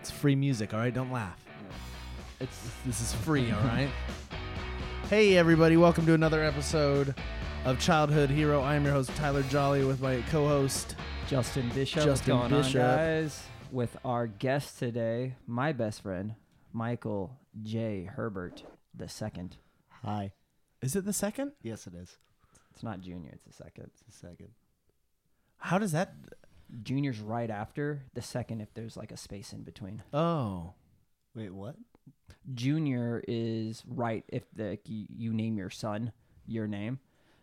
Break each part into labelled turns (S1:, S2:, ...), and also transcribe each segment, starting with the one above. S1: It's free music, all right? Don't laugh. It's this is free, all right? hey everybody, welcome to another episode of Childhood Hero. I am your host Tyler Jolly with my co-host.
S2: Justin Bishop.
S1: Justin
S2: What's going
S1: Bishop.
S2: on, guys? With our guest today, my best friend, Michael J. Herbert the second.
S3: Hi.
S1: Is it the second?
S3: Yes, it is.
S2: It's not junior; it's the second.
S3: It's the second.
S1: How does that
S2: Junior's right after the second, if there's like a space in between.
S1: Oh.
S3: Wait, what?
S2: Junior is right if the you, you name your son your name.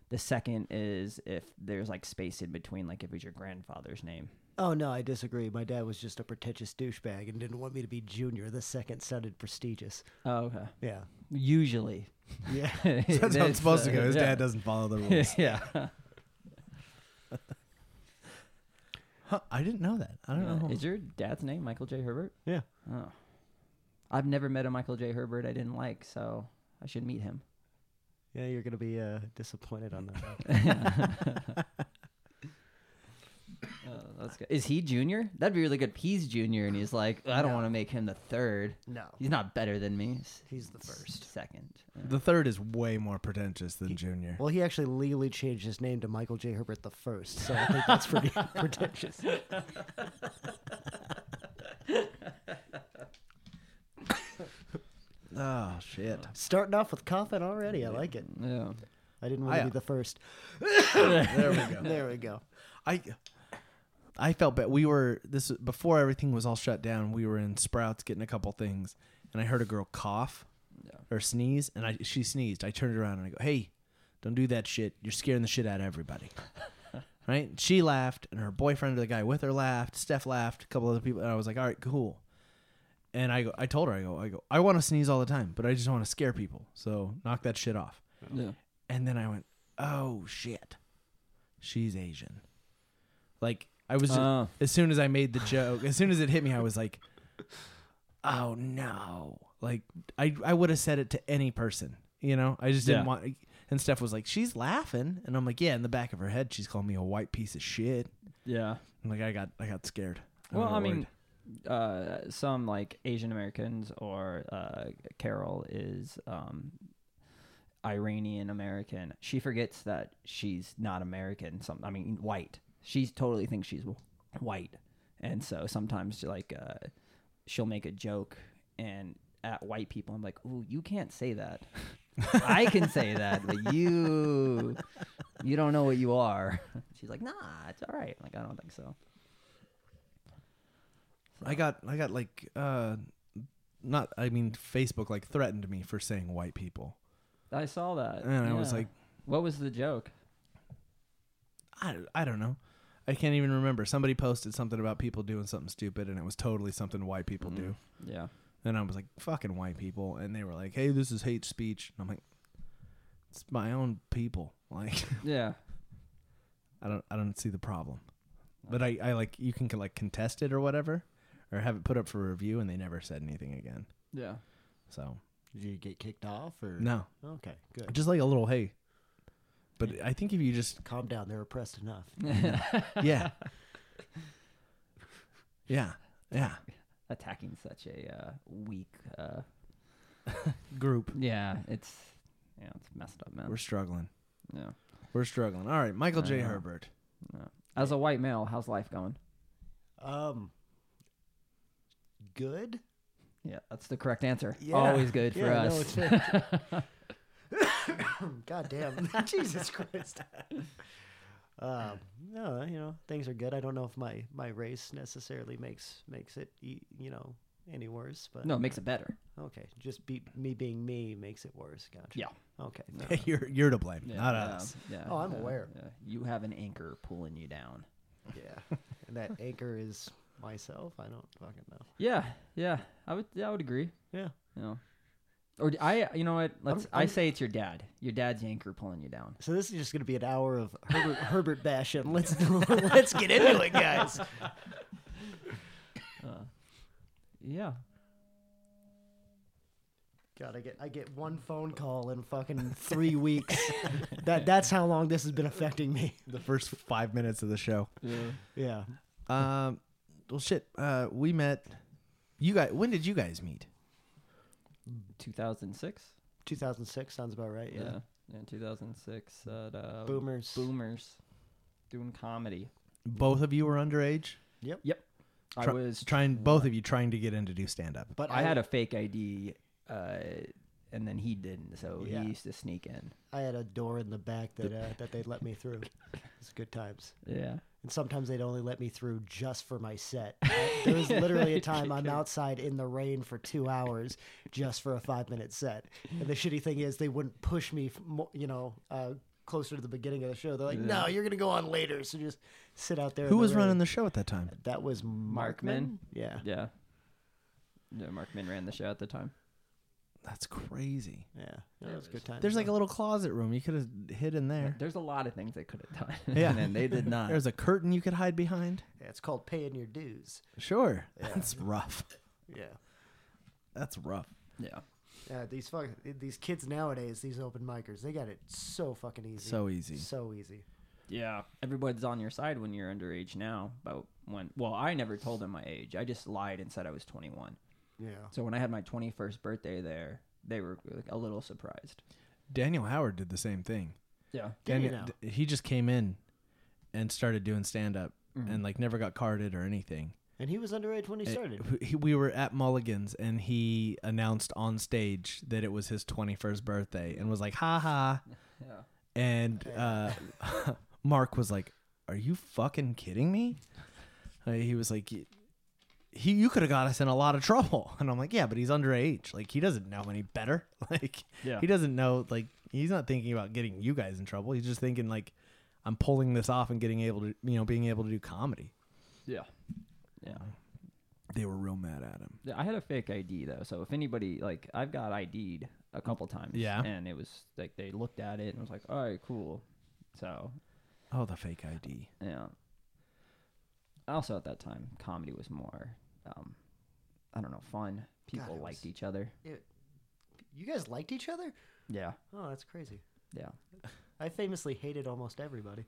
S2: The second is if there's like space in between, like if it's your grandfather's name.
S3: Oh no, I disagree. My dad was just a pretentious douchebag and didn't want me to be junior. The second sounded prestigious.
S2: Oh, okay.
S3: Yeah.
S2: Usually,
S3: Yeah.
S1: That's how it's supposed to go. His
S2: yeah.
S1: dad doesn't follow the rules.
S2: yeah.
S1: Huh, I didn't know that. I don't
S2: Yeah.
S1: know.
S2: Is your dad's name Michael J. Herbert?
S3: Yeah.
S2: Oh. I've never met a Michael J. Herbert I didn't like, so I should meet him.
S3: yeah, you're gonna be uh, disappointed on that. one.
S2: Oh, that's good. Is he junior? That'd be really good. if He's junior, and he's like, I don't
S3: No.
S2: want to make him the third.
S3: no.
S2: He's not better than me. S-
S3: He's the
S2: s-
S3: first.
S2: second.
S1: The third is way more pretentious than Junior.
S3: Well, he actually legally changed his name to Michael J. Herbert the first, so I think that's pretty pretentious.
S1: Oh shit.
S3: Starting off with coughing already, I like it.
S2: Yeah.
S3: I didn't want
S1: I,
S3: to
S1: uh,
S3: be the first.
S1: There we go.
S3: There we go.
S1: I I felt bad. We were this before everything was all shut down. We were in Sprouts getting a couple things, and I heard a girl cough
S2: Yeah.
S1: or sneeze, and I she sneezed. I turned around and I go, "Hey, don't do that shit. You're scaring the shit out of everybody." right? She laughed, and her boyfriend or the guy with her laughed. Steph laughed. A couple other people, and I was like, "All right, cool." And I go, I told her, I go, I go, I want to sneeze all the time, but I just want to scare people. So knock that shit off.
S2: Yeah.
S1: And then I went, oh shit, she's Asian. Like I was,
S2: Oh.
S1: as soon as I made the joke, as soon as it hit me, I was like, oh no. Like I, I would have said it to any person, you know. I just didn't
S2: Yeah.
S1: want. And Steph was like, she's laughing, and I'm like, yeah. In the back of her head, she's calling me a white piece of shit.
S2: Yeah.
S1: And like I got, I got scared.
S2: Well,
S1: got
S2: I
S1: worried.
S2: mean, uh, some like Asian Americans or uh, Carol is um, Iranian American. She forgets that she's not American. Some, I mean, white. She totally thinks she's wh- white, and so sometimes like uh, she'll make a joke and at white people, I'm like, "Ooh, you can't say that." I can say that, but you, you don't know what you are. She's like, "Nah, it's all right." I'm like, I don't think so.
S1: I got, I got like, uh, not. I mean, Facebook like threatened me for saying white people,
S2: I saw that.
S1: and I was
S2: yeah.
S1: like.
S2: what was the joke?
S1: I, I don't know. I can't even remember. Somebody posted something about people doing something stupid, and it was totally something white people do.
S2: Yeah.
S1: And I was like, fucking white people. And they were like, hey, this is hate speech. And I'm like, it's my own people. Like,
S2: Yeah.
S1: I don't I don't see the problem. But I, I like, you can like contest it or whatever, or have it put up for review, and they never said anything again.
S2: Yeah.
S1: So,
S3: Did you get kicked off or
S1: no.
S3: Okay, good.
S1: Just like a little hey. But I think if you just,
S3: Calm down. They're oppressed enough.
S1: yeah. yeah. Yeah.
S2: Attacking such a uh, weak. Uh,
S1: Group.
S2: yeah, it's yeah, it's messed up, man.
S1: We're struggling.
S2: Yeah.
S1: We're struggling. All right, Michael
S2: I
S1: J.
S2: know.
S1: Herbert.
S2: As a white male, how's life going?
S3: Um, good.
S2: Yeah, that's the correct answer.
S3: Yeah.
S2: Always good for
S3: Yeah, no,
S2: us.
S3: it's- God damn. Jesus Christ. Um, no, you know, things are good. I don't know if my, my race necessarily makes makes it, e- you know, any worse, but
S2: no, it makes it better.
S3: okay. Just be, me being me makes it worse. Gotcha.
S2: Yeah.
S3: Okay.
S1: you're you're to blame,
S2: Yeah,
S1: not
S2: yeah,
S1: us.
S2: Yeah.
S3: Oh, I'm
S2: yeah,
S3: aware.
S2: yeah. You have an anchor pulling you down.
S3: Yeah. And that anchor is myself. I don't fucking know.
S2: Yeah. Yeah. I would. Yeah, I would agree.
S3: Yeah.
S2: You know. Or d- I, you know what? Let's. I
S3: I'm-
S2: say it's your dad. Your dad's the anchor pulling you down.
S3: So this is just going to be an hour of Herbert, Herbert bashing. Let's let's get into it, guys.
S2: Yeah.
S3: God, I get I get one phone call in fucking three weeks. that that's how long this has been affecting me.
S1: The first five minutes of the show.
S2: Yeah.
S3: Yeah.
S1: Um, well, shit. Uh, we met You guys, when did you guys meet?
S2: 2006.
S3: 2006 sounds about right. Yeah.
S2: Yeah, in 2006 at uh,
S3: Boomers.
S2: Boomers, doing comedy.
S1: Both of you were underage.
S2: I
S1: Try-
S2: was.
S1: Trying both of you trying to get in to do stand up.
S3: But
S2: I had a fake ID, uh, and then he didn't, so
S3: Yeah.
S2: he used to sneak in.
S3: I had a door in the back that uh, that they let me through. It's good times.
S2: Yeah.
S3: And sometimes they'd only let me through just for my set. I- there was literally a time I'm outside in the rain for two hours just for a five minute set. And the shitty thing is they wouldn't push me, f- mo- you know, uh, closer to the beginning of the show. They're like, "No, you're gonna go on later." So just sit out there.
S1: Who
S3: in
S1: was
S3: the rain.
S1: running the show at that time?
S3: That was Markman.
S2: Markman?
S3: Yeah,
S2: Yeah. Yeah, Markman ran the show at the time.
S1: That's crazy.
S3: yeah, that was a good time.
S1: There's like a little closet room you could have hid in there.
S2: There's a lot of things they could have done.
S1: Yeah.
S2: and they did not.
S1: There's a curtain you could hide behind.
S3: yeah, it's called paying your dues.
S1: Sure. That's rough.
S3: Yeah,
S1: That's rough.
S2: yeah.
S3: yeah. These fuck these kids nowadays, these open micers, they got it so fucking easy.
S1: So easy.
S3: so easy.
S2: Yeah. Everybody's on your side when you're underage now. But when, well, I never told him my age. I just lied and said I was 21.
S3: Yeah,
S2: So when I had my 21st birthday there, they were like, a little surprised.
S1: Daniel Howard did the same thing.
S2: Yeah.
S3: Did he
S1: Daniel,
S3: now?
S1: d- he just came in and started doing stand up and like never got carded or anything.
S3: and he was underage when he
S1: It-
S3: started.
S1: he- we were at Mulligan's and he announced on stage that it was his 21st birthday and was like, ha ha.
S2: Yeah.
S1: And uh, Mark was like, are you fucking kidding me? Uh, he was like, "Y- he, you could have got us in a lot of trouble. And I'm like, yeah, but he's underage. Like, he doesn't know any better. Like,
S2: Yeah.
S1: he doesn't know, like, he's not thinking about getting you guys in trouble. He's just thinking, like, I'm pulling this off and getting able to, you know, being able to do comedy.
S2: Yeah. Yeah.
S1: They were real mad at him.
S2: Yeah, I had a fake ID though, so if anybody like I've got ID'd a couple times,
S1: Yeah.
S2: and it was like they looked at it and was like, "All right, cool." So
S1: Oh, the fake ID.
S2: yeah. Also, at that time, comedy was more, um, I don't know, fun. People
S3: it
S2: liked
S3: was-
S2: each other.
S3: You guys liked each other?
S2: Yeah,
S3: Oh, that's crazy.
S2: yeah,
S3: I famously hated almost everybody.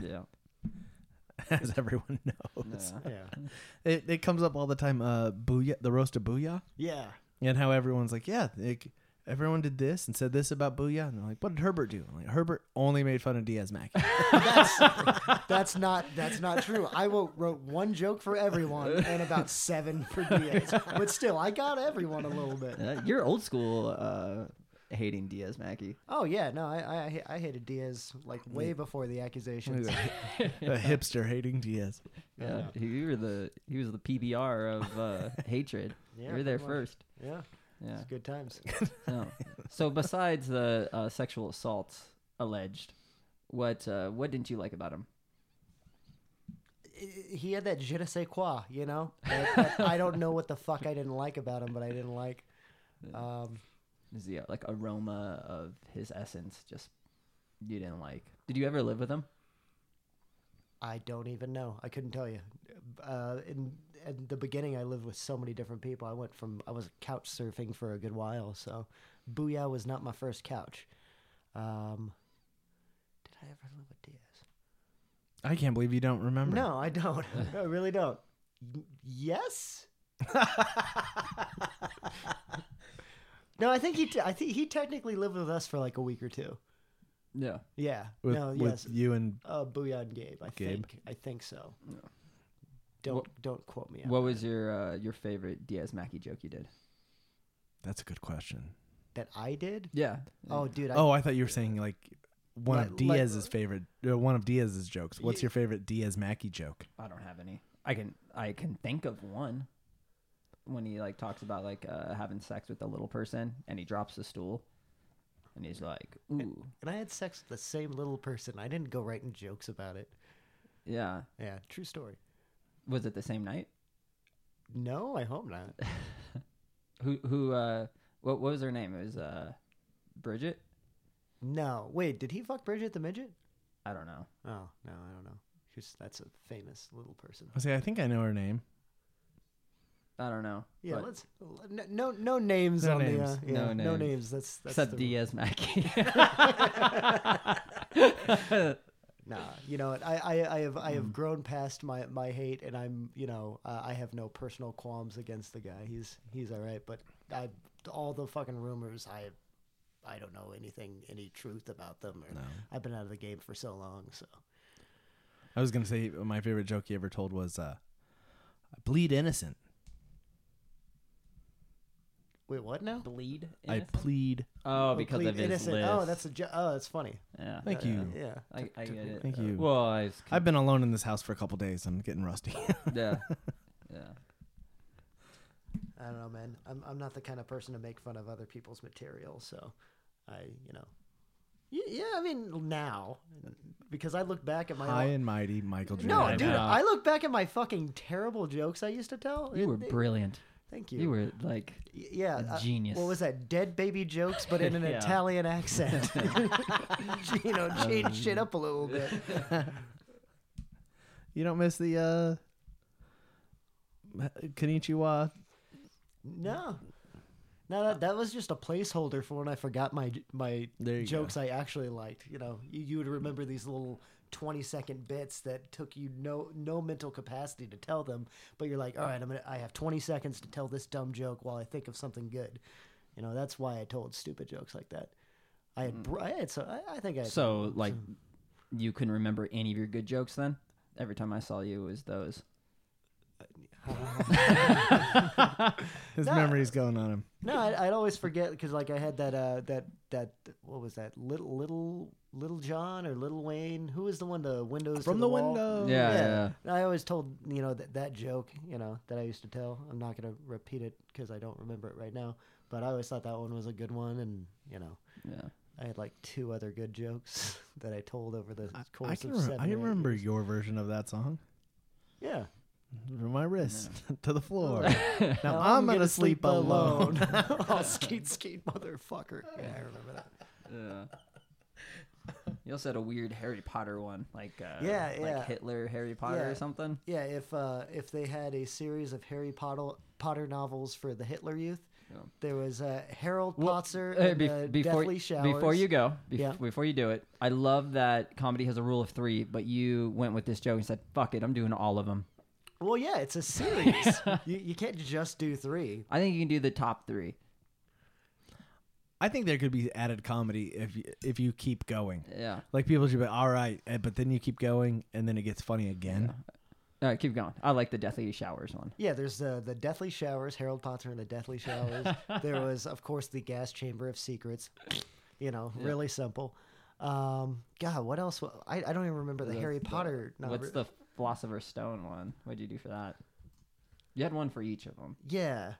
S2: yeah.
S1: as everyone knows.
S2: yeah.
S3: Yeah,
S1: It, it comes up all the time. Uh, booyah, the roast of booyah,
S3: yeah.
S1: and how everyone's like, yeah, like everyone did this and said this about booyah, and they're like, what did Herbert do? I'm like Herbert only made fun of Diaz Mac.
S3: That's that's not that's not true. I wo- wrote one joke for everyone and about seven for Diaz, but still, I got everyone a little bit.
S2: Uh, you're old school, uh, hating Diaz Mackey.
S3: Oh yeah, no, I I, I- I hated Diaz like way before the accusations.
S1: a hipster hating Diaz.
S2: Yeah, you were the he was the PBR of uh, hatred.
S3: Yeah,
S2: you were there
S3: pretty much.
S2: first.
S3: Yeah,
S2: Yeah.
S3: it's good times.
S2: No. So besides the uh, sexual assaults alleged, what uh, what didn't you like about him?
S3: He had that je ne sais quoi, you know. That- that I don't know what the fuck I didn't like about him, but I didn't like. Um,
S2: Is the uh, like aroma of his essence just you didn't like? Did you ever live with him?
S3: I don't even know. I couldn't tell you. Uh, in, in the beginning, I lived with so many different people. I went from I was couch surfing for a good while, so Booyah was not my first couch. Um, did I ever live with Diaz?
S1: I can't believe you don't remember.
S3: No, I don't. I really don't. Y- Yes. no, I think he. T- I think he technically lived with us for like a week or two.
S2: Yeah.
S3: Yeah.
S1: with,
S3: no.
S1: with
S3: Yes.
S1: you and
S3: Uh, Booyah and Gabe. I
S1: Gabe.
S3: think. I think so. Don't don't quote me. on
S2: What
S3: that.
S2: was your uh, your favorite Diaz Mackey joke you did?
S1: that's a good question.
S3: that I did?
S2: Yeah.
S3: Oh, dude. I,
S1: oh, I thought you were saying like one of
S3: Like- like-
S1: Diaz's favorite, uh, one of Diaz's jokes. What's your favorite Diaz Mackey joke?
S2: I don't have any. I can I can think of one when he like talks about like uh, having sex with a little person and he drops the stool and he's like,
S3: Eh.
S2: "Ooh."
S3: and I had sex with the same little person. I didn't go writing jokes about it.
S2: Yeah.
S3: Yeah, true story.
S2: Was it the same night?
S3: No, I hope not.
S2: who who uh what, what was her name? It was uh Bridget?
S3: No, wait. Did he fuck Bridget the midget?
S2: I don't know.
S3: Oh no, I don't know. She's that's a famous little person.
S1: I say I think I know her name.
S2: I don't know.
S3: Yeah,
S2: But-
S3: let's n- no no names
S1: No
S3: on
S1: names.
S3: the uh, yeah,
S2: No
S3: no
S2: names.
S3: names. That's that's
S2: except
S3: the,
S2: Diaz Mackey.
S3: Nah, you know, I, I, I have I
S2: Hmm.
S3: have grown past my, my hate, and I'm you know uh, I have no personal qualms against the guy. He's he's all right, but I all the fucking rumors I I don't know anything any truth about them. Or I've been out of the game for so long, so
S1: I was gonna say uh, my favorite joke he ever told was, uh, "I bleed innocent.
S3: wait, what now?
S2: Bleed. innocent?
S1: I plead."
S2: oh,
S3: Oh,
S2: because
S3: plead
S2: of his
S3: innocent.
S2: list.
S3: Oh, that's a jo- oh, that's funny.
S2: yeah.
S1: Thank
S2: yeah.
S1: you.
S3: Uh, Yeah,
S2: I, I get it.
S1: Thank you.
S2: Well, I was
S1: I've been alone in this house for a couple days. I'm getting rusty.
S2: yeah, yeah.
S3: I don't know, man. I'm I'm not the kind of person to make fun of other people's material, so I you know. Y- Yeah, I mean now, because I look back at my
S1: High
S3: own-
S1: and mighty, Michael Uh, J.
S3: No,
S2: I
S1: Fox.
S3: dude,
S2: know.
S3: I look back at my fucking terrible jokes I used to tell.
S2: You
S3: It-
S2: were
S3: it-
S2: brilliant.
S3: Thank you.
S2: You were like,
S3: Y- yeah,
S2: a
S3: uh,
S2: genius.
S3: what was that? Dead baby jokes, but in an
S2: Yeah.
S3: Italian accent. you know, change shit up a little bit.
S1: You don't miss the uh, Kanichiwa.
S3: No, no, that that was just a placeholder for when I forgot my j- my
S1: There you go.
S3: jokes I actually liked. You know, you, you would remember these little. 20 second bits that took you no no mental capacity to tell them but you're like all right i'm gonna i have 20 seconds to tell this dumb joke while i think of something good you know that's why i told stupid jokes like that i
S1: Hmm.
S3: had, br- I had so I, I think i had
S2: so like, you couldn't remember any of your good jokes then. Every time I saw you, it was those.
S1: His
S3: No.
S1: memory's going on him.
S3: No, I'd, I'd always forget because like I had that uh that that what was that little little little John or little Wayne? Who was the one the windows to
S1: From the
S3: wall?
S1: window.
S2: Yeah, yeah.
S3: And I always told you know that that joke you know that I used to tell. I'm not gonna repeat it because I don't remember it right now. But I always thought that one was a good one, and you know
S2: Yeah.
S3: I had like two other good jokes that I told over the
S1: I,
S3: course
S1: I can
S3: of
S1: rem-
S3: seven.
S1: I
S3: or eight
S1: can remember
S3: years.
S1: your version of that song.
S3: Yeah.
S1: From my wrist to the floor. now
S3: Now
S1: I'm, gonna sleep alone.
S3: I'll skeet skeet, motherfucker. Yeah, I remember that.
S2: Yeah. You also had a weird Harry Potter one, like uh,
S3: Yeah, yeah.
S2: like Hitler, Harry Potter,
S3: Yeah.
S2: or something.
S3: Yeah, if uh, if they had a series of Harry Potter Potter novels for the Hitler Youth,
S2: Yeah.
S3: there was uh, Harold Potzer
S2: Uh,
S3: and
S2: bef-
S3: uh,
S2: before
S3: Deathly Showers.
S2: before you go, bef-
S3: Yeah.
S2: before you do it, I love that comedy has a rule of three, but you went with this joke and said, "Fuck it, I'm doing all of them."
S3: well, yeah, it's a series. you, you can't just do three.
S2: I think you can do the top three.
S1: I think there could be added comedy if you, if you keep going.
S2: Yeah.
S1: Like people should be all right, eh, but then you keep going, and then it gets funny again.
S2: All right, keep going. I like the Deathly Showers one.
S3: Yeah, there's the the Deathly Showers, Harold Potzer and the Deathly Showers. there was, of course, the Gas Chamber of Secrets. You know, really simple. Um, God, what else? wa- I, I don't even remember the,
S2: The-
S3: Harry
S2: the-
S3: Potter. novel.
S2: What's the Philosopher's Stone one? What'd you do for that? You had one for each of them.
S3: Yeah.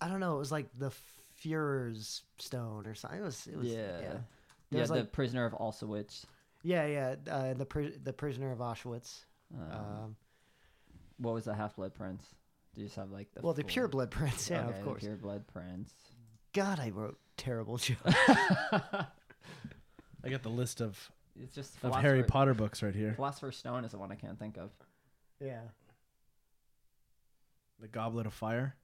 S3: I don't know. It was like the Fuhrer's stone or something. It was. It was
S2: yeah.
S3: Yeah.
S2: Yeah,
S3: There was
S2: the
S3: like-
S2: Prisoner of Auschwitz.
S3: Yeah. yeah, Uh, the pri- the prisoner of Auschwitz.
S2: Oh,
S3: Um,
S2: What was the Half Blood Prince? Did you just have like the
S3: well, the
S2: full-
S3: pure blood prince. Yeah,
S2: Okay,
S3: of
S2: the
S3: course.
S2: Pure Blood Prince.
S3: God, I wrote terrible jokes.
S1: I got the list of,
S2: It's just
S1: of Harry
S2: Philosopher-
S1: Potter books right here.
S2: Philosopher's Stone is the one I can't think of.
S3: yeah.
S1: The Goblet of Fire.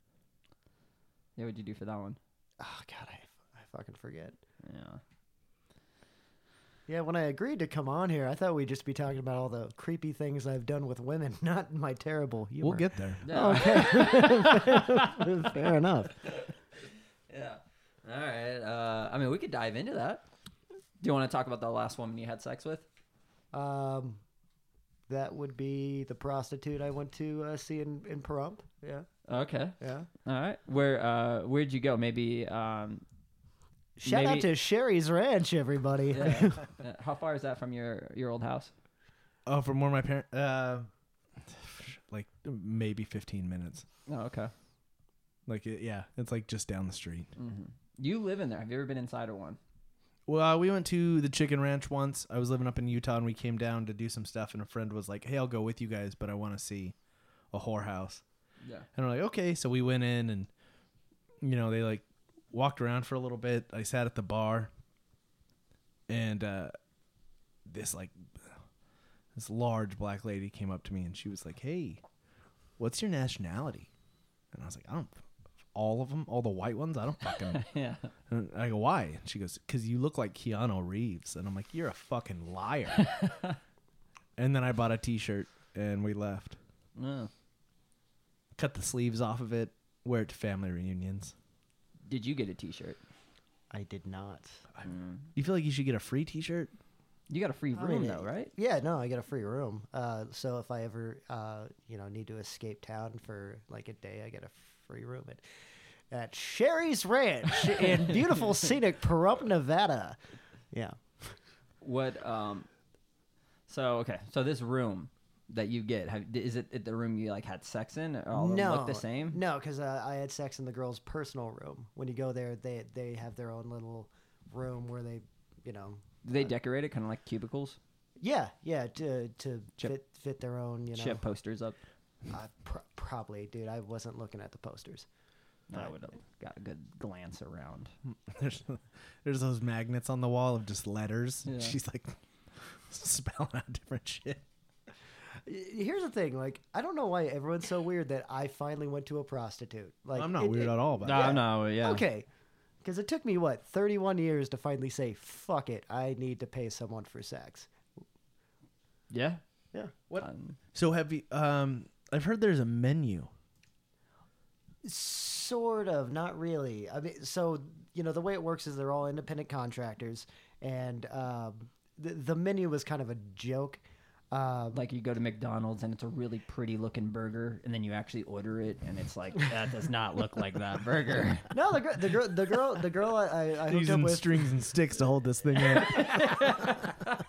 S2: Yeah, what'd you do for that one?
S3: Oh God, I I fucking forget.
S2: Yeah.
S3: Yeah, when I agreed to come on here, I thought we'd just be talking about all the creepy things I've done with women, not my terrible humor.
S1: We'll get there.
S3: Oh,
S2: Yeah.
S3: get fair enough.
S2: yeah. All right. Uh, I mean, we could dive into that. Do you want to talk about the last woman you had sex with?
S3: Um, that would be the prostitute I went to uh, see in in Pahrump. Yeah,
S2: Okay.
S3: yeah.
S2: All right. Where uh, where'd you go? Maybe um,
S3: Shout out
S2: Maybe-
S3: to Sherry's Ranch, everybody.
S2: yeah. Uh, how far is that from your your old house?
S1: Oh, from where my parents, uh, like maybe 15 minutes.
S2: Oh, okay.
S1: Like it, yeah, it's like just down the street.
S2: You live in there. Have you ever been inside of one?
S1: Well, uh, we went to the Chicken Ranch once. I was living up in Utah, and we came down to do some stuff. And a friend was like, "Hey, I'll go with you guys, but I want to see a whorehouse."
S2: Yeah.
S1: And we're like, okay. So we went in and, you know, they like walked around for a little bit. I sat at the bar and uh, this like, this large black lady came up to me and she was like, hey, what's your nationality? And I was like, I don't, all of them, all the white ones, I don't fucking.
S2: Yeah.
S1: and I go, why? And she goes, because you look like Keanu Reeves. And I'm like, you're a fucking liar. And then I bought a T-shirt and we left.
S2: Oh.
S1: Cut the sleeves off of it. Wear it to family reunions.
S2: Did you get a T-shirt?
S3: I did not.
S1: You feel like you should get a free T-shirt?
S2: You got a free
S3: I
S2: room
S3: mean,
S2: though, right?
S3: Yeah, no, I got a free room. Uh, so if I ever, uh, you know, need to escape town for like a day, I get a free room at at Sherry's Ranch in beautiful scenic Pahrump, Nevada. Yeah,
S2: What? Um. So okay, so this room that you get, have, is it the room you like had sex in? Or all of them
S3: no,
S2: look the same.
S3: No, because uh, I had sex in the girls' personal room. When you go there, they they have their own little room where they, you know,
S2: Do they decorate it kind of like cubicles?
S3: yeah, yeah, to to
S2: Chip-
S3: fit fit their own, you know,
S2: She have posters up.
S3: I pr- probably, dude. I wasn't looking at the posters.
S2: I would have got a good glance around.
S1: There's, there's those magnets on the wall of just letters.
S2: Yeah.
S1: She's like spelling out different shit.
S3: Y- Here's the thing, like I don't know why everyone's so weird that I finally went to a prostitute. Like
S1: I'm not
S3: it-
S1: weird
S3: it-
S1: at all about
S2: No,
S1: that.
S2: no, yeah.
S3: Okay, because it took me what 31 years to finally say, "Fuck it, I need to pay someone for sex."
S2: Yeah.
S3: Yeah.
S1: What?
S2: Um,
S1: So have you? Um, I've heard there's a menu.
S3: Sort of, not really. I mean, so you know, the way it works is they're all independent contractors, and um, the, the menu was kind of a joke. Um,
S2: like you go to McDonald's and it's a really pretty looking burger, and then you actually order it, and it's like that does not look like that burger.
S3: no, the girl, the girl, the girl, the girl I, I, I hooked up
S1: Using
S3: with.
S1: strings and sticks to hold this thing up.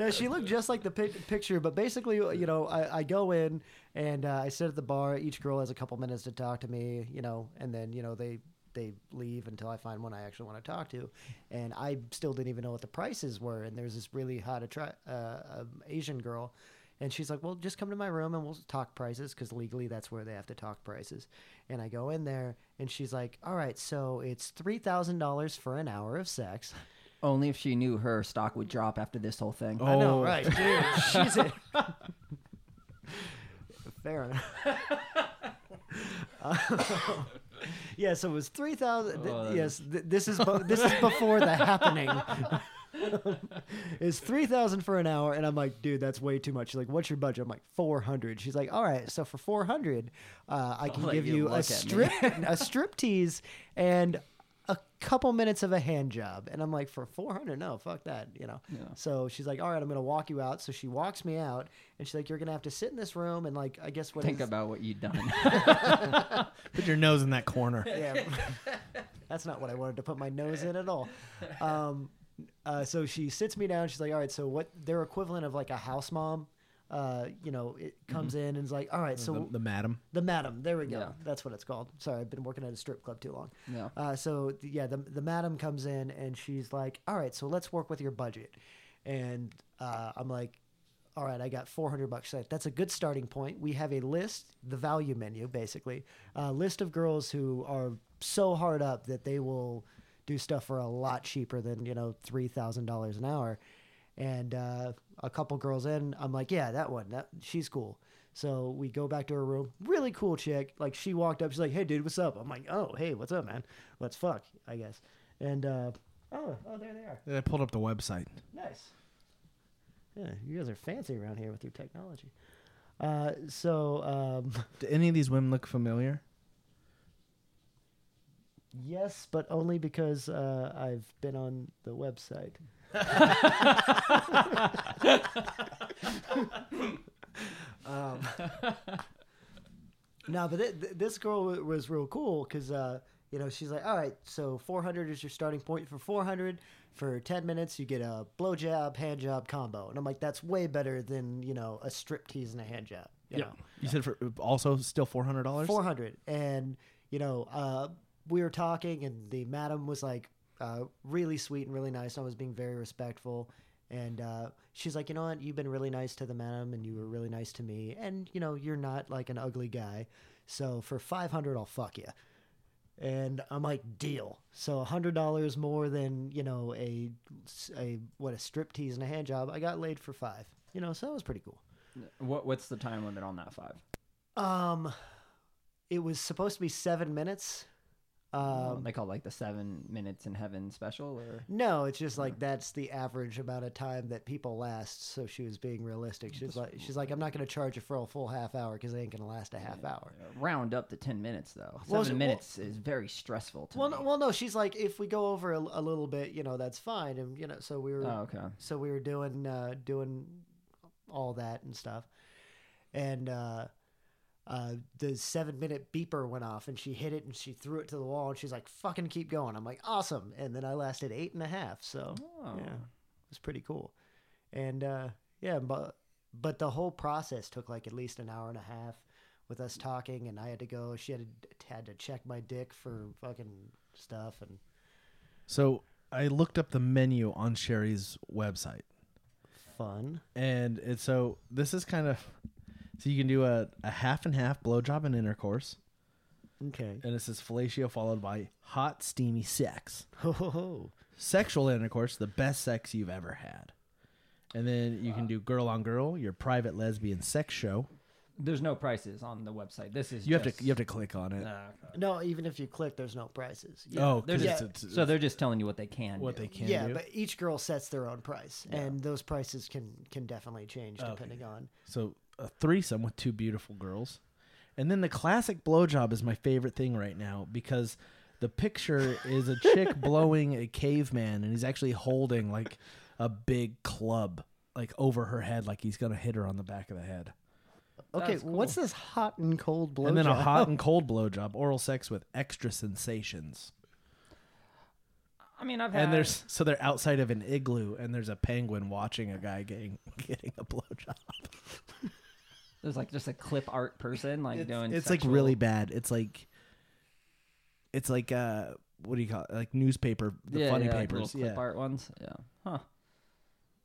S3: no, she looked just like the pic- picture, but basically, you know, I, I go in and uh, I sit at the bar. Each girl has a couple minutes to talk to me, you know, and then you know they they leave until I find one I actually want to talk to, and I still didn't even know what the prices were. And there's this really hot attra- uh, um, Asian girl. And she's like, "Well, just come to my room and we'll talk prices because legally that's where they have to talk prices." And I go in there, and she's like, "All right, so it's three thousand dollars for an hour of sex."
S2: Only if she knew her stock would drop after this whole thing.
S1: Oh.
S3: I know, right, dude. She's a... Fair enough. Uh, yeah, so it was three thousand.
S2: Oh, that
S3: yes, th- this is bu- this is before the happening. it's three thousand for an hour, and I'm like, dude, that's way too much. She's like, what's your budget? I'm like, four hundred. She's like, all right, so for four hundred, uh, I can
S2: let
S3: give
S2: you
S3: you
S2: look
S3: a
S2: at me."
S3: strip, a strip tease, and a couple minutes of a hand job. And I'm like, for four hundred, no, fuck that, you know.
S2: Yeah.
S3: So she's like, all right, I'm gonna walk you out. So she walks me out, and she's like, you're gonna have to sit in this room, and like, I guess what
S2: Think
S3: is-
S2: about what you've done.
S1: Put your nose in that corner.
S3: Yeah. That's not what I wanted to put my nose in at all. Um, uh, so she sits me down. She's like, all right, so what their equivalent of like a house mom, uh, you know, it comes in and is like, all right, so
S1: the, the madam.
S3: the madam. There we go.
S2: Yeah.
S3: That's what it's called. Sorry, I've been working at a strip club too long.
S2: Yeah.
S3: Uh, so th- yeah, the the madam comes in and she's like, "All right, so let's work with your budget," and uh, I'm like. All right, I got 400 bucks. She's like, That's a good starting point. We have a list, the value menu, basically, a list of girls who are so hard up that they will do stuff for a lot cheaper than, you know, $3,000 an hour and uh, a couple girls in. I'm like, yeah, that one, that she's cool. So we go back to her room. Really cool chick. Like she walked up, she's like, hey dude, what's up? I'm like, oh hey, what's up, man? Let's fuck, I guess. And uh, oh, oh, there they are.
S1: I pulled up the website.
S3: Nice. Yeah, you guys are fancy around here with your technology. Uh, so um,
S1: Do any of these women look familiar?
S3: yes, but only because uh, I've been on the website. um, no, but th- th- this girl w- was real cool because uh, you know she's like, all right, so 400 is your starting point for 400 for 10 minutes. You get a blowjob, hand job combo, and I'm like, that's way better than you know a strip tease and a hand job. You know?
S1: You said for also still four hundred dollars.
S3: Four hundred, and you know, uh, we were talking, and the madam was like uh, really sweet and really nice. And I was being very respectful, and uh, she's like, you know what, you've been really nice to the madam, and you were really nice to me, and you know, you're not like an ugly guy, so for five hundred, I'll fuck you. And I'm like, deal. So hundred dollars more than you know a a what a strip tease and a hand job. I got laid for five. You know, so that was pretty cool.
S2: what What's the time limit on that five?
S3: Um, it was supposed to be seven minutes. Um,
S2: they call it like the seven minutes in heaven special, or
S3: No, it's just like that's the average amount of time that people last. So she was being realistic. She's like, she's like, I'm not going to charge you for a full half hour because they ain't going to last a half hour.
S2: uh, round up to ten minutes though. Seven
S3: Well, so- well-
S2: minutes is very stressful. To
S3: Well,
S2: me.
S3: no, well, no, she's like, if we go over a, a little bit, you know, that's fine. And you know, so we were,
S2: oh, okay.
S3: so we were doing, uh, doing all that and stuff, and uh, uh, the seven minute beeper went off, and she hit it, and she threw it to the wall, and she's like, "Fucking keep going." I'm like, "Awesome!" And then I lasted eight and a half, so.
S2: Oh.
S3: yeah it was pretty cool and uh yeah but but the whole process took like at least an hour and a half with us talking and i had to go she had to, had to check my dick for fucking stuff and
S1: So I looked up the menu on Sherry's website,
S3: fun
S1: and it, so this is kind of so you can do a, a half and half blowjob and intercourse,
S3: okay
S1: and it says fellatio followed by hot steamy sex,
S3: ho ho ho
S1: sexual intercourse, the best sex you've ever had, and then you can do girl on girl, your private lesbian sex show.
S2: There's no prices on the website. This is
S1: You have
S2: just,
S1: to you have to click on it.
S2: Ah, okay.
S3: no even if you click there's no prices
S1: oh,
S2: they're
S1: 'cause
S2: just-
S1: it's- it's-
S2: so they're just telling you what they can.
S1: what
S2: do.
S1: they can
S3: yeah
S1: do.
S3: but each girl sets their own price and those prices can can definitely change
S1: Oh, Okay.
S3: depending on
S1: So a threesome with two beautiful girls. And then the classic blowjob is my favorite thing right now because the picture is a chick blowing a caveman and he's actually holding like a big club like over her head like he's gonna hit her on the back of the head.
S3: okay
S2: That's
S3: what's this hot and cold blow
S1: and then a hot and cold blowjob, oral sex with extra sensations.
S2: I mean, I've had.
S1: And there's so they're outside of an igloo and there's a penguin watching a guy getting getting a blowjob.
S2: there's like just a clip art person like
S1: it's,
S2: doing.
S1: it's, like
S2: sexual-
S1: really bad it's like it's like uh what do you call it like newspaper the
S2: yeah,
S1: funny
S2: yeah, like little
S1: papers
S2: clip
S1: yeah
S2: art ones. Yeah. Huh.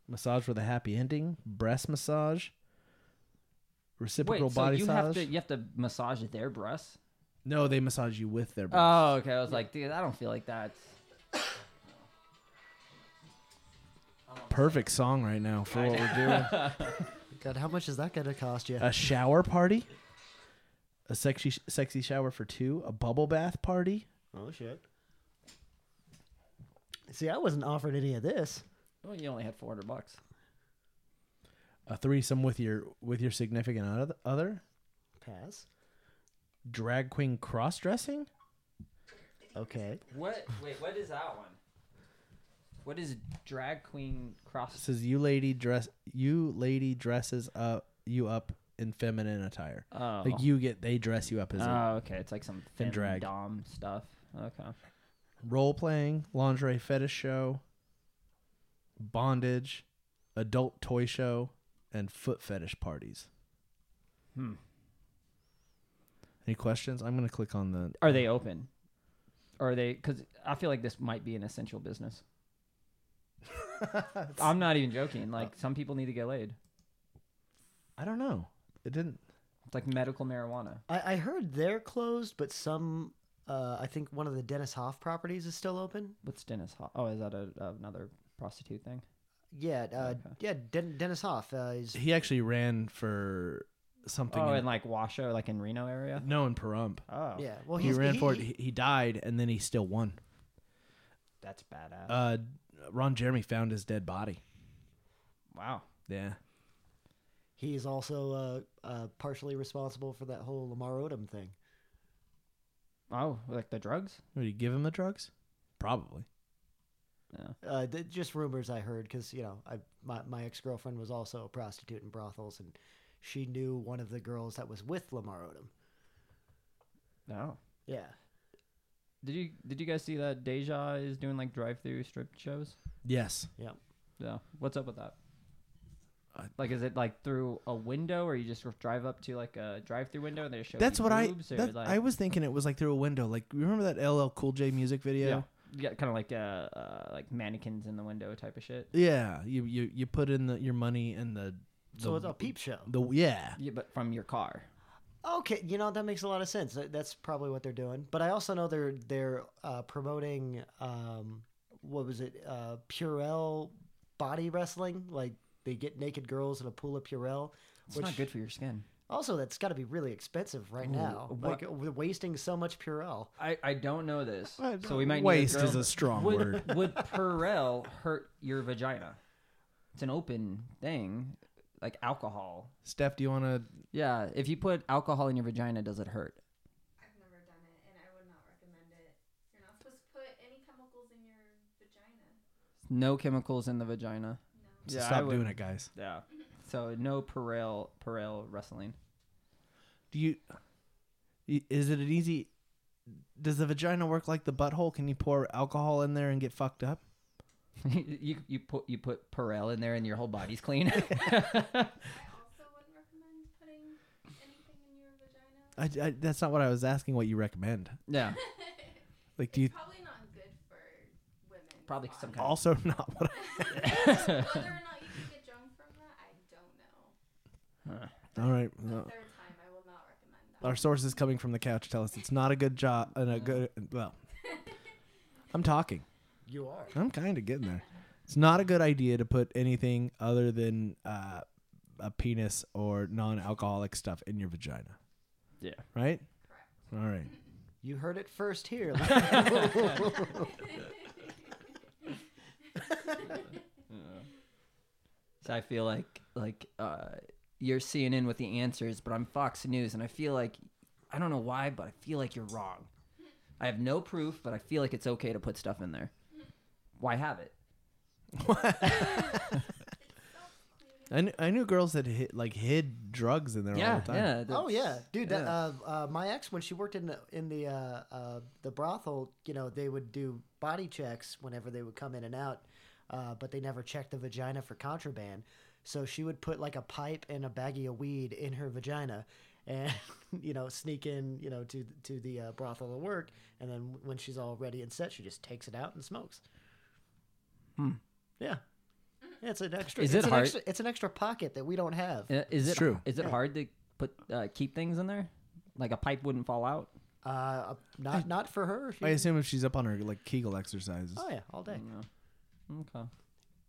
S1: massage with a happy ending breast massage reciprocal
S2: Wait,
S1: body
S2: so you have
S1: massage
S2: to you have to massage their breasts.
S1: no they massage you with their breast.
S2: Oh, okay. I was like, dude, I don't feel like that's Oh.
S1: perfect song right now for what we're doing
S3: god how much is that gonna cost you
S1: a shower party a sexy sexy shower for two a bubble bath party
S3: oh shit see i wasn't offered any of this
S2: Well, you only had four hundred bucks.
S1: a threesome with your with your significant oth- other
S3: pass
S1: drag queen cross dressing
S3: Okay.
S2: What? Wait, what is that one? What is drag queen cross?
S1: says you lady dress you lady dresses up you up in feminine attire.
S2: Oh,
S1: Like you get they dress you up as a
S2: oh, okay. It's like some
S1: And drag.
S2: dom stuff. Okay.
S1: role playing, lingerie fetish show, bondage, adult toy show, and foot fetish parties.
S2: Hmm.
S1: Any questions? I'm gonna click on the
S2: Are they open? Or are they? Because I feel like this might be an essential business. I'm not even joking. Like some people need to get laid.
S1: I don't know. It didn't
S2: It's like medical marijuana.
S3: I, I heard they're closed, but some. Uh, I think one of the Dennis Hoff properties is still open.
S2: What's Dennis? Ho- oh, is that a, another prostitute thing?
S3: Yeah, uh,
S2: Okay.
S3: yeah. Den- Dennis Hoff. Uh, is,
S1: he actually ran for something
S2: Oh,
S1: in-
S2: in like Washoe, like in Reno area.
S1: no in Pahrump.
S2: Oh,
S3: yeah. Well,
S1: he
S3: he's,
S1: ran
S3: he,
S1: for it.
S3: he-
S1: He, he died, and then he still won.
S2: that's badass.
S1: Uh, Ron Jeremy found his dead body.
S2: wow.
S1: Yeah.
S3: he is also uh, uh, partially responsible for that whole Lamar Odom thing.
S2: Oh, like the drugs?
S1: Would you give him the drugs? Probably.
S2: Yeah.
S3: Uh, th- just rumors I heard because you know I, my my ex girlfriend was also a prostitute in brothels, and she knew one of the girls that was with Lamar Odom.
S2: No.
S3: Yeah.
S2: Oh. Did you did you guys see that Deja is doing like drive through strip shows?
S1: Yes.
S2: Yeah. What's up with that?
S1: I-
S2: Like, is it like through a window, or you just drive up to like a drive through window and they show?
S1: That's
S2: you
S1: what I.
S2: boobs, or,
S1: that-
S2: like,
S1: I was thinking it was like through a window. Like you remember that LL Cool J music
S2: yeah.
S1: video?
S2: Yeah, kind of like uh, uh like mannequins in the window type of shit.
S1: Yeah. You you you put in the, your money and the. the
S3: So it's a peep show.
S1: The yeah.
S2: Yeah, but from your car.
S3: Okay, you know that makes a lot of sense. That- That's probably what they're doing. But I also know they're they're uh, promoting um, what was it, uh, Purell body wrestling? Like they get naked girls in a pool of Purell,
S2: It's not good for your skin.
S3: Also, that's got to be really expensive right now.
S2: wha-
S3: Like we're wasting so much Purell.
S2: I, I don't know this, so we might need
S1: Waste
S2: a
S1: is
S2: girl-
S1: a strong
S2: would,
S1: word.
S2: Would Purell hurt your vagina? It's an open thing, like alcohol.
S1: Steph, do you want to?
S2: Yeah, if you put alcohol in your vagina, does it hurt?
S4: I've never done it, and I would not recommend it. You're not supposed to put any chemicals in your vagina.
S2: No chemicals in the vagina. Yeah, I
S1: stop
S2: would-
S1: doing it, guys.
S2: Yeah. So no Purell Purell wrestling.
S1: Do you? y- Is it an easy? Does the vagina work like the butthole? Can you pour alcohol in there and get fucked up?
S2: you you put you put Purell in there and your whole body's clean.
S4: I also wouldn't recommend putting anything in your vagina.
S1: I, I, that's not what I was asking. What you recommend?
S2: yeah.
S1: Like, do you
S4: It's probably not good for women.
S2: Probably some kind
S1: also not what?
S4: Whether or not you can get drunk from that, I don't know.
S1: I, all right,
S4: The
S1: no.
S4: third time, I will not recommend that.
S1: our sources coming from the couch tell us it's not a good job and a good. Well, I'm talking.
S3: You are.
S1: I'm kind of getting there. It's not a good idea to put anything other than uh, a penis or non-alcoholic stuff in your vagina.
S2: Yeah.
S1: Right.
S4: Correct.
S1: All right.
S3: You heard it first here.
S2: So I feel like like uh, you're CNN with the answers, but I'm Fox News, and I feel like I don't know why, but I feel like you're wrong. I have no proof, but I feel like it's okay to put stuff in there. Why have it?
S1: I knew, I knew girls that hid, like hid drugs in there all
S2: yeah,
S1: the time.
S2: yeah.
S3: oh
S2: that's-
S3: yeah, dude. That,
S2: yeah.
S3: uh, uh, my ex, when she worked in the in the uh, uh, the brothel, you know, they would do body checks whenever they would come in and out, uh, but they never checked the vagina for contraband. So she would put like a pipe and a baggie of weed in her vagina, and you know, sneak in, you know, to to the uh, brothel to work, and then when she's all ready and set, she just takes it out and smokes. Hmm. Yeah. Yeah, it's an extra.
S2: Is
S3: it's
S2: it
S3: an
S2: hard-
S3: Extra, it's an extra pocket that we don't have.
S2: Uh, Is it
S1: It's true.
S2: Is it hard to put uh, keep things in there? Like a pipe wouldn't fall out.
S3: Uh, not not for her. She-
S1: I assume Mm. if she's up on her like Kegel exercises.
S3: Oh yeah, all day.
S2: Okay.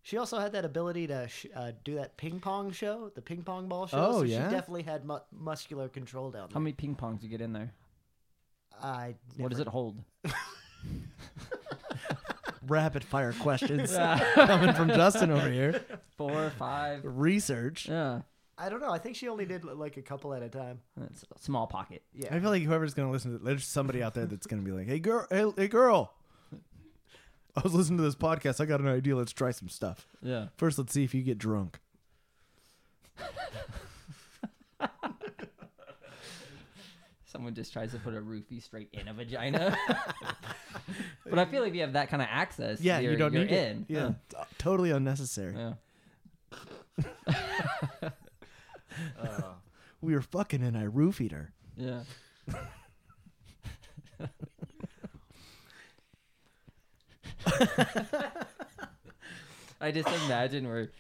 S3: She also had that ability to sh- uh, do that ping pong show, the ping pong ball show.
S1: Oh,
S3: so
S1: yeah?
S3: she definitely had mu- muscular control down
S2: How
S3: there.
S2: many ping pongs you get in there?
S3: I
S2: What does it hold?
S1: Rapid fire questions coming from Justin over here.
S2: Four, five.
S1: Research.
S2: Yeah,
S3: I don't know. I think she only did like a couple at a time.
S2: it's a small pocket.
S1: I feel like whoever's gonna listen to there's somebody out there that's gonna be like, "Hey girl, hey, hey girl, I was listening to this podcast. I got an idea. Let's try some stuff.
S2: Yeah.
S1: First, let's see if you get drunk."
S2: Someone just tries to put a roofie straight in a vagina. but I feel like if you have that kind of access,
S1: Yeah,
S2: you're,
S1: you don't
S2: you're
S1: need
S2: in.
S1: it. Yeah, t- totally unnecessary.
S2: Yeah.
S1: We were fucking and I roofied her.
S2: Yeah. I just imagine where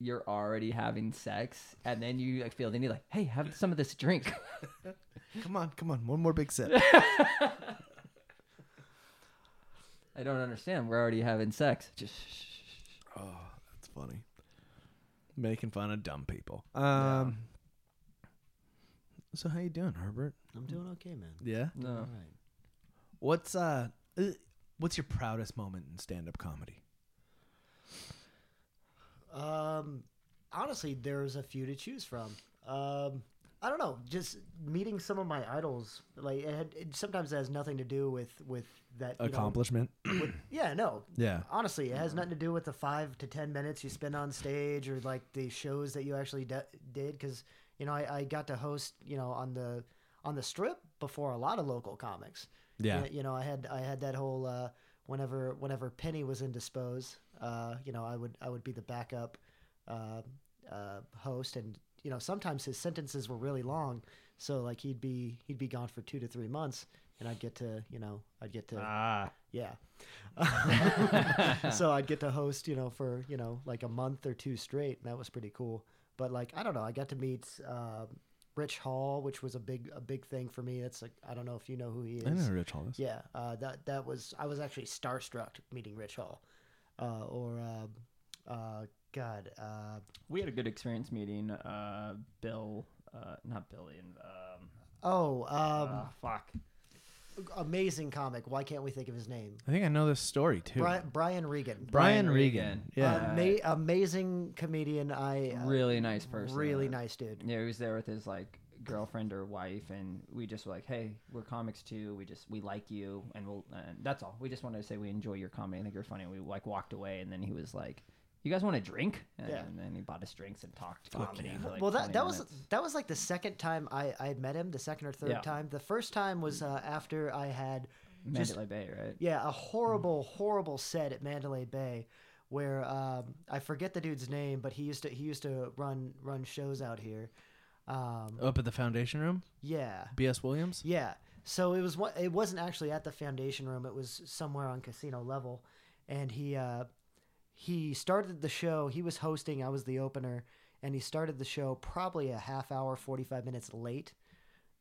S2: you're already having sex and then you like feel the need like, hey, have some of this drink.
S1: Come on, come on, one more big sip.
S2: I don't understand. We're already having sex. Just
S1: Oh, that's funny. Making fun of dumb people. Um. So how you doing, Herbert?
S3: I'm doing okay, man.
S1: Yeah.
S3: All
S2: no.
S3: right.
S1: What's uh, uh, what's your proudest moment in stand-up comedy?
S3: Um, honestly, there's a few to choose from. Um, I don't know, just meeting some of my idols. Like it, had, it sometimes has nothing to do with with that you know,
S1: Accomplishment.
S3: with, yeah, no.
S1: Yeah.
S3: Honestly, it has nothing to do with the five to ten minutes you spend on stage or like the shows that you actually de- did. Because you know, I, I got to host you know on the on the strip before a lot of local comics.
S1: Yeah.
S3: Y- You, know, I had I had that whole uh, whenever whenever Penny was in Dispose, uh, you know, I would I would be the backup uh, uh, host, and you know, sometimes his sentences were really long, so like he'd be he'd be gone for two to three months, and I'd get to you know I'd get to
S2: Ah.
S3: yeah. so I'd get to host, you know, for you know like a month or two straight, and that was pretty cool. But like I don't know, I got to meet uh, Rich Hall, which was a big a big thing for me. That's like I don't know if you know who he is.
S1: I know Rich Hollis.
S3: Yeah, uh, that that was I was actually starstruck meeting Rich Hall, um, uh, or uh, uh, God, uh,
S2: We had a good experience meeting uh, Bill, uh, not Billy, and um,
S3: oh, um,
S2: ah, fuck.
S3: amazing comic. Why can't we think of his name?
S1: I think I know this story too.
S3: Brian, Brian Regan.
S1: Brian
S2: Brian
S1: Regan.
S2: Regan.
S1: Yeah.
S2: Uh,
S3: Ama- amazing comedian. I uh,
S2: Really nice person.
S3: really nice dude.
S2: Yeah, he was there with his like girlfriend or wife, and we just were like, "Hey, we're comics too. We just we like you, and we'll and that's all. We just wanted to say we enjoy your comedy. I think you're funny." And we like walked away, and then he was like, "You guys want a drink?" And
S3: Yeah.
S2: then he bought us drinks and talked comedy. For, like,
S3: well,
S2: 20
S3: that that was
S2: minutes.
S3: that was like the second time I I had met him. The second or third
S2: Yeah.
S3: time. The first time was uh, after I had just
S2: Mandalay Bay, right?
S3: Yeah, a horrible, horrible set at Mandalay Bay, where um, I forget the dude's name, but he used to he used to run run shows out here. Um,
S1: Up at the Foundation Room,
S3: yeah,
S1: B.S. Williams.
S3: yeah. So it was one- it wasn't actually at the Foundation Room; it was somewhere on Casino Level, and he uh, he started the show. He was hosting; I was the opener, and he started the show probably a half hour, forty five minutes late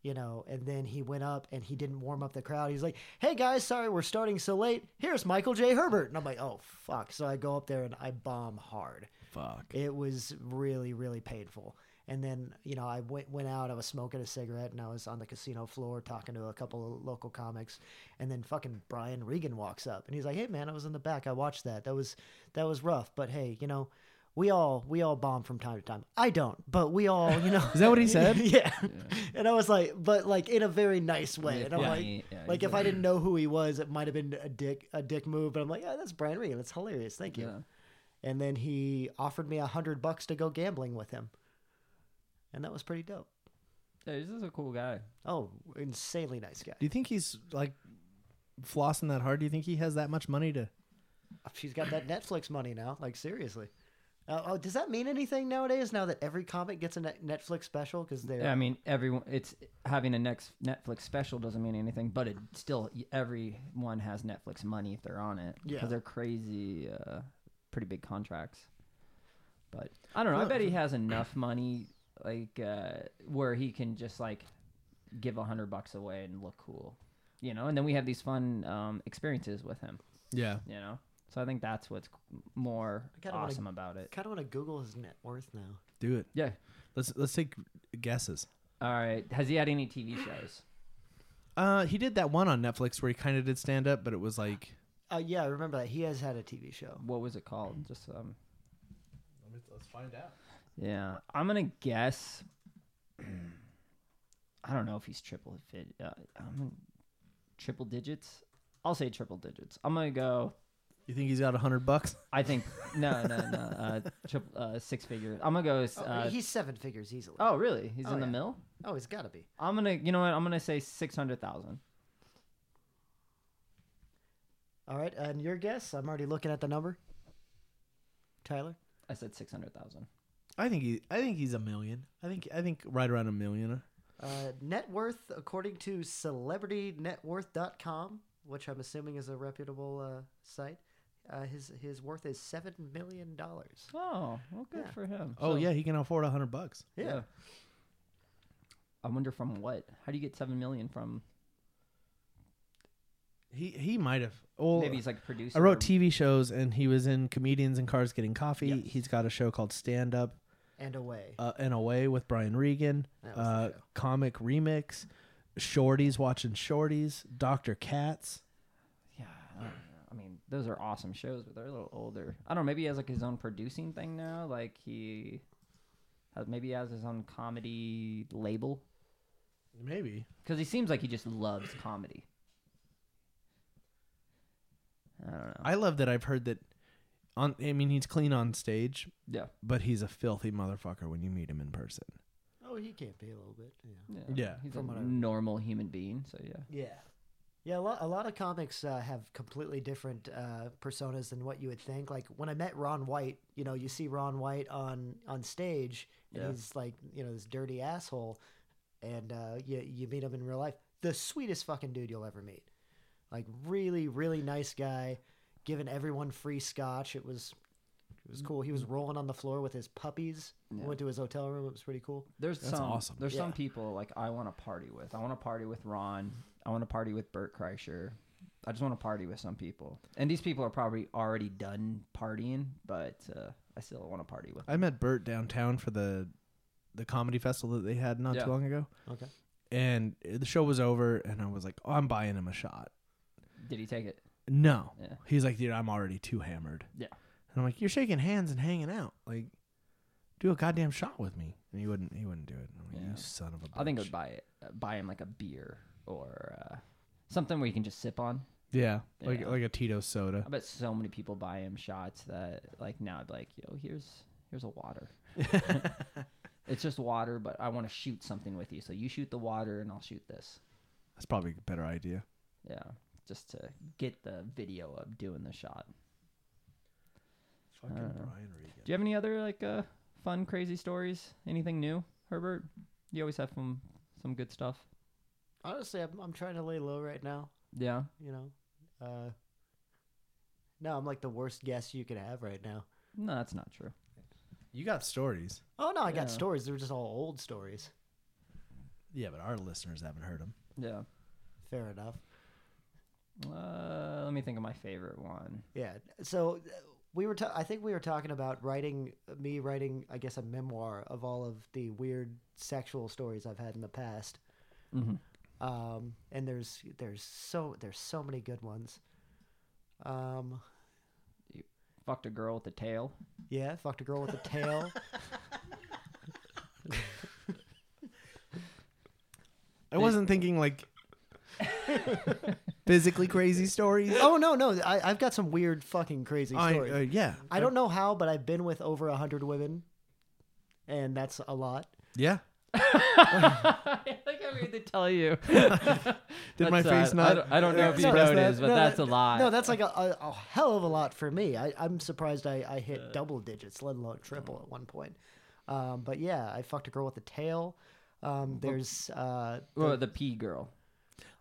S3: you know, and then he went up and he didn't warm up the crowd. He's like, "Hey guys, sorry we're starting so late. Here's Michael J. Herbert." And I'm like, "Oh fuck!" So I go up there and I bomb hard.
S1: Fuck.
S3: It was really, really painful. And then you know, I went went out. I was smoking a cigarette and I was on the casino floor talking to a couple of local comics. And then fucking Brian Regan walks up and he's like, "Hey man, I was in the back. I watched that. That was that was rough. But hey, you know." We all we all bomb from time to time. I don't, but we all, you know.
S1: Is that what he said?
S3: yeah. And I was like, but like in a very nice way. And I'm
S2: Yeah.
S3: like,
S2: Yeah, he's
S3: like if I
S2: like-
S3: didn't know who he was, it might have been a dick a dick move. But I'm like, yeah, that's Brian Regan. That's hilarious. Thank you.
S2: Yeah.
S3: And then he offered me a hundred bucks to go gambling with him, and that was pretty dope.
S2: Yeah, he's just a cool guy.
S3: Oh, insanely nice guy.
S1: Do you think he's like flossing that hard? Do you think he has that much money to?
S3: She's got that Netflix money now. Like seriously. Uh, oh, does that mean anything nowadays? Now that every comic gets a Net- Netflix special because they're
S2: Yeah, I mean, everyone. It's having a next Netflix special doesn't mean anything, but it still everyone has Netflix money if they're on it.
S3: Yeah.
S2: because they're crazy, uh, pretty big contracts. But I don't know. I bet he has enough money, like uh, where he can just like give a hundred bucks away and look cool, you know. And then we have these fun um, experiences with him,
S1: Yeah.
S2: you know. So I think that's what's more
S3: kinda wanna-
S2: awesome about it.
S3: kind of want to Google his net worth now.
S1: Do it.
S2: Yeah.
S1: Let's let's take guesses.
S2: All right. Has he had any TV shows?
S1: Uh, he did that one on Netflix where he kind of did stand up, but it was like
S3: Uh, yeah, I remember that he has had a TV show.
S2: What was it called? Just um.
S1: let's find out.
S2: Yeah, I'm gonna guess. I don't know if he's triple fit. Uh, I'm gonna- triple digits. I'll say triple digits. I'm gonna go.
S1: You think he's got a hundred bucks?
S2: I think no, no, no. Uh, triple uh, six figure. I'm gonna go. s-
S3: Oh,
S2: Uh,
S3: he's seven figures easily.
S2: oh, really? He's
S3: Oh,
S2: in the
S3: yeah.
S2: mill.
S3: Oh, it's got to be.
S2: I'm gonna. You know what? I'm gonna say six hundred thousand.
S3: All right, and your guess? I'm already looking at the number. Tyler?
S2: I said six hundred thousand.
S1: I think he. I think he's a million. I think. I think right around a million.
S3: Uh, net worth, according to celebritynetworth.com, which I'm assuming is a reputable uh, site, uh, his his worth is $7 million.
S2: Oh, well, good
S3: Yeah.
S2: for him.
S1: Oh
S2: So-
S1: yeah, he can afford a hundred bucks.
S3: Yeah.
S2: I wonder from what? How do you get seven million from?
S1: He he might have. Well,
S2: Maybe he's like producer.
S1: I wrote
S2: or-
S1: TV shows, and he was in Comedians and Cars Getting Coffee.
S2: Yes.
S1: He's got a show called Stand Up
S3: And away.
S1: uh, and Away with Brian Regan,
S3: That was the
S1: uh,
S3: show.
S1: Comic Remix, Shorties Watching Shorties, Dr. Katz.
S2: Yeah, I, don't know. I mean, those are awesome shows, but they're a little older. I don't know. Maybe he has like his own producing thing now. Like he has, maybe he has his own comedy label
S1: Maybe.
S2: because he seems like he just loves comedy. I don't
S3: Oh.
S2: know.
S1: I love that I've heard that. On, I mean, he's clean on stage,
S2: yeah,
S1: but he's a filthy motherfucker when you meet him in person.
S3: oh, he can't be a little bit. Yeah.
S2: yeah,
S1: Yeah,
S2: He's a
S3: from what I-
S2: normal human being, so yeah.
S3: Yeah. Yeah, a lot, a lot of comics uh, have completely different uh, personas than what you would think. Like when I met Ron White, you know, you see Ron White on on stage, and
S2: Yeah.
S3: he's like, you know, this dirty asshole, and uh, you you meet him in real life, the sweetest fucking dude you'll ever meet. Like really, really nice guy, giving everyone free scotch. It was it was cool. He was rolling on the floor with his puppies.
S2: Yeah.
S3: Went to his hotel room. It was pretty cool.
S2: There's
S1: That's
S2: some
S1: awesome.
S2: there's some
S3: Yeah.
S2: people like I want to party with. I want to party with Ron. I want to party with Bert Kreischer. I just want to party with some people. And these people are probably already done partying, but uh, I I still want to party with.
S1: I met Bert downtown for the the comedy festival that they had not
S2: Yeah.
S1: too long ago.
S3: Okay.
S1: And the show was over, and I was like, oh, I'm buying him a shot.
S2: Did he take it?
S1: No.
S2: Yeah.
S1: He's like, dude, I'm already too hammered.
S2: Yeah.
S1: And I'm like, you're shaking hands and hanging out. Like, do a goddamn shot with me. And he wouldn't. He wouldn't do it. I'm like,
S2: Yeah.
S1: You son of a. Bitch.
S2: I think I would buy it, uh, buy him like a beer or uh, something where you can just sip on.
S1: Yeah, like
S2: Yeah.
S1: like a Tito soda.
S2: I bet so many people buy him shots that like now I'd be like, yo, here's here's a water. it's just water, but I want to shoot something with you. So you shoot the water and I'll shoot this.
S1: That's probably a better idea.
S2: Yeah. Just to get the video of doing the shot.
S1: Fucking
S2: don't know.
S1: Brian Regan.
S2: Do you have any other like uh, fun, crazy stories? Anything new, Herbert? You always have some some good stuff.
S3: Honestly, I'm, I'm trying to lay low right now.
S2: Yeah.
S3: You know, uh, no, I'm like the worst guest you could have right now.
S2: No, that's not true.
S1: You got stories.
S3: Oh no, I
S2: Yeah.
S3: got stories. They're just all old stories.
S1: Yeah, but our listeners haven't heard them.
S2: Yeah.
S3: Fair enough.
S2: Uh, let me think of my favorite one.
S3: Yeah. So uh, we were. Ta- I think we were talking about writing me writing. I guess a memoir of all of the weird sexual stories I've had in the past.
S2: Mm-hmm.
S3: Um, and there's there's so there's so many good ones. Um,
S2: Fucked a girl with a tail.
S3: yeah, fucked a girl with a tail.
S1: I wasn't thinking like physically crazy stories.
S3: oh no, no, I, I've got some weird fucking crazy
S1: I,
S3: stories.
S1: uh, yeah.
S3: I don't know how, but I've been with over a hundred women, and that's a lot.
S1: Yeah.
S2: I think I mean to tell you.
S1: Did my face
S2: That's, uh,
S1: not?
S2: I don't, I don't know if you
S1: express
S2: noticed,
S1: that?
S2: but that's a lot.
S3: No, that's like a, a, a hell of a lot for me. I, I'm surprised I, I hit double digits, let alone triple at one point. Um, but yeah, I fucked a girl with a tail. Um, there's uh,
S2: Well, the pea girl.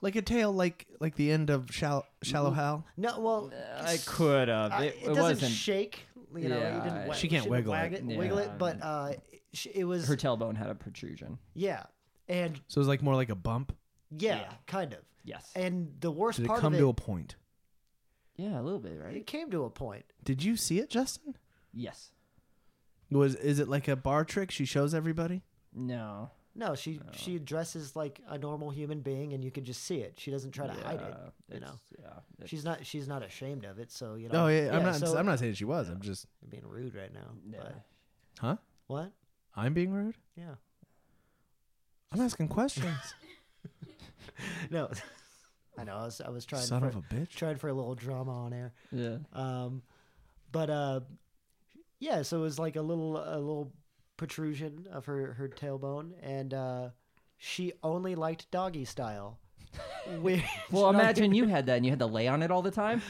S1: like a tail, like like the end of Shallow, Shallow
S3: Mm-hmm.
S1: Hal.
S3: no, well,
S2: uh, I could have.
S3: I-
S2: It,
S3: it,
S2: it,
S3: doesn't
S2: wasn't.
S3: shake. You know, you
S2: Yeah,
S3: didn't. wa-
S1: She can't
S3: shouldn't
S1: wiggle
S3: wag
S1: it.
S3: wiggle
S2: Yeah.
S3: it, but uh, sh- it was
S2: her tailbone had a protrusion.
S3: yeah, and
S1: So it was like more like a bump.
S3: yeah,
S2: Yeah.
S3: kind of.
S2: Yes.
S3: And the worst
S1: Did it
S3: part
S1: come
S3: of it,
S1: to a point?
S2: yeah, a little bit,
S3: it
S2: right?
S3: came to a point.
S1: Did you see it, Justin?
S2: Yes.
S1: Was is it like a bar trick she shows everybody?
S2: No.
S3: No, she she dresses like a normal human being, and you can just see it. She doesn't try to hide it.
S2: Yeah,
S3: You know,
S2: it's- Yeah. it-
S3: she's not she's not ashamed of it. So you know.
S1: No, Oh, yeah, I'm not.
S3: so-
S1: I'm not saying she was. I'm just.
S3: I'm being rude right now.
S2: yeah.
S3: But
S1: Huh?
S3: what?
S1: I'm being rude.
S3: Yeah.
S1: I'm asking questions.
S3: No. I know. I was I was trying
S1: Son
S3: for,
S1: of a bitch.
S3: trying for a little drama on air.
S2: Yeah.
S3: Um, but uh, yeah. So it was like a little a little protrusion of her her tailbone, and uh, she only liked doggy style. Which
S2: Well, imagine you had that and you had to lay on it all the time.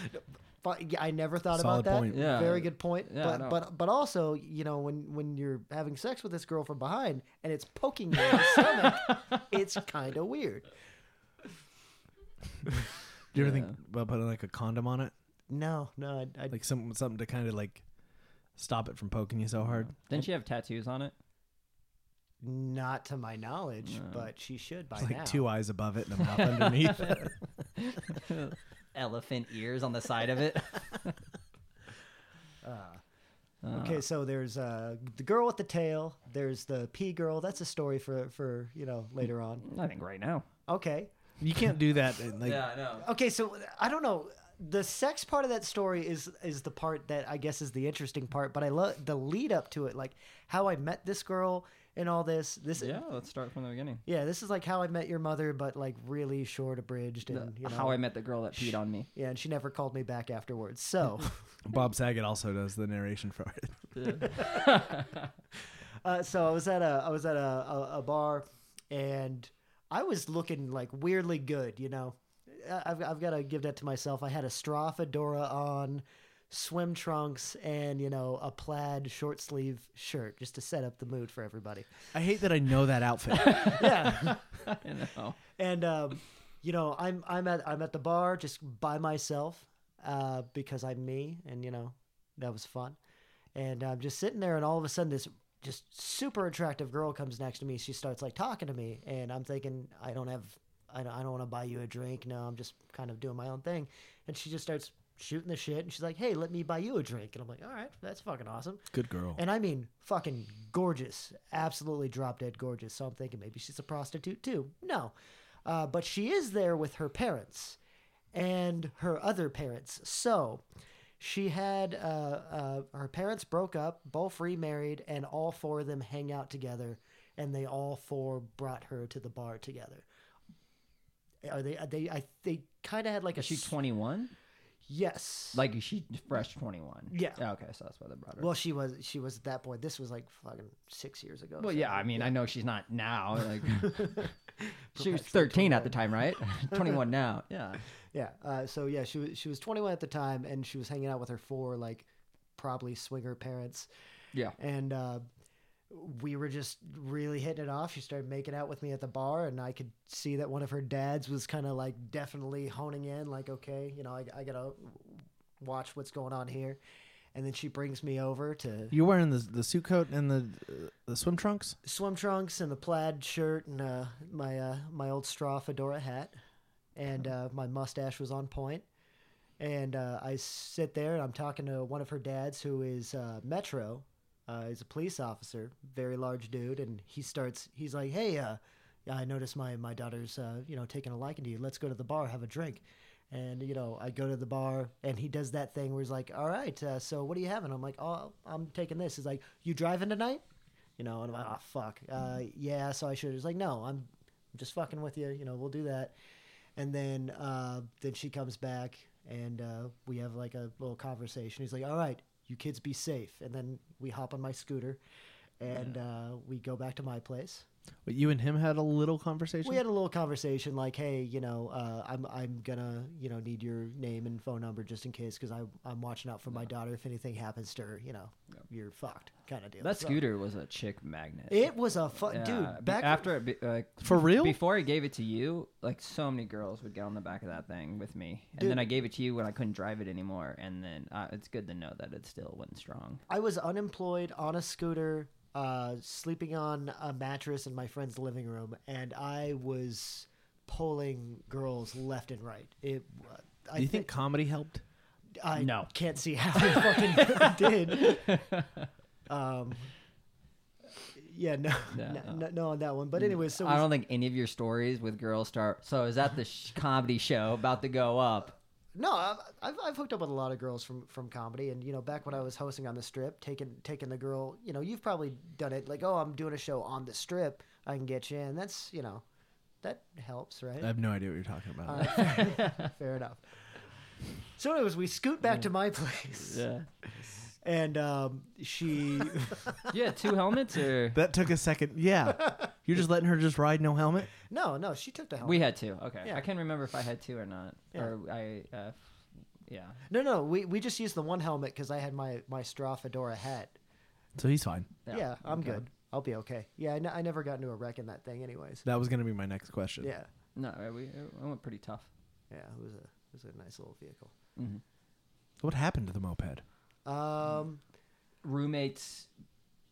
S3: But yeah, I never thought
S1: Solid
S3: about that.
S1: point.
S2: Yeah.
S3: Very good point.
S2: Yeah, I know.
S3: but but but also, you know, when when you're having sex with this girl from behind and it's poking you in the stomach, it's kind of weird.
S1: Do you ever
S2: Yeah.
S1: think about putting like a condom on it,
S3: No, no, I, I,
S1: like some something to kind of like stop it from poking you so hard?
S2: Didn't she have tattoos on it?
S3: not to my knowledge,
S2: No.
S3: but she should by
S1: It's like
S3: now.
S1: two eyes above it and a mouth underneath.
S2: Elephant ears on the side of it.
S3: Okay, so there's uh, the girl with the tail. There's the pea girl. That's a story for for you know later on.
S2: I think right now.
S3: Okay,
S1: you can't do that. and, Like,
S2: I know.
S3: okay. So I don't know. The sex part of that story is is the part that I guess is the interesting part. But I love the lead up to it, like how I met this girl and all this. This
S2: Yeah, let's start from the beginning.
S3: yeah, This is like how I met your mother, but like really short abridged and you know,
S2: How I met the girl that peed on me.
S3: yeah, and she never called me back afterwards. So.
S1: Bob Saget also does the narration for it.
S3: Uh, so I was at a I was at a, a, a bar, and I was looking like weirdly good. You know, I- I've I've got to give that to myself. I had a straw fedora on, swim trunks, and you know a plaid short sleeve shirt just to set up the mood for everybody.
S1: I hate that I know that outfit.
S3: Yeah,
S2: I know.
S3: and um, you know I'm I'm at I'm at the bar just by myself uh, because I'm me, and you know that was fun. And I'm just sitting there, and all of a sudden, this just super attractive girl comes next to me. She starts like talking to me, and I'm thinking, I don't have, I don't, I don't want to buy you a drink. No, I'm just kind of doing my own thing. And she just starts shooting the shit, and she's like, "Hey, let me buy you a drink," and I'm like, "All right, that's fucking awesome."
S1: Good girl.
S3: And I mean, fucking gorgeous, absolutely drop dead gorgeous. So I'm thinking maybe she's a prostitute too. No, uh, but she is there with her parents and her other parents. So she had uh, uh, her parents broke up, both remarried, and all four of them hang out together, and they all four brought her to the bar together. Are they? Are they? I they kind of had like a
S2: Is she
S3: s-
S2: 21?
S3: Yes.
S2: Like is she fresh 21?
S3: Yeah.
S2: Okay, so that's why they brought her.
S3: Well, she was she was at that point. This was like fucking six years ago.
S2: Well,
S3: so,
S2: yeah, I mean, I know she's not now. Like, she was
S3: Perpetual
S2: 13 at the time, right? 21 now. Yeah.
S3: yeah. Uh, so yeah, she was she was 21 at the time, and she was hanging out with her four like probably swinger parents,
S2: Yeah.
S3: and uh, we were just really hitting it off. She started making out with me at the bar, and I could see that one of her dads was kind of like definitely honing in, like, okay, you know, I, I gotta watch what's going on here. And then she brings me over to
S1: You're wearing the the suit coat and the uh, the swim trunks.
S3: swim trunks and the plaid shirt and uh, my uh, my old straw fedora hat, and uh, my mustache was on point. And uh, I sit there and I'm talking to one of her dads who is uh, Metro. Uh, he's a police officer, very large dude, and he starts. He's like, "Hey, uh, I noticed my my daughter's uh, you know taking a liking to you. Let's go to the bar, have a drink." And you know, I go to the bar, and he does that thing where he's like, "All right, uh, so what are you having?" I'm like, "Oh, I'm taking this." He's like, "You driving tonight?" you know, and I'm like,
S2: Ah.
S3: oh fuck, uh, yeah, so I should. It's like, no, I'm just fucking with you, you know, we'll do that. And then, uh, then she comes back and uh, we have like a little conversation. He's like, all right, you kids be safe. And then we hop on my scooter and uh, we go back to my place.
S1: But you and him had a little conversation.
S3: We had a little conversation like, hey, you know, uh, I'm I'm gonna you know need your name and phone number just in case because I I'm watching out for my daughter. If anything happens to her, you know, you're fucked, kind of deal.
S2: That
S3: So-
S2: scooter was a chick magnet.
S3: It was a fuck,
S2: Yeah, be-
S3: dude. Back
S2: after it be- like
S1: For real?
S2: Before I gave it to you, like so many girls would get on the back of that thing with me, and
S3: Dude.
S2: then I gave it to you when I couldn't drive it anymore, and then uh, it's good to know that it still went strong.
S3: I was unemployed on a scooter, uh, sleeping on a mattress in my friend's living room, and I was pulling girls left and right. It. uh, I
S1: Do you
S3: thi-
S1: think comedy helped?
S3: I
S2: No.
S3: can't see how I fucking did. Um, yeah, no,
S2: Yeah,
S3: no,
S2: no.
S3: no, no on that one. But anyway, so
S2: I
S3: we-
S2: don't think any of your stories with girls start. So is that the sh- comedy show about to go up?
S3: No, I've, I've I've hooked up with a lot of girls from from comedy, and you know, back when I was hosting on the strip, taking taking the girl, you know, you've probably done it. Like, oh, I'm doing a show on the strip, I can get you in. That's you know, that helps, right?
S1: I have no idea what you're talking about.
S3: All right, fair enough. So, anyways, we scoot back to my place,
S2: Yeah.
S3: and um, she,
S2: yeah, two helmets or
S1: that took a second. Yeah, you're just letting her just ride no helmet.
S3: no, no, she took the helmet.
S2: we had two. Okay,
S3: Yeah.
S2: I can't remember if I had two or not.
S3: Yeah.
S2: Or I, uh, yeah.
S3: no, no, we we just used the one helmet because I had my my straw fedora hat.
S1: So he's fine.
S3: Yeah, I'm good. I'll be okay. Yeah, I ne- I never got into a wreck in that thing, anyways.
S1: That was gonna be my next question.
S3: Yeah.
S2: No, I- we I went pretty tough.
S3: Yeah, it was a it was a nice little vehicle.
S1: What happened to the moped?
S3: Um,
S2: roommate's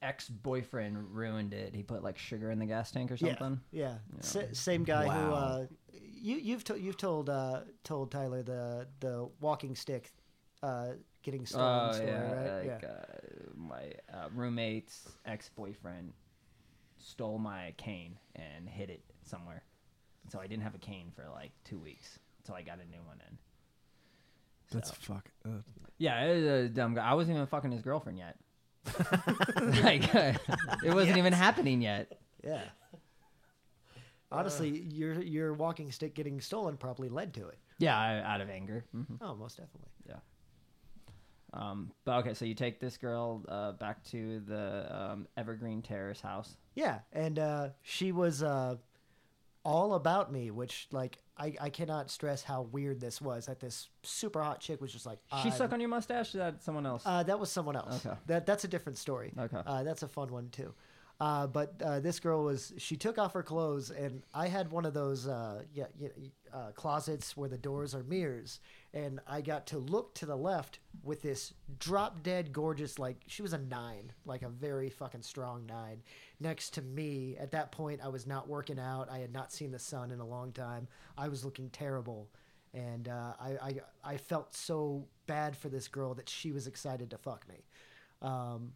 S2: ex boyfriend ruined it. He put like sugar in the gas tank or
S3: yeah,
S2: something.
S3: yeah. Sa- same guy who
S1: Wow.
S3: uh, you you've to- you've told uh, told Tyler the the walking stick uh, getting stolen
S2: Oh
S3: story,
S2: yeah,
S3: right?
S2: like Uh, my uh, roommate's ex boyfriend stole my cane and hid it somewhere, so I didn't have a cane for like two weeks until I got a new one in.
S1: That's fuck. Uh,
S2: Yeah, it was a dumb guy. I wasn't even fucking his girlfriend yet. like uh, it wasn't even happening yet.
S3: yeah. yeah. Honestly, your your walking stick getting stolen probably led to it.
S2: Yeah, I, out of anger. Mhm.
S3: Oh, most definitely.
S2: Yeah. Um, but okay, so you take this girl uh, back to the um, Evergreen Terrace house.
S3: Yeah, and uh, she was uh, all about me, which like I, I cannot stress how weird this was. That this super hot chick was just like
S2: She
S3: "I'm
S2: stuck on your mustache? Or that someone else?
S3: Uh, that was someone else.
S2: Okay.
S3: That that's a different story.
S2: Okay.
S3: Uh, that's a fun one too. Uh, but uh, this girl was she took off her clothes and I had one of those uh, yeah, yeah, uh, closets where the doors are mirrors and I got to look to the left with this drop dead gorgeous like she was a nine like a very fucking strong nine next to me at that point I was not working out I had not seen the sun in a long time I was looking terrible and uh, I, I I felt so bad for this girl that she was excited to fuck me. Um,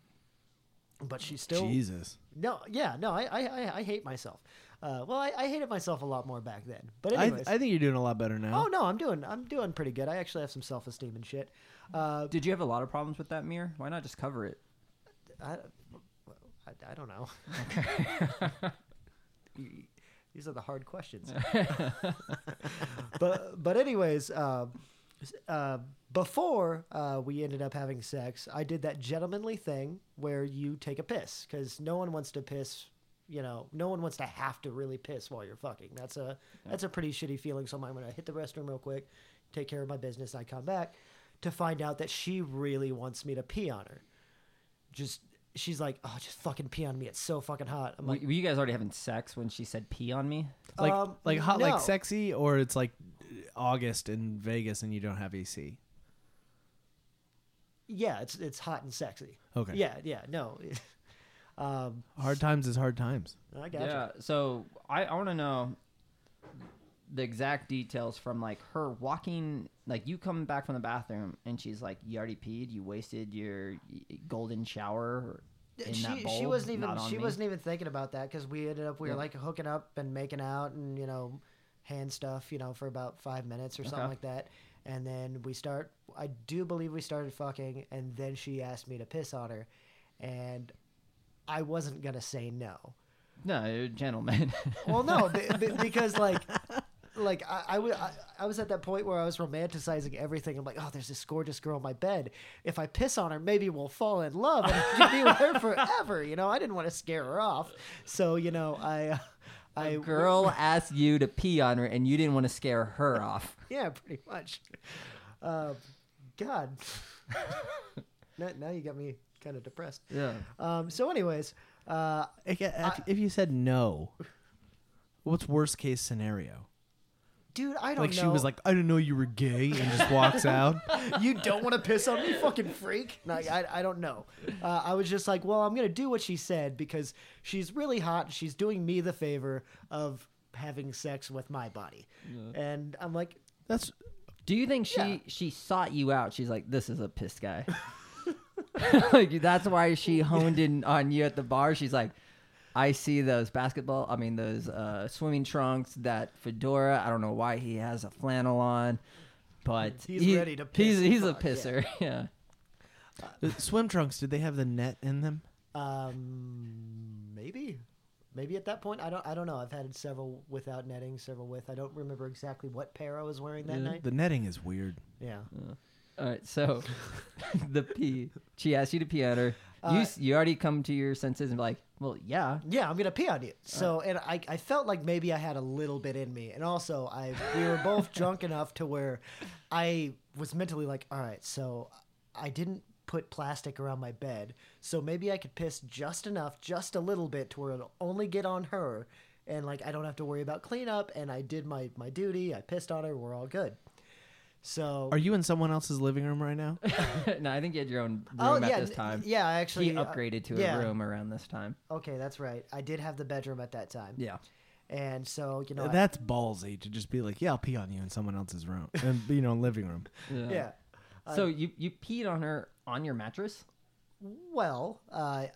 S3: but she still
S1: Jesus.
S3: no yeah no I I, I, I hate myself. Uh, well, I, I hated myself a lot more back then. But
S1: I,
S3: anyways,
S1: I think you're doing a lot better now.
S3: oh no, I'm doing I'm doing pretty good. I actually have some self esteem and shit. Uh,
S2: Did you have a lot of problems with that mirror? Why not just cover it?
S3: I, I, I don't know. You- These are the hard questions. but but anyways, uh, s- uh, before uh, we ended up having sex, I did that gentlemanly thing where you take a piss because no one wants to piss. You know, no one wants to have to really piss while you're fucking. That's a that's a pretty shitty feeling. So I'm like, I'm gonna hit the restroom real quick, take care of my business. I come back to find out that she really wants me to pee on her. Just she's like, oh, just fucking pee on me. It's so fucking hot. I'm
S2: Were
S3: like,
S2: were you guys already having sex when she said pee on me?
S1: Like
S3: um,
S1: like hot
S3: no.
S1: like sexy or it's like August in Vegas and you don't have AC.
S3: Yeah, it's it's hot and sexy.
S1: Okay.
S3: Yeah, yeah, no. um,
S1: Hard times is hard times.
S3: I got gotcha.
S2: Yeah. So I, I want to know the exact details from like her walking, like you coming back from the bathroom and she's like, "You already peed. You wasted your y- golden shower." In that
S3: She,
S2: bowl,
S3: she wasn't
S2: not
S3: even
S2: on
S3: she
S2: me."
S3: wasn't even thinking about that because we ended up we were
S2: Yeah.
S3: like hooking up and making out and you know hand stuff you know for about five minutes or something
S2: Okay.
S3: like that and then we start I do believe we started fucking and then she asked me to piss on her and I wasn't gonna say no
S2: No, you're a gentleman.
S3: Well, no, be, be- because like, like I, I, wa- I, I was at that point where I was romanticizing everything. I'm like, oh, there's this gorgeous girl in my bed. If I piss on her, maybe we'll fall in love and be with her forever. You know, I didn't want to scare her off. So you know, I, uh, I
S2: A girl asked you to pee on her, and you didn't want to scare her off.
S3: yeah, pretty much. Uh, God, now, now you got me kind of depressed.
S2: Yeah.
S3: Um, so, anyways, uh,
S1: If, if you said no, what's worst case scenario?
S3: dude, I don't
S1: Like
S3: know.
S1: she was like, I didn't know you were gay and just walks out.
S3: you don't want to piss on me, fucking freak. Like, I, I don't know. Uh, I was just like, well, I'm going to do what she said because she's really hot. and She's doing me the favor of having sex with my body. And I'm like,
S1: That's
S2: Do you think she
S3: Yeah.
S2: she sought you out? She's like, "This is a piss guy." like that's why she honed in on you at the bar. She's like, "I see those basketball. I mean, those uh, swimming trunks. That fedora. I don't know why he has a flannel on, but
S3: He's
S2: he-
S3: ready to
S2: He's
S3: piss.
S2: he's a
S3: Fuck, yeah.
S2: pisser. Yeah.
S1: the uh, swim trunks. Did they have the net in them?
S3: um, maybe. Maybe at that point, I don't. I don't know. I've had several without netting, several with. I don't remember exactly what pair I was wearing that night.
S1: The netting is weird.
S3: Yeah.
S2: All right. So the pee. She asked you to pee on her. You
S3: Uh,
S2: s you already come to your senses and be like, "Well, yeah."
S3: Yeah, I'm gonna pee on you. So, and I, I felt like maybe I had a little bit in me, and also I, we were both drunk enough to where I was mentally like, all right, so I didn't put plastic around my bed, so maybe I could piss just enough, just a little bit, to where it'll only get on her, and like I don't have to worry about cleanup. And I did my my duty. I pissed on her. We're all good. So.
S1: Are you in someone else's living room right now?
S2: no, I think you had your own room
S3: Oh
S2: at
S3: yeah,
S2: this
S3: n-
S2: time.
S3: yeah. I Actually, uh,
S2: He upgraded to
S3: yeah.
S2: a room around this time.
S3: Okay, that's right. I did have the bedroom at that time.
S2: Yeah.
S3: and so you know, I-
S1: That's ballsy to just be like, yeah, I'll pee on you in someone else's room, and you know, living room.
S3: yeah.
S2: So you you peed on her on your mattress?
S3: Well, uh,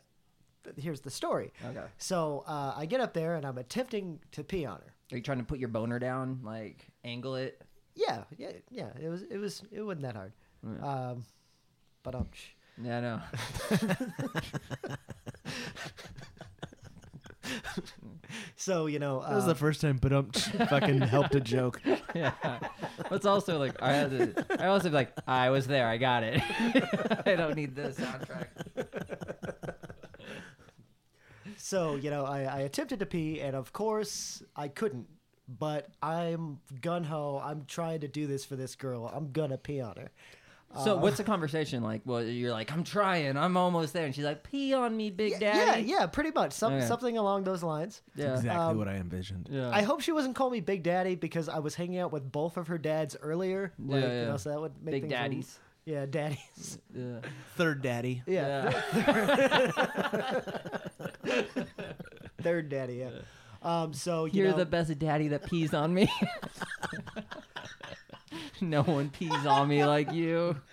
S3: here's the story.
S2: Okay.
S3: So uh, I get up there and I'm attempting to pee on her.
S2: Are you trying to put your boner down, like angle it?
S3: Yeah, yeah, yeah. It was, it was, it wasn't that hard. Um, but um, sh-
S2: Yeah, no.
S3: so you know,
S1: That was
S3: uh,
S1: the first time, but um, fucking helped a joke.
S2: yeah. It's also like I had to, I also be like I was there. I got it. I don't need the soundtrack.
S3: so you know, I, I attempted to pee and of course I couldn't. But I'm gun ho. I'm trying to do this for this girl. I'm gonna pee on her. Uh.
S2: So what's the conversation like? Well, you're like I'm trying. I'm almost there, and she's like pee on me, big
S3: Yeah,
S2: daddy.
S3: yeah, pretty much. Some,
S2: Okay.
S3: Something along those lines.
S2: yeah.
S1: Exactly
S3: Um,
S1: what I envisioned.
S2: Yeah.
S3: I hope she wasn't calling me Big Daddy because I was hanging out with both of her dads earlier. Like,
S2: Yeah,
S3: You
S2: yeah.
S3: know, so that would make
S2: big
S3: things a little-
S2: daddies.
S3: yeah, daddies.
S2: Yeah.
S1: Third daddy.
S3: Yeah,
S2: yeah.
S3: third daddy. Yeah. Um, so you
S2: You're
S3: know,
S2: the best daddy that pees on me. no one pees on me like you.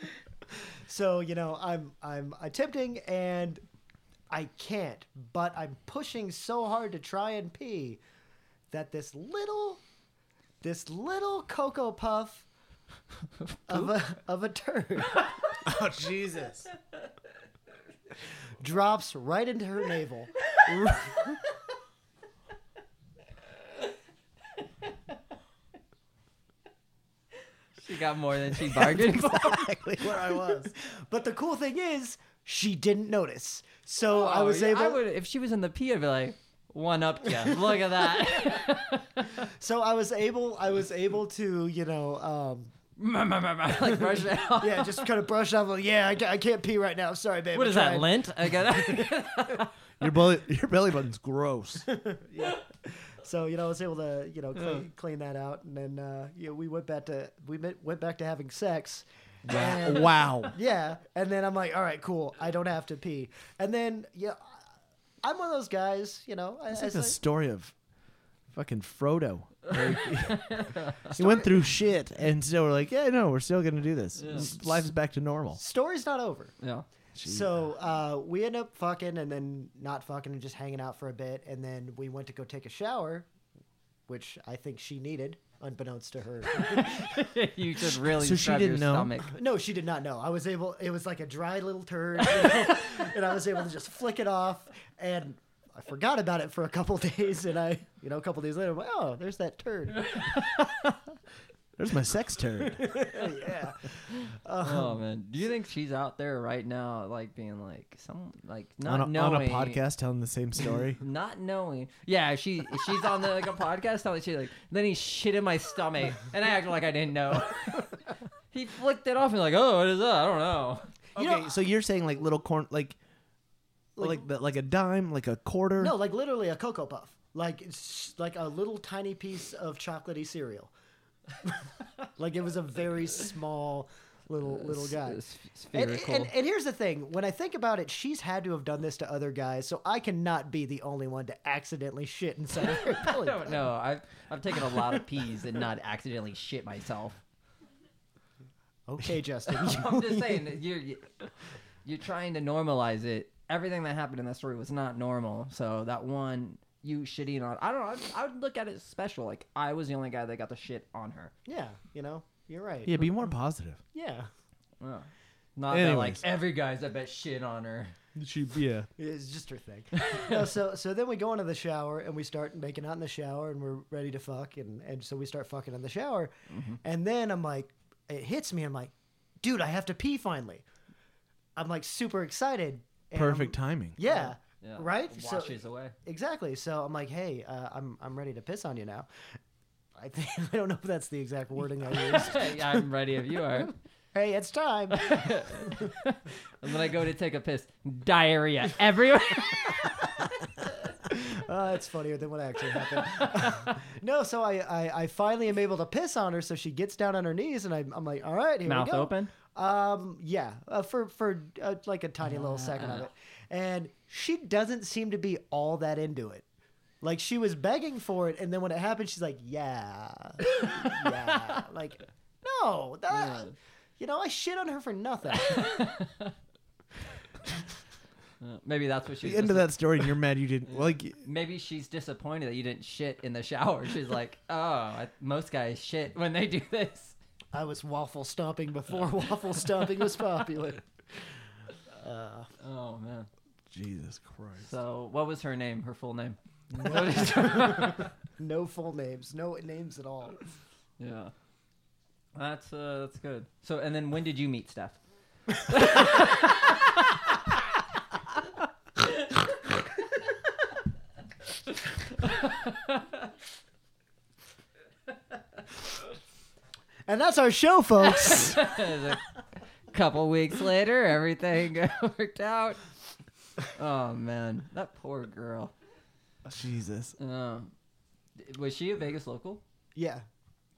S3: So you know, I'm I'm attempting and I can't, but I'm pushing so hard to try and pee that this little this little cocoa puff of a of a turd
S1: Oh Jesus!
S3: drops right into her navel.
S2: She got more than she bargained for.
S3: exactly where I was. But the cool thing is, she didn't notice. So I
S2: Oh,
S3: was
S2: yeah,
S3: able.
S2: I would, if she was in the pee, I'd be like, one up ya. Look at that.
S3: So I was able. I was able to, you know, um,
S2: like brush it off.
S3: yeah, just kind of brush off. Like, yeah, I, ca- I can't pee right now. Sorry, babe.
S2: What
S3: I'm
S2: is that,
S3: trying."
S2: lint? I got
S1: Your belly, your belly button's gross.
S3: So you know, I was able to, you know, clean, clean that out, and then uh, you know, we went back to we met, went back to having sex. And-
S1: wow.
S3: yeah and then i'm like all right cool i don't have to pee and then yeah i'm one of those guys you know I,
S1: It's
S3: I
S1: like the
S3: say-
S1: story of fucking Frodo. he went through shit, and so we're like, yeah, no, we're still gonna do this.
S2: Yeah.
S1: S- Life is back to normal.
S3: story's not over
S2: Yeah.
S3: so uh, we end up fucking and then not fucking and just hanging out for a bit and then we went to go take a shower which i think she needed unbeknownst to her
S2: you just really
S1: So she
S2: scrub your
S1: didn't know?
S2: stomach.
S3: no she did not know i was able it was like a dry little turd you know, and i was able to just flick it off and i forgot about it for a couple days and i you know a couple days later i'm like oh there's that turd
S1: There's my sex turd.
S3: yeah
S2: oh man, do you think she's out there right now, like being like some like not
S1: on, a, on
S2: knowing
S1: a podcast telling the same story.
S2: Not knowing, yeah, she she's on the, like a podcast. Telling she's like, then he shit in my stomach, and I acted like I didn't know. he flicked it off and like, oh, what is that? I don't know.
S1: okay, so you're saying like little corn, like like like, the, like a dime, like a quarter.
S3: No, like literally a cocoa puff, like it's like a little tiny piece of chocolatey cereal. like it was a very small little little
S2: S-
S3: guy.
S2: s-
S3: And,
S2: spherical.
S3: and, and here's the thing: when I think about it, she's had to have done this to other guys, so I cannot be the only one to accidentally shit inside of her belly.
S2: I don't know. I've I've taken a lot of peas and not accidentally shit myself.
S3: Okay, Justin.
S2: I'm just saying that you're you're trying to normalize it. Everything that happened in that story was not normal. So that one you shitting on, I don't know. I'd, I would look at it as special. Like I was the only guy that got the shit on her.
S3: yeah, you know, you're right.
S1: yeah, be more positive.
S3: Yeah.
S2: Oh. Not that like
S1: Anyways.
S2: every guy's I bet shit on her.
S1: She, yeah.
S3: It's just her thing. no, so so then we go into the shower and we start making out in the shower and we're ready to fuck and, and so we start fucking in the shower, and then I'm like, it hits me. I'm like, dude, I have to pee finally. I'm like super excited. and
S1: Perfect
S3: I'm-
S1: timing.
S3: yeah,
S2: Yeah.
S3: Right?
S2: It
S3: So-
S2: Washes away.
S3: exactly. So I'm like, hey, uh, I'm I'm ready to piss on you now. I think I don't know if that's the exact wording I used.
S2: yeah, I'm ready if you are.
S3: hey, it's time.
S2: And when I go to take a piss, diarrhea everywhere.
S3: Uh, it's funnier than what actually happened. no, so I, I, I finally am able to piss on her, so she gets down on her knees, and I'm, I'm like, all right, here
S2: Mouth
S3: we go.
S2: open.
S3: Um, yeah, uh, for for uh, like a tiny little second of it,
S2: Ah.
S3: and she doesn't seem to be all that into it. Like she was begging for it, and then when it happened, she's like, yeah,
S2: Uh,
S3: yeah, like, no, that, you know, I shit on her for nothing.
S2: Uh, Maybe that's what she's.
S1: The end of that story, and you're mad you didn't like.
S2: Maybe she's disappointed that you didn't shit in the shower. She's like, oh, I, most guys shit when they do this.
S3: I was waffle stomping before waffle stomping was popular.
S2: Oh man.
S1: Jesus Christ.
S2: So what was her name? Her full name?
S3: No full names, no names at all.
S2: yeah. That's uh, that's good. So and then when did you meet Steph?
S3: And that's our show, folks.
S2: a couple weeks later, everything worked out. Oh man, that poor girl.
S1: Jesus.
S2: Um, was she a Vegas local?
S3: yeah.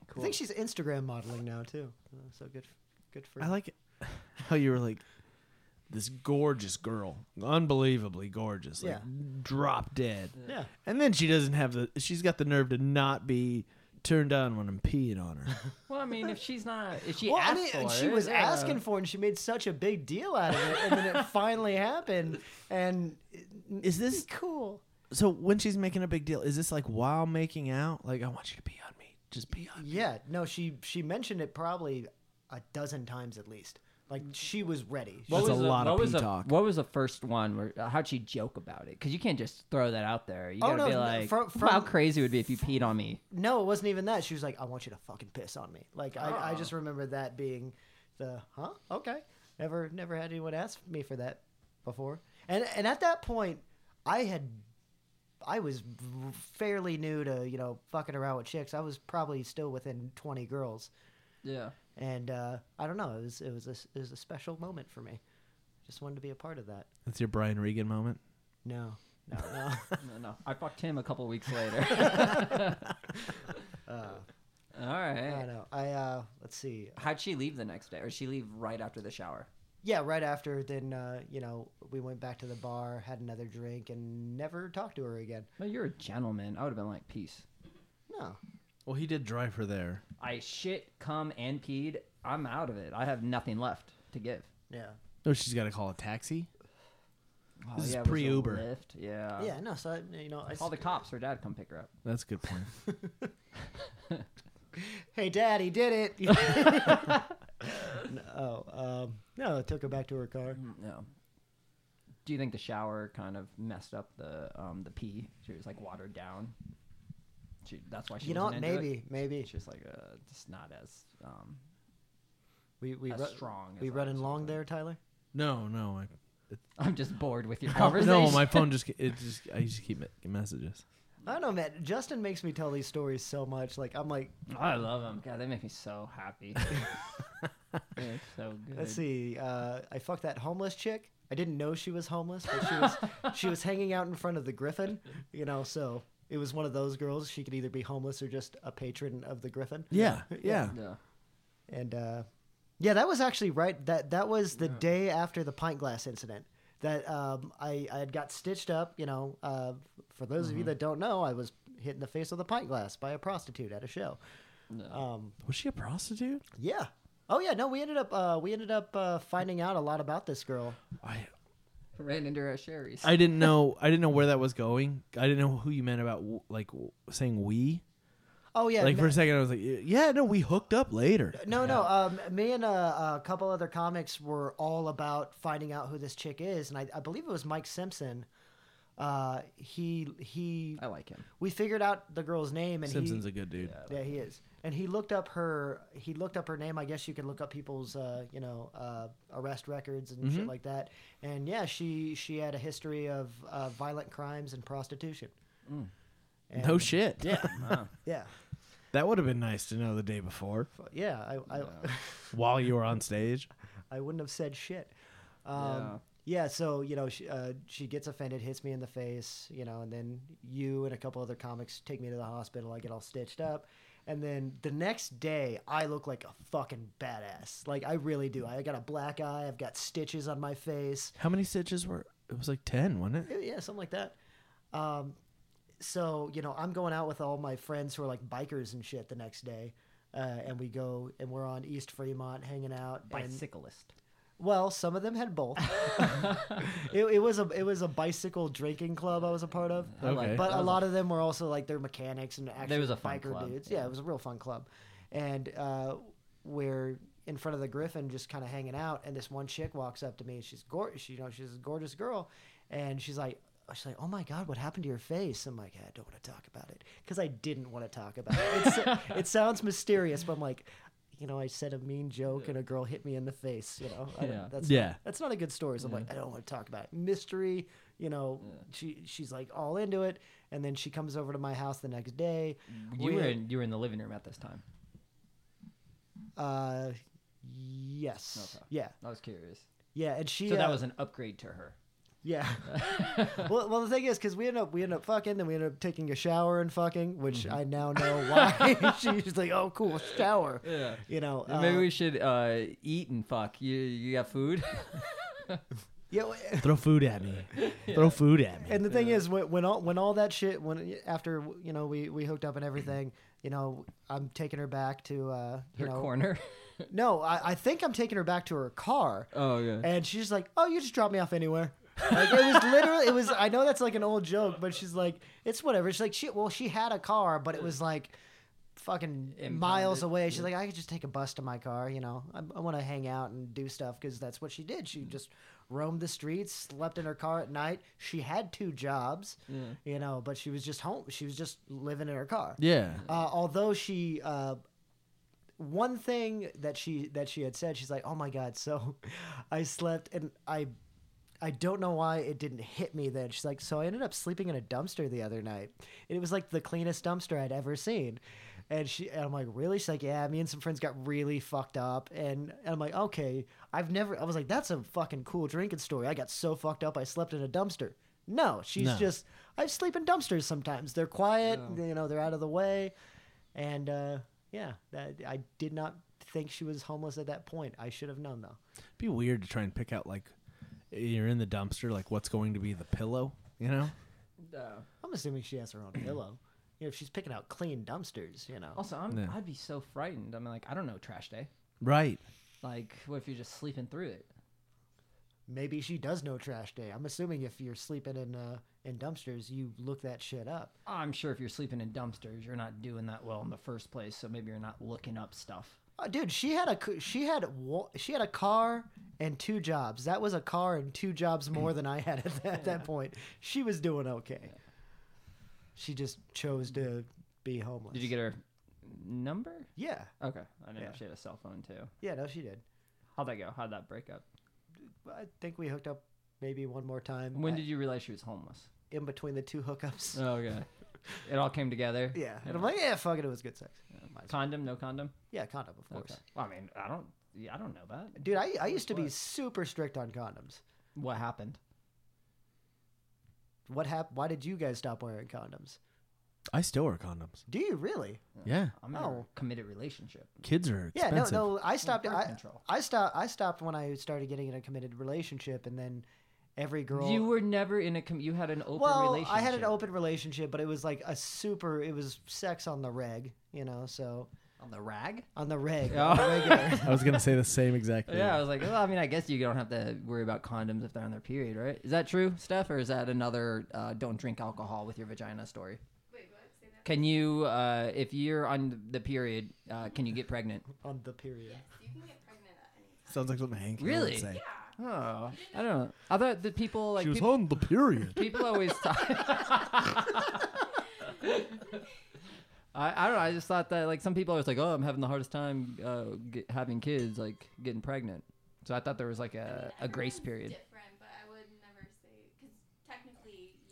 S2: Cool.
S3: I think she's Instagram modeling now too. Uh, So good, good for.
S1: I like it. how you were like this gorgeous girl, unbelievably gorgeous, like
S3: Yeah.
S1: drop dead,
S3: Yeah.
S1: and then she doesn't have the. She's got the nerve to not be turned on when I'm peeing on her.
S2: Well, I mean, if she's not, if she
S3: well, I
S2: asked
S3: mean,
S2: for
S3: she
S2: it,
S3: was
S2: yeah.
S3: asking for it, and she made such a big deal out of it, and then it finally happened. And
S1: Is this
S3: cool?
S1: so? When she's making a big deal, is this like while making out? Like I want you to pee on me, just pee on. me.
S3: Yeah, no, she she mentioned it probably a dozen times at least. Like she was ready.
S1: What That's a
S2: the-
S1: lot of
S2: what was
S1: pee
S2: the-
S1: talk.
S2: What was the first one? Where how'd she joke about it? Because you can't just throw that out there. You
S3: Oh,
S2: gotta
S3: no,
S2: be
S3: no,
S2: like,
S3: from-
S2: how
S3: from-
S2: crazy it would be if you peed on me?
S3: no, it wasn't even that. She was like, "I want you to fucking piss on me." Like I, I just remember that being the huh? Okay, never never had anyone ask me for that before. And and at that point, I had I was fairly new to you know fucking around with chicks. I was probably still within twenty girls,
S2: Yeah.
S3: and uh, I don't know. It was it was a, it was a special moment for me. Just wanted to be a part of that.
S1: That's your Brian Regan moment.
S3: No, no, no.
S2: No, no. I fucked him a couple weeks later.
S3: Uh.
S2: All
S3: I
S2: right.
S3: know. I uh, let's see.
S2: How'd she leave the next day? Or did she leave right after the shower?
S3: Yeah, right after then, uh, you know, we went back to the bar, had another drink, and never talked to her again.
S2: Well, you're a gentleman. I would have been like, peace.
S3: No,
S1: Well, he did drive her there.
S2: I shit, cum, and peed. I'm out of it. I have nothing left to give.
S3: yeah,
S1: No, Oh, she's got to call a taxi.
S2: Oh,
S1: This is
S2: it was a
S1: pre-Uber.
S2: Lyft, Yeah.
S3: yeah, no. So I, you know, I
S2: Call the
S3: s-
S2: cops. Her dad come pick her up.
S1: That's a good point.
S3: Hey, Dad, he did it. no, um, no, took her back to her car.
S2: No. Mm, Do you think the shower kind of messed up the um, the pee? She was like watered down. She, that's why she.
S3: you know what?
S2: wasn't into it?
S3: Maybe, maybe
S2: She's like uh, just not as um,
S3: we we
S2: as
S3: ru-
S2: strong.
S3: we
S2: as I
S3: running
S2: was
S3: long
S2: hoping.
S3: there, Tyler.
S1: No, no, I
S2: I'm just bored with your conversation.
S1: no, my phone just it just I used to keep me- messages.
S3: I don't know, man. Justin makes me tell these stories so much. Like I'm like,
S2: I love them. God, they make me so happy. They're so good.
S3: Let's see. Uh, I fucked that homeless chick. I didn't know she was homeless, but she was she was hanging out in front of the Griffin. You know, so it was one of those girls. She could either be homeless or just a patron of the Griffin.
S1: Yeah,
S3: yeah.
S1: yeah.
S2: Yeah.
S3: And uh, yeah, that was actually right. That that was the day after the pint glass incident. That um, I I had got stitched up. You know, uh, for those of you that don't know, I was hit in the face with a pint glass by a prostitute at a show.
S2: No.
S3: Um,
S1: Was she a prostitute?
S3: yeah. Oh yeah. No, we ended up uh, we ended up uh, finding out a lot about this girl.
S1: I
S2: Ran into her at Sherry's.
S1: I didn't know I didn't know where that was going. I didn't know who you meant about w- like w- saying we.
S3: Oh yeah.
S1: Like
S3: no-
S1: for a second, I was like, yeah, no, we hooked up later.
S3: No, no. Um, me and a, a couple other comics were all about finding out who this chick is, and I, I believe it was Mike Simpson. Uh, he he.
S2: I like him.
S3: We figured out the girl's name, and
S1: Simpson's a
S3: he.
S1: good dude.
S3: yeah, he is. And he looked up her. He looked up her name. I guess you can look up people's, uh, you know, uh, arrest records and
S1: Mm-hmm.
S3: shit like that. And yeah, she she had a history of uh, violent crimes and prostitution. And-
S1: No shit. Yeah,
S2: Wow.
S3: Yeah,
S1: that would have been nice to know the day before
S3: Fu- yeah. I, I,
S1: while you were on stage.
S3: I wouldn't have said shit.
S2: Yeah.
S3: Um, yeah. so you know, she, uh, she gets offended, hits me in the face, you know, and then you and a couple other comics take me to the hospital. I get all stitched up, and then the next day, I look like a fucking badass. Like I really do. I got a black eye. I've got stitches on my face.
S1: How many stitches were? It was like ten, wasn't it?
S3: Yeah, something like that. Um, so you know, I'm going out with all my friends who are like bikers and shit the next day. Uh, and we go and we're on East Fremont hanging out. and-
S2: Bicyclist.
S3: well, some of them had both. it, it was a it was a bicycle drinking club I was a part of,
S2: I like
S1: Okay.
S2: it.
S3: but
S2: That
S3: a
S2: was
S3: lot of them were also like they're mechanics and actually
S2: was a fun
S3: biker
S2: club,
S3: dudes. Yeah.
S2: yeah.
S3: it was a real fun club, and uh, we're in front of the Griffin just kind of hanging out, and this one chick walks up to me and she's gorgeous, you know, she's a gorgeous girl, and she's like. She's like, "Oh my God, what happened to your face?" I'm like, "I don't want to talk about it because I didn't want to talk about it." It's, it sounds mysterious, but I'm like, you know, I said a mean joke and a girl hit me in the face. You know, I don't-
S2: Yeah.
S3: that's
S1: Yeah.
S3: not, that's not a good story. So I'm like, I don't want to talk about it. Mystery, you know. She she's like all into it, and then she comes over to my house the next day.
S2: You
S3: We-
S2: were in you were in the living room at this time.
S3: Uh, yes.
S2: Okay.
S3: Yeah.
S2: I was curious.
S3: Yeah. And she.
S2: So that
S3: uh,
S2: was an upgrade to her.
S3: Yeah. well, well, the thing is, because we end up we end up fucking, then we end up taking a shower and fucking, which
S2: Mm-hmm.
S3: I now know why. she's like, oh, cool, shower.
S2: Yeah.
S3: You know.
S2: Maybe
S3: uh,
S2: we should uh, eat and fuck. You you got food?
S3: Yeah, well,
S1: Throw food at me. Throw food at me.
S3: and the thing is, when, when all when all that shit, when after you know we we hooked up and everything, you know, I'm taking her back to uh, you
S2: Her
S3: know,
S2: corner.
S3: no, I, I think I'm taking her back to her car,
S2: oh yeah.
S3: and she's just like, oh, you just drop me off anywhere. like it was literally, it was. I know that's like an old joke, but she's like, it's whatever. She's like, she well, she had a car, but it was like. Fucking miles
S2: Impounded,
S3: away, she's like, I could just take a bus to my car. You know, I, I want to hang out and do stuff because that's what she did. She
S2: Mm.
S3: just roamed the streets, slept in her car at night. She had two jobs, you know, but she was just home. She was just living in her car.
S1: yeah.
S3: Uh, although she, uh, one thing that she that she had said, she's like, "Oh my god!" So, I slept and I, I don't know why it didn't hit me then. She's like, "So I ended up sleeping in a dumpster the other night. And it was like the cleanest dumpster I'd ever seen." And she, and I'm like, "Really?" She's like, "Yeah." Me and some friends got really fucked up, and, and I'm like, "Okay." I've never. I was like, "That's a fucking cool drinking story." I got so fucked up, I slept in a dumpster. No, she's
S1: No.
S3: just. I sleep in dumpsters sometimes. They're quiet. You know, they're out of the way. And uh, yeah, that, I did not think she was homeless at that point. I should have known though.
S1: be weird to try and pick out like you're in the dumpster, like what's going to be the pillow, you know?
S2: uh,
S3: I'm assuming she has her own pillow. You know, if she's picking out clean dumpsters, you know.
S2: Also, I'm,
S1: Yeah.
S2: I'd be so frightened. I mean, like, I don't know trash day.
S1: Right.
S2: Like, what if you're just sleeping through it?
S3: Maybe she does know trash day. I'm assuming if you're sleeping in uh, in dumpsters, you look that shit up.
S2: I'm sure if you're sleeping in dumpsters, you're not doing that well in the first place. So maybe you're not looking up stuff.
S3: Oh, dude, she had a c- she had wa- she had a car and two jobs. That was a car and two jobs more than I had at that, that point. She was doing okay. She just chose to be homeless.
S2: Did you get her number?
S3: Yeah,
S2: Okay, I didn't know
S3: Yeah.
S2: if she had a cell phone too.
S3: yeah, no, she did.
S2: How'd that go? How'd that break up?
S3: I think we hooked up maybe one more time.
S2: When
S3: uh,
S2: did you realize she was homeless?
S3: in between the two hookups?
S2: Oh, okay. it all came together.
S3: yeah, and I'm like, yeah, fuck it, it was good sex. Might as well.
S2: condom, no condom.
S3: Yeah, condom, of course.
S2: Okay. Well, I mean, I don't, yeah, I don't know that.
S3: Dude, I, I used to be
S2: What?
S3: super strict on condoms.
S2: What happened?
S3: What happened? Why did you guys stop wearing condoms?
S1: I still wear condoms.
S3: Do you really?
S1: Yeah.
S2: I'm in a
S3: Oh.
S2: committed relationship.
S1: Kids are
S3: Yeah,
S1: expensive.
S3: no, no. I stopped.
S2: birth
S3: I,
S2: control.
S3: I stopped. I stopped when I started getting in a committed relationship, and then every girl.
S2: You were never in a. Com- you had an open
S3: well,
S2: relationship.
S3: I had an open relationship, but it was like a super. It was sex on the reg, you know. So
S2: on the rag.
S3: on the reg,
S2: Oh.
S3: on the regular.
S2: Yeah.
S1: I was gonna say the same exact thing.
S2: I was like, well, I mean, I guess you don't have to worry about condoms if they're on their period, right? Is that true, Steph, or is that another uh, don't drink alcohol with your vagina story?
S4: Wait, what? Say that.
S2: Can you, uh, if you're on the period, uh, can you get pregnant?
S3: on the period.
S4: Yes, you can get pregnant at any time.
S1: Sounds like something Hank Hill
S2: Really?
S1: would say.
S4: Yeah.
S2: Oh, I don't know. I thought that people like
S1: she was
S2: people,
S1: on the period.
S2: people always talk. I, I don't know. I just thought that like some people are always like, oh, I'm having the hardest time uh, get, having kids, like getting pregnant. So I thought there was like a, a grace
S4: Everyone's
S2: period.
S4: Different, but I would never say because technically you can get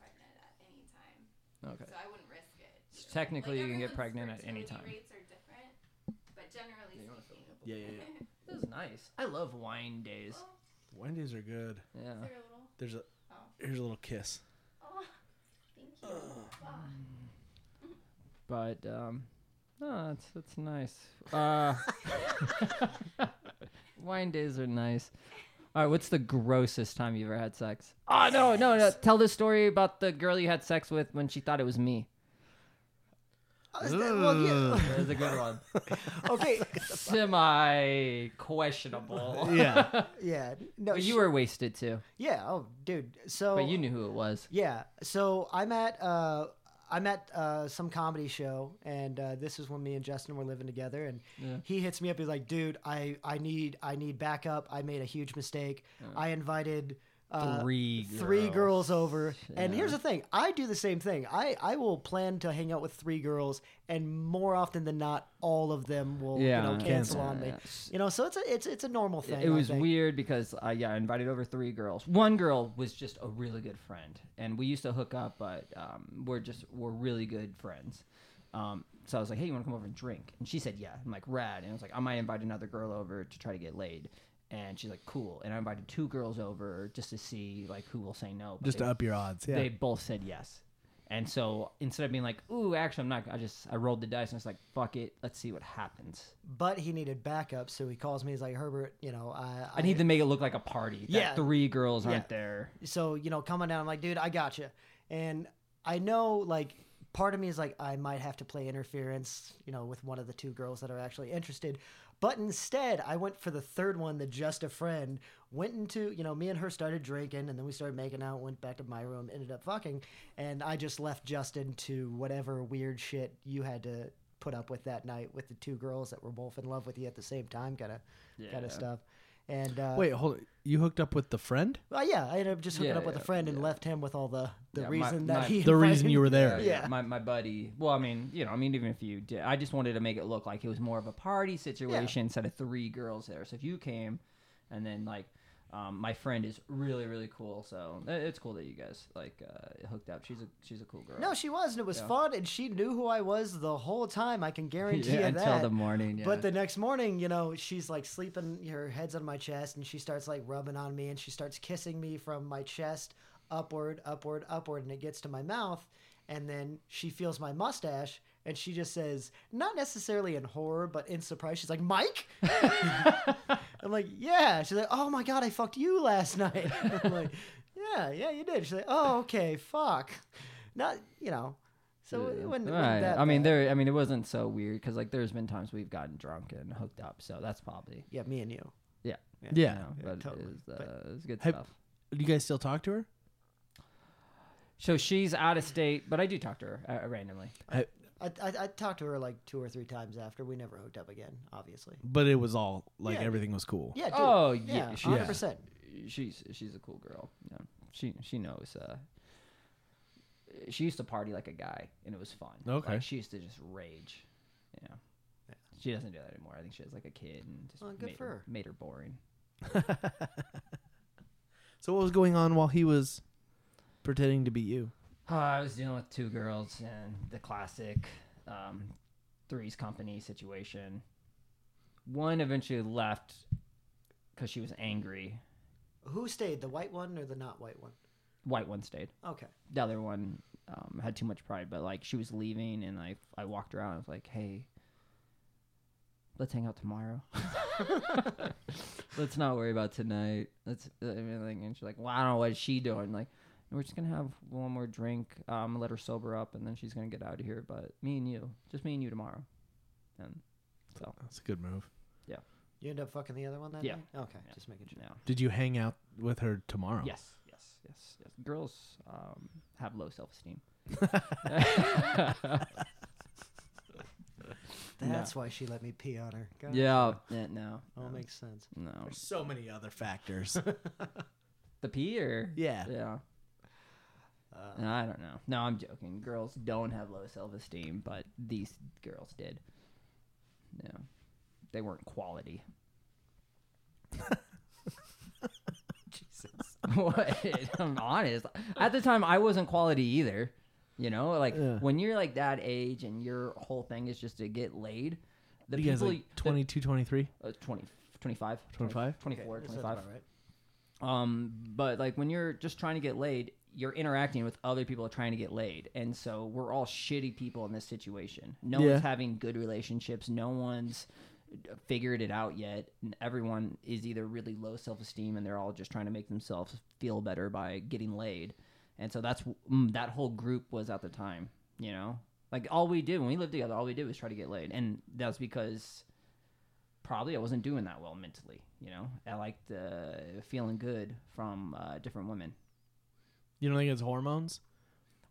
S4: pregnant at any time,
S2: Okay.
S4: so I wouldn't risk it.
S2: So technically, you can get
S4: everyone's
S2: pregnant at any
S4: fertility
S2: time.
S4: Rates are different, but generally speaking,
S1: Yeah, yeah, yeah.
S2: This is nice. I love wine days.
S4: Oh, is
S1: Wendy's are good.
S2: Yeah.
S4: there a little?
S1: There's a
S4: Oh.
S1: here's a little kiss.
S4: Oh, thank you. Ah.
S2: But um no, that's that's nice. Uh wine days are nice. All right, what's the grossest time you've ever had sex? Oh no, no, no. Tell the story about the girl you had sex with when she thought it was me.
S3: Well, yeah.
S2: That was a good one.
S3: Okay.
S2: Semi questionable.
S1: Yeah.
S3: Yeah. No.
S2: But
S3: she-
S2: you were wasted too.
S3: Yeah. Oh, dude. So.
S2: But you knew who it was.
S3: Yeah. So I'm at uh, I'm at uh, some comedy show, and uh, this is when me and Justin were living together, and
S2: Yeah.
S3: he hits me up. He's like, "Dude, I I need I need backup. I made a huge mistake. I invited." Uh,
S2: Three
S3: three
S2: girls.
S3: girls over and
S2: Yeah.
S3: here's the thing i do the same thing I, I will plan to hang out with three girls and more often than not all of them will
S2: Yeah,
S3: you know, cancel
S1: cancel.
S3: on me
S2: Yeah.
S3: you know so it's a it's it's a normal thing
S2: it
S3: I
S2: was
S3: think.
S2: weird because I yeah I invited over three girls. One girl was just a really good friend, and we used to hook up, but um, we're just we're really good friends. Um, so I was like, hey, you want to come over and drink? And she said, yeah. I'm like, rad. And I was like, I might invite another girl over to try to get laid. And she's like, cool. And I invited two girls over just to see like who will say no. but
S1: Just
S2: they,
S1: to up your odds. Yeah.
S2: they both said yes. And so instead of being like, "Ooh, actually, I'm not," I just I rolled the dice and it's like, "Fuck it, let's see what happens."
S3: But he needed backup, so he calls me. He's like, Herbert, you know, I,
S2: I need to make it look like a party. that
S3: Yeah.
S2: three girls
S3: Yeah.
S2: aren't there.
S3: so you know coming down i'm like dude i got you and i know like part of me is like i might have to play interference you know with one of the two girls that are actually interested but instead i went for the third one the just a friend went into you know me and her started drinking and then we started making out went back to my room ended up fucking and i just left justin to whatever weird shit you had to put up with that night with the two girls that were both in love with you at the same time kind of kind
S2: Yeah.
S3: of stuff and uh,
S1: Wait, hold on. You hooked up with the friend?
S3: well, yeah, I ended up just hooking
S2: Yeah,
S3: up with a
S2: yeah,
S3: friend and
S2: yeah.
S3: left him with all the the
S2: Yeah, my-
S3: reason that
S2: my-
S3: he
S1: The reason
S3: invited-
S1: you were there.
S3: Yeah.
S2: My my buddy. Well, I mean, you know, I mean, even if you did, I just wanted to make it look like it was more of a party situation instead of three girls there. So if you came, and then like. Um, my friend is really, really cool, so i- it's cool that you guys like uh, hooked up. She's a she's a cool girl.
S3: No, she was, and it was
S2: Yeah.
S3: fun, and she knew who I was the whole time. I can guarantee
S2: yeah,
S3: you
S2: until
S3: that.
S2: the morning. Yeah.
S3: But the next morning, you know, she's like sleeping, her head's on my chest, and she starts like rubbing on me, and she starts kissing me from my chest upward, upward, upward, and it gets to my mouth, and then she feels my mustache, and she just says, not necessarily in horror, but in surprise, she's like, Mike. I'm like, yeah. She's like, oh my god, I fucked you last night. I'm like, yeah, yeah, you did. She's like, oh okay, fuck. Not, you know. So it
S2: Yeah.
S3: wasn't, it wasn't
S2: Right.
S3: that
S2: I mean,
S3: bad.
S2: there. I mean, it wasn't so weird because like there's been times we've gotten drunk and hooked up, so that's probably
S3: Yeah, me and you.
S2: yeah.
S1: Yeah.
S2: you know,
S3: Yeah,
S2: but
S3: totally.
S2: it was,
S3: But-
S2: uh, it was good
S1: Have-
S2: stuff.
S1: Do you guys still talk to her?
S2: So she's out of state, but I do talk to her uh, randomly.
S3: I, I, I talked to her like two or three times after. We never hooked up again, obviously.
S1: But it was all like
S3: Yeah.
S1: everything was cool.
S3: Yeah, dude.
S2: Oh,
S3: yeah,
S2: yeah, she-
S3: 100%.
S2: She's she's a cool girl. Yeah. She she knows. Uh, she used to party like a guy, and it was fun.
S1: Okay.
S2: Like, she used to just rage. Yeah. She doesn't do that anymore. I think she has like a kid and just
S3: Oh, good
S2: made,
S3: for her.
S2: made her boring.
S1: So what was going on while he was pretending to be you?
S2: Uh, I was dealing with two girls and the classic um, threes company situation. One eventually left because she was angry.
S3: Who stayed, the white one or the not white one?
S2: White one stayed.
S3: Okay.
S2: The other one um, had too much pride, but like she was leaving, and I I walked around. I was like, "Hey, let's hang out tomorrow. let's not worry about tonight. Let's." I mean, like, and she's like, "Well, I don't know what she doing." Like, we're just gonna have one more drink, um, let her sober up, and then she's gonna get out of here. But me and you, just me and you tomorrow. And so,
S1: That's a good move.
S3: You end up fucking the other one that
S2: Yeah.
S3: night? Okay,
S2: Yeah.
S3: just making sure.
S2: yeah.
S1: Did you hang out with her tomorrow?
S2: Yes, yes, yes, yes. Girls um, have low self esteem. No.
S3: That's why she let me pee on her. God,
S2: yeah, yeah, no,
S3: All
S2: no,
S3: makes sense.
S2: no.
S1: There's so many other factors.
S2: The pee or
S1: yeah.
S2: yeah.
S3: Uh,
S2: No, I don't know. No, I'm joking. Girls don't have low self esteem, but these girls did. No, they weren't quality.
S3: Jesus.
S2: what? I'm honest. At the time, I wasn't quality either. You know, like
S1: Yeah.
S2: when you're like that age and your whole thing is just to get laid. The
S1: you guys
S2: people,
S1: like 22, 23?
S2: uh, 20, 25,
S1: 25?
S2: 24,
S3: Okay, that sounds
S2: 25.
S3: about right.
S2: Um, but like when you're just trying to get laid, you're interacting with other people trying to get laid, and so we're all shitty people in this situation. No
S1: Yeah.
S2: one's having good relationships. No one's figured it out yet. And everyone is either really low self esteem, and they're all just trying to make themselves feel better by getting laid. And so that's mm, that whole group was at the time. You know, like all we did when we lived together, all we did was try to get laid, and that's because probably I wasn't doing that well mentally. You know, I liked uh, feeling good from uh, different women.
S1: You don't think it's hormones?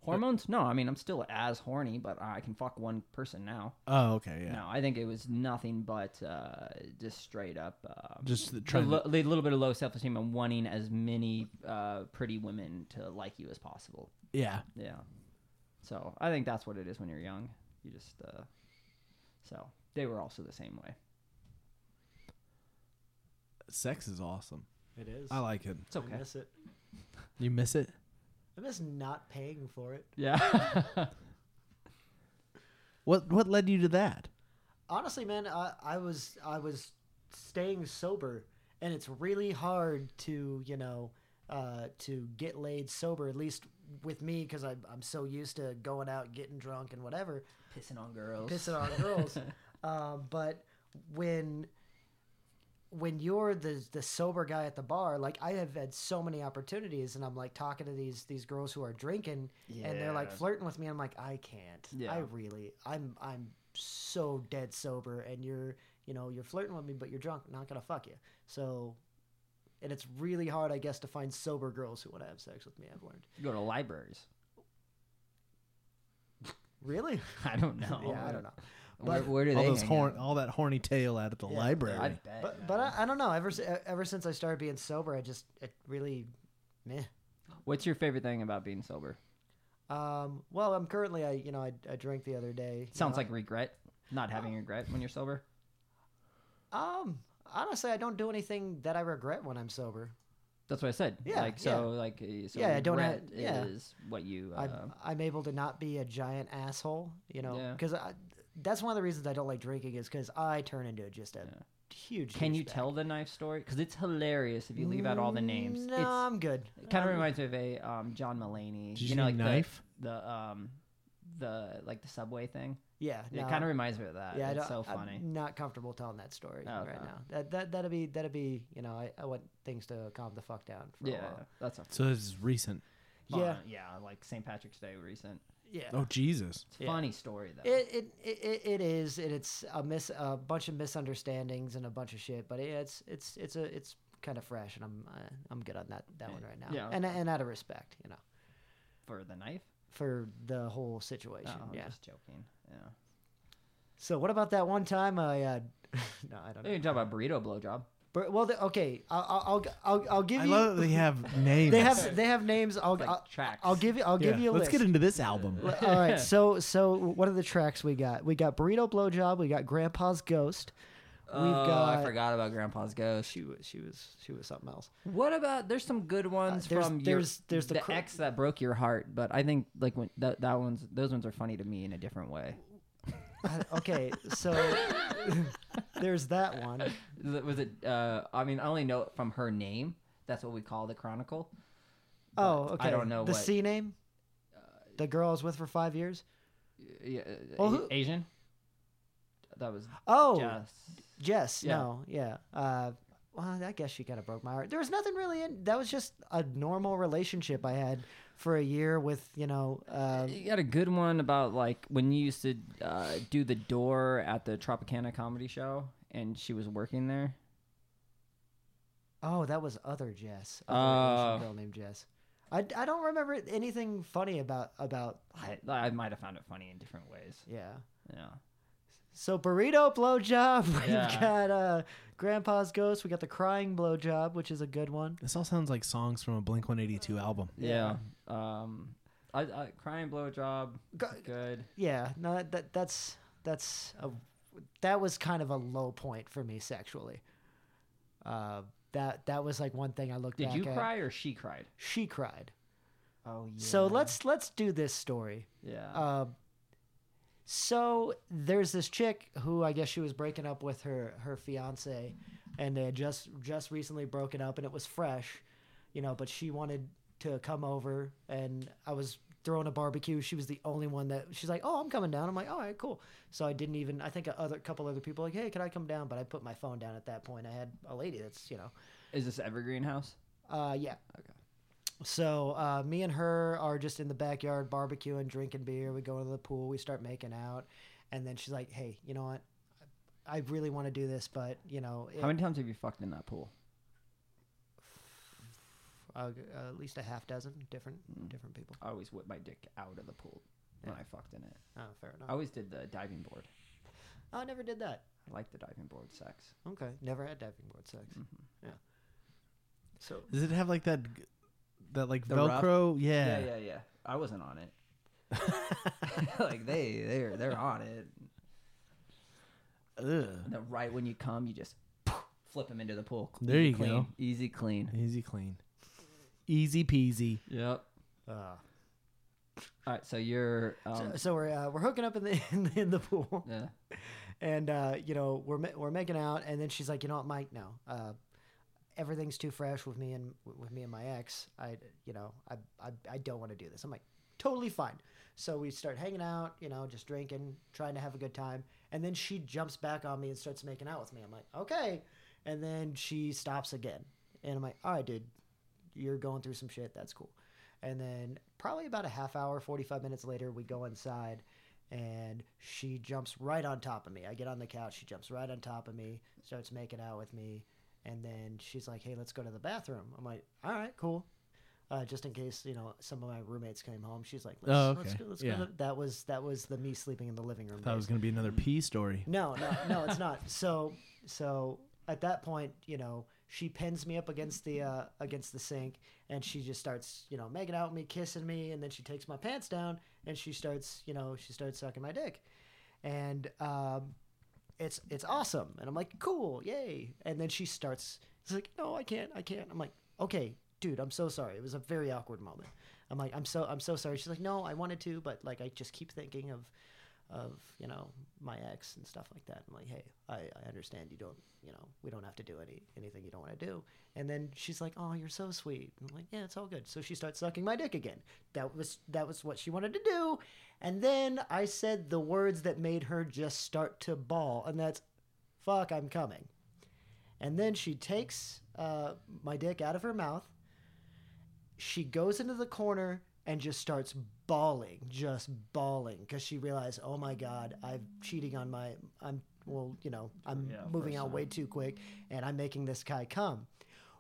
S2: Hormones? No, I mean I'm still as horny, but I can fuck one person now.
S1: Oh, okay, yeah.
S2: No, I think it was nothing but uh, just straight up. Uh,
S1: Just the
S2: a
S1: trying
S2: lo- li- little bit of low self esteem and wanting as many uh, pretty women to like you as possible.
S1: to, yeah.
S2: Yeah. So I think that's what it is when you're young. You just uh, so they were also the same way.
S1: Sex is awesome.
S3: It is.
S1: I like it.
S2: It's okay.
S3: I miss it.
S1: You miss it?
S3: I miss not paying for it.
S2: Yeah.
S1: What what led you to that?
S3: honestly man I, I was i was staying sober and it's really hard to you know uh, to get laid sober at least with me because I'm I'm so used to going out getting drunk and whatever,
S2: Pissing on girls.
S3: pissing on girls. Um, but when when you're the the sober guy at the bar, like I have had so many opportunities, and I'm like talking to these these girls who are drinking, and they're like
S2: Yeah.
S3: flirting with me. I'm like, I can't. I
S2: Yeah.
S3: really, I'm I'm so dead sober, and you're you know you're flirting with me, but you're drunk. Not gonna fuck you. So. And it's really hard, I guess, to find sober girls who want to have sex with me. I've learned.
S2: You go to libraries.
S3: Really?
S2: I don't know.
S3: yeah, I don't know.
S2: Where,
S3: But-
S2: where do
S1: all
S2: they
S1: those
S2: hang
S1: horn,
S2: out?
S1: all that horny tail out at the
S3: Yeah.
S2: I
S1: library.
S2: bet.
S3: But,
S2: man.
S3: but I, I don't know. Ever si- ever since I started being sober, I just it really meh.
S2: What's your favorite thing about being sober?
S3: Um, well, I'm currently I you know I, I drank the other day. you
S2: Sounds
S3: know.
S2: like regret. Not having regret when you're sober.
S3: um honestly I don't do anything that I regret when I'm sober.
S2: That's what I said.
S3: Yeah,
S2: Like so, like uh, so.
S3: Yeah, I don't
S2: regret
S3: have- yeah.
S2: is what you. Uh,
S3: I'm I'm able to not be a giant asshole. You know
S2: Yeah.
S3: because that's one of the reasons I don't like drinking is because I turn into just a
S2: Yeah.
S3: huge.
S2: can you
S3: douchebag.
S2: tell the knife story? Because it's hilarious if you leave out all the names.
S3: No,
S2: It's-
S3: I'm good.
S2: It kind of
S3: Mm, um, I'm-
S2: reminds me of a um, John Mulaney.
S1: Did
S2: you,
S1: you
S2: know,
S1: say
S2: like
S1: knife?
S2: The, the um, the like the subway thing.
S3: Yeah,
S2: It
S3: no.
S2: kind of reminds me of that.
S3: Yeah, I
S2: it's so
S3: don't-
S2: funny.
S3: I'm not comfortable telling that story
S2: Oh, okay.
S3: right now. That that that'd be that'd be you know I, I want things to calm the fuck down for
S2: yeah,
S3: a while.
S2: that's a
S1: So this is recent.
S2: fun,
S3: Yeah.
S2: yeah, like St. Patrick's Day recent.
S3: Yeah.
S1: Oh Jesus!
S2: It's a
S3: Yeah.
S2: funny story though.
S3: It, it it it- it is and it's a miss a bunch of misunderstandings and a bunch of shit, but it's it's it's a it's kind of fresh and I'm uh, I'm good on that that one right now.
S2: Yeah,
S3: And
S2: okay.
S3: and out of respect, you know,
S2: for the knife.
S3: for the whole situation.
S2: Oh, I'm
S3: yeah.
S2: just joking. Yeah,
S3: So what about that one time I uh, no I don't
S2: you
S3: know.
S2: can talk about burrito blowjob.
S3: But, well, the, okay, I'll I'll I'll, I'll give
S1: I
S3: you.
S1: love that they have names.
S3: they have they have names. I'll
S2: Like
S3: I'll,
S2: tracks.
S3: I'll give you I'll give
S1: Yeah,
S3: you a
S1: Let's
S3: list.
S1: get into this album.
S3: Well, All right. So so what are the tracks we got? We got burrito blowjob. We got grandpa's ghost. We've
S2: oh, I
S3: got-
S2: forgot about Grandpa's ghost.
S3: She was she was she was something else.
S2: What about? There's some good ones
S3: Uh, there's-
S2: from
S3: there's-
S2: your,
S3: there's
S2: the,
S3: the cr-
S2: ex that broke your heart, but I think like when that that one's those ones are funny to me in a different way.
S3: Uh, okay, so there's that one.
S2: Is it- Was it? Uh, I mean, I only know it from her name. That's what we call the chronicle.
S3: Oh,
S2: But
S3: okay.
S2: I don't know
S3: the
S2: what-
S3: C name. Uh, The girl I was with for five years.
S2: Yeah, uh,
S3: Well,
S2: A-
S3: who-
S2: Asian. That was
S3: Oh,
S2: just
S3: Jess.
S2: Yeah.
S3: No, yeah. Uh, well, I guess she kind of broke my heart. There was nothing really in. That was just a normal relationship I had for a year with you know. Uh,
S2: you got a good one about like when you used to uh, do the door at the Tropicana comedy show, and she was working there.
S3: oh, that was other Jess. Other
S2: Oh.
S3: Asian girl named Jess. I, I don't remember anything funny about about.
S2: I, I might have found it funny in different ways.
S3: Yeah.
S2: Yeah.
S3: So burrito blowjob. We've
S2: Yeah.
S3: got uh, Grandpa's ghost. We got the crying blowjob, which is a good one.
S1: This all sounds like songs from a Blink 182 album.
S2: Yeah. Um, I, I crying blowjob.
S3: Go-
S2: Good.
S3: Yeah, no, that that's that's a that was kind of a low point for me sexually. Uh, that that was like one thing I looked.
S2: Did
S3: back
S2: you
S3: at.
S2: cry or she cried?
S3: She cried.
S2: Oh yeah.
S3: So let's let's do this story.
S2: Yeah.
S3: Uh, so there's this chick who I guess she was breaking up with her her fiance, and they had just just recently broken up, and it was fresh, you know. But she wanted to come over, and I was throwing a barbecue. She was the only one that she's like, "Oh, I'm coming down." I'm like, "All right, cool." So I didn't even. I think a other couple other people like, "Hey, can I come down?" But I put my phone down at that point. I had a lady that's you know
S2: Is this Evergreen House?
S3: uh, yeah.
S2: Okay.
S3: So uh, me and her are just in the backyard barbecuing, drinking beer. We go to the pool. We start making out, and then she's like, "Hey, you know what? I really want to do this, but you know, it,
S2: How many times have you fucked in that pool?
S3: uh, uh, at least a half dozen different different people."
S2: I always whip my dick out of the pool when I fucked in it.
S3: Oh, fair enough.
S2: I always did the diving board.
S3: Oh, I never did that.
S2: I like the diving board sex.
S3: Okay, Mm-hmm. never had diving board sex. Yeah. So
S1: Does it have like that, that like
S2: The rough-
S1: Velcro?
S2: Yeah,
S1: Yeah.
S2: yeah, yeah. I wasn't on it. like they, they're, they're on it.
S1: Ugh.
S2: And then right when you come, you just flip them into the pool.
S1: There
S2: Easy
S1: you
S2: clean.
S1: go.
S2: Easy clean.
S1: Easy clean. Easy peasy.
S2: Yep.
S3: uh,
S2: All right. So you're. Um,
S3: so, so we're uh, we're hooking up in the in the, in the pool.
S2: yeah.
S3: and uh, you know we're ma- we're making out, and then she's like, you know what, Mike, no, uh, everything's too fresh with me and with me and my ex. I you know I I, I don't want to do this. I'm like totally fine. So we start hanging out, you know, just drinking, trying to have a good time, and then she jumps back on me and starts making out with me. I'm like okay, and then she stops again, and I'm like all right, dude, you're going through some shit. That's cool. And then probably about a half hour, 45 minutes later, we go inside and she jumps right on top of me. I get on the couch, she jumps right on top of me, starts making out with me, and then she's like, "Hey, let's go to the bathroom." I'm like, "All right, cool." Uh, just in case, you know, some of my roommates came home, she's like, "Let's,
S1: Oh,
S3: let's
S1: okay.
S3: go, let's
S1: Yeah.
S3: go." To the-" That was that was the me sleeping in the living room.
S1: That
S3: days.
S1: was going to be another pee story.
S3: No, no, no, it's not. So, so at that point, you know, she pins me up against the uh, against the sink, and she just starts, you know, making out with me, kissing me, and then she takes my pants down and she starts, you know, she starts sucking my dick, and um, it's it's awesome, and I'm like, cool, yay, and then she starts, she's like, no, I can't, I can't. I'm like, okay, dude, I'm so sorry. It was a very awkward moment. I'm like, I'm so I'm so sorry. She's like, no, I wanted to, but like, I just keep thinking of of you know my ex and stuff like that. I'm like, hey, I, I understand you don't you know we don't have to do any anything you don't want to do. And then she's like, oh, you're so sweet. I'm like, yeah, it's all good. So she starts sucking my dick again. That was that was what she wanted to do. And then I said the words that made her just start to bawl, and that's, fuck, I'm coming. And then she takes uh, my dick out of her mouth. She goes into the corner and just starts bawling, just bawling, because she realized, oh my god, I'm cheating on my, I'm well, you know, I'm
S2: Yeah,
S3: moving
S2: first
S3: out
S2: time.
S3: way too quick, and I'm making this guy come,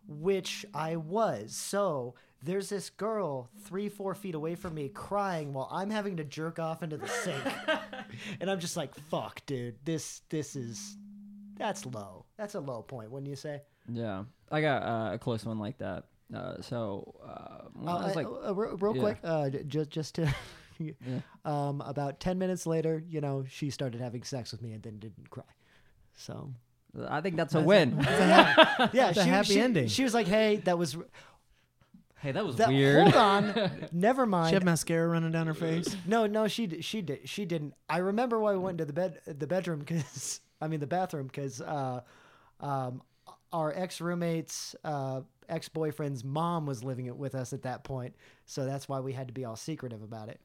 S3: which I was. So there's this girl three, four feet away from me crying while I'm having to jerk off into the sink, and I'm just like, fuck, dude, this this is that's low. That's a low point, wouldn't you say?
S2: Yeah, I got uh, a close one like that. Uh, so uh, when
S3: Uh,
S2: I was
S3: I-
S2: like,
S3: uh, real, real
S2: yeah.
S3: quick, uh, just just to,
S2: Yeah.
S3: um, about ten minutes later, you know, she started having sex with me and then didn't cry. So
S2: I think uh, that's a win.
S3: yeah,
S1: That's a
S3: she,
S1: happy
S3: she-
S1: ending.
S3: She was like, "Hey, that was r-
S2: hey, that was
S3: that.
S2: weird.
S3: Hold on,
S1: She
S3: never
S1: had
S3: mind.
S1: mascara running down her face.
S3: no, no, she d- she did she didn't. I remember why we went into the bed the bedroom because I mean the bathroom because uh, um, our ex roommate's uh, ex boyfriend's mom was living it with us at that point, so that's why we had to be all secretive about it.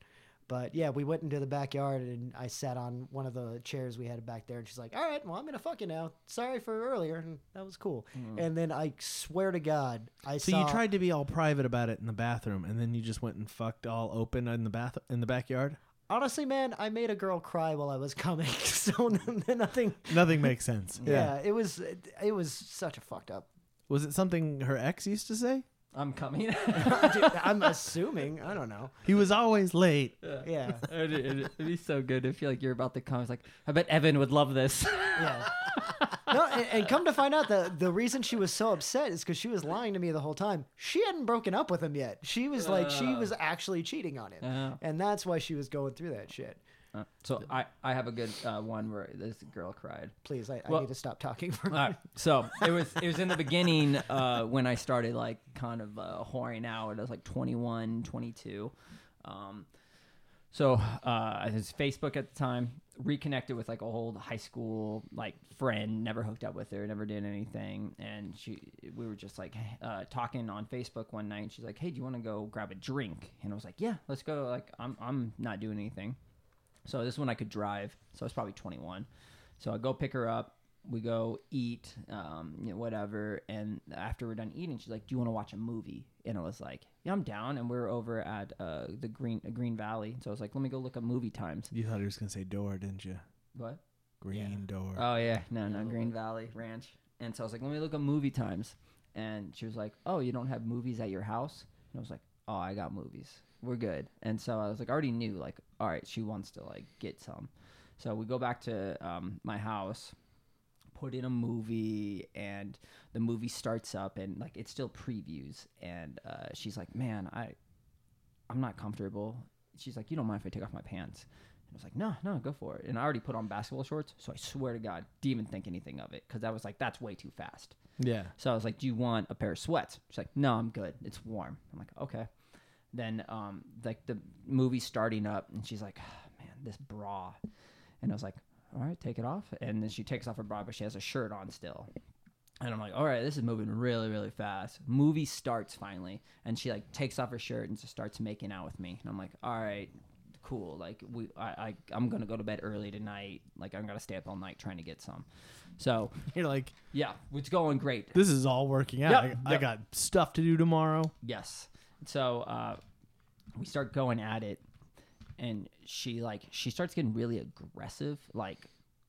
S3: But yeah, we went into the backyard and I sat on one of the chairs we had back there, and she's like, "All right, well, I'm gonna fuck you now. Sorry for earlier, and that was cool." And then I swear to God, I
S1: Mm. So
S3: saw
S1: you tried to be all private about it in the bathroom, and then you just went and fucked all open in the bath in the backyard.
S3: Honestly, man, I made a girl cry while I was coming, so n- nothing.
S1: Nothing makes sense.
S3: Yeah. it was it, it was such a fucked up.
S1: Was it something her ex used to say?
S2: I'm coming.
S3: Dude, I'm assuming I don't know.
S1: He was always late.
S3: Yeah,
S2: it'd, it'd- it'd be so good if you're like you're about to come. It's like I bet Evan would love this.
S3: yeah. No, and, and come to find out, the the reason she was so upset is because she was lying to me the whole time. She hadn't broken up with him yet. She was like, she was actually cheating on him,
S2: Uh. Yeah.
S3: and that's why she was going through that shit.
S2: Uh, so I, I have a good uh, one where this girl cried.
S3: Please, I, I
S2: Well-
S3: need to stop talking for.
S2: All right, so it was it was in the beginning uh, when I started like kind of uh, whoring out. I was like 21, 22. Um, so uh, it was Facebook at the time. Reconnected with like a old high school like friend. Never hooked up with her. Never did anything. And she, we were just like uh, talking on Facebook one night. And she's like, "Hey, do you want to go grab a drink?" And I was like, "Yeah, let's go." Like I'm I'm not doing anything. So this one I could drive. So I was probably 21. So I go pick her up. We go eat, um, you know, whatever. And after we're done eating, she's like, "Do you want to watch a movie?" And I was like, "Yeah, I'm down." And we were over at uh, the Green Green Valley. So I was like, "Let me go look up movie times."
S1: You thought he was gonna say door, didn't you?
S2: What?
S1: Green door.
S2: Oh yeah, no, no, Green Valley Ranch. And so I was like, "Let me look up movie times." And she was like, "Oh, you don't have movies at your house?" And I was like, "Oh, I got movies. We're good." And so I was like, I already knew like, all right, she wants to like get some. So we go back to um, my house put in a movie and the movie starts up and like it's still previews and uh, she's like man i i'm not comfortable she's like you don't mind if i take off my pants and i was like no no go for it and i already put on basketball shorts so i swear to god didn't even think anything of it because i was like that's way too fast
S1: Yeah.
S2: so I was like, "Do you want a pair of sweats?" She's like, "No, I'm good. It's warm." I'm like, "Okay." Then um, like the movie's starting up, and she's like, oh, "Man, this bra," and I was like, "All right, take it off." And then she takes off her bra, but she has a shirt on still. And I'm like, all right, this is moving really, really fast. Movie starts finally, and she like takes off her shirt and just starts making out with me. And I'm like, all right, cool. Like we, I, I I'm gonna go to bed early tonight. Like I'm gonna stay up all night trying to get some. So
S1: You're like,
S2: yeah, it's going great.
S1: this is all working out.
S2: Yeah,
S1: I, I
S2: yeah.
S1: got stuff to do tomorrow.
S2: Yes. So uh, we start going at it, and she like she starts getting really aggressive, like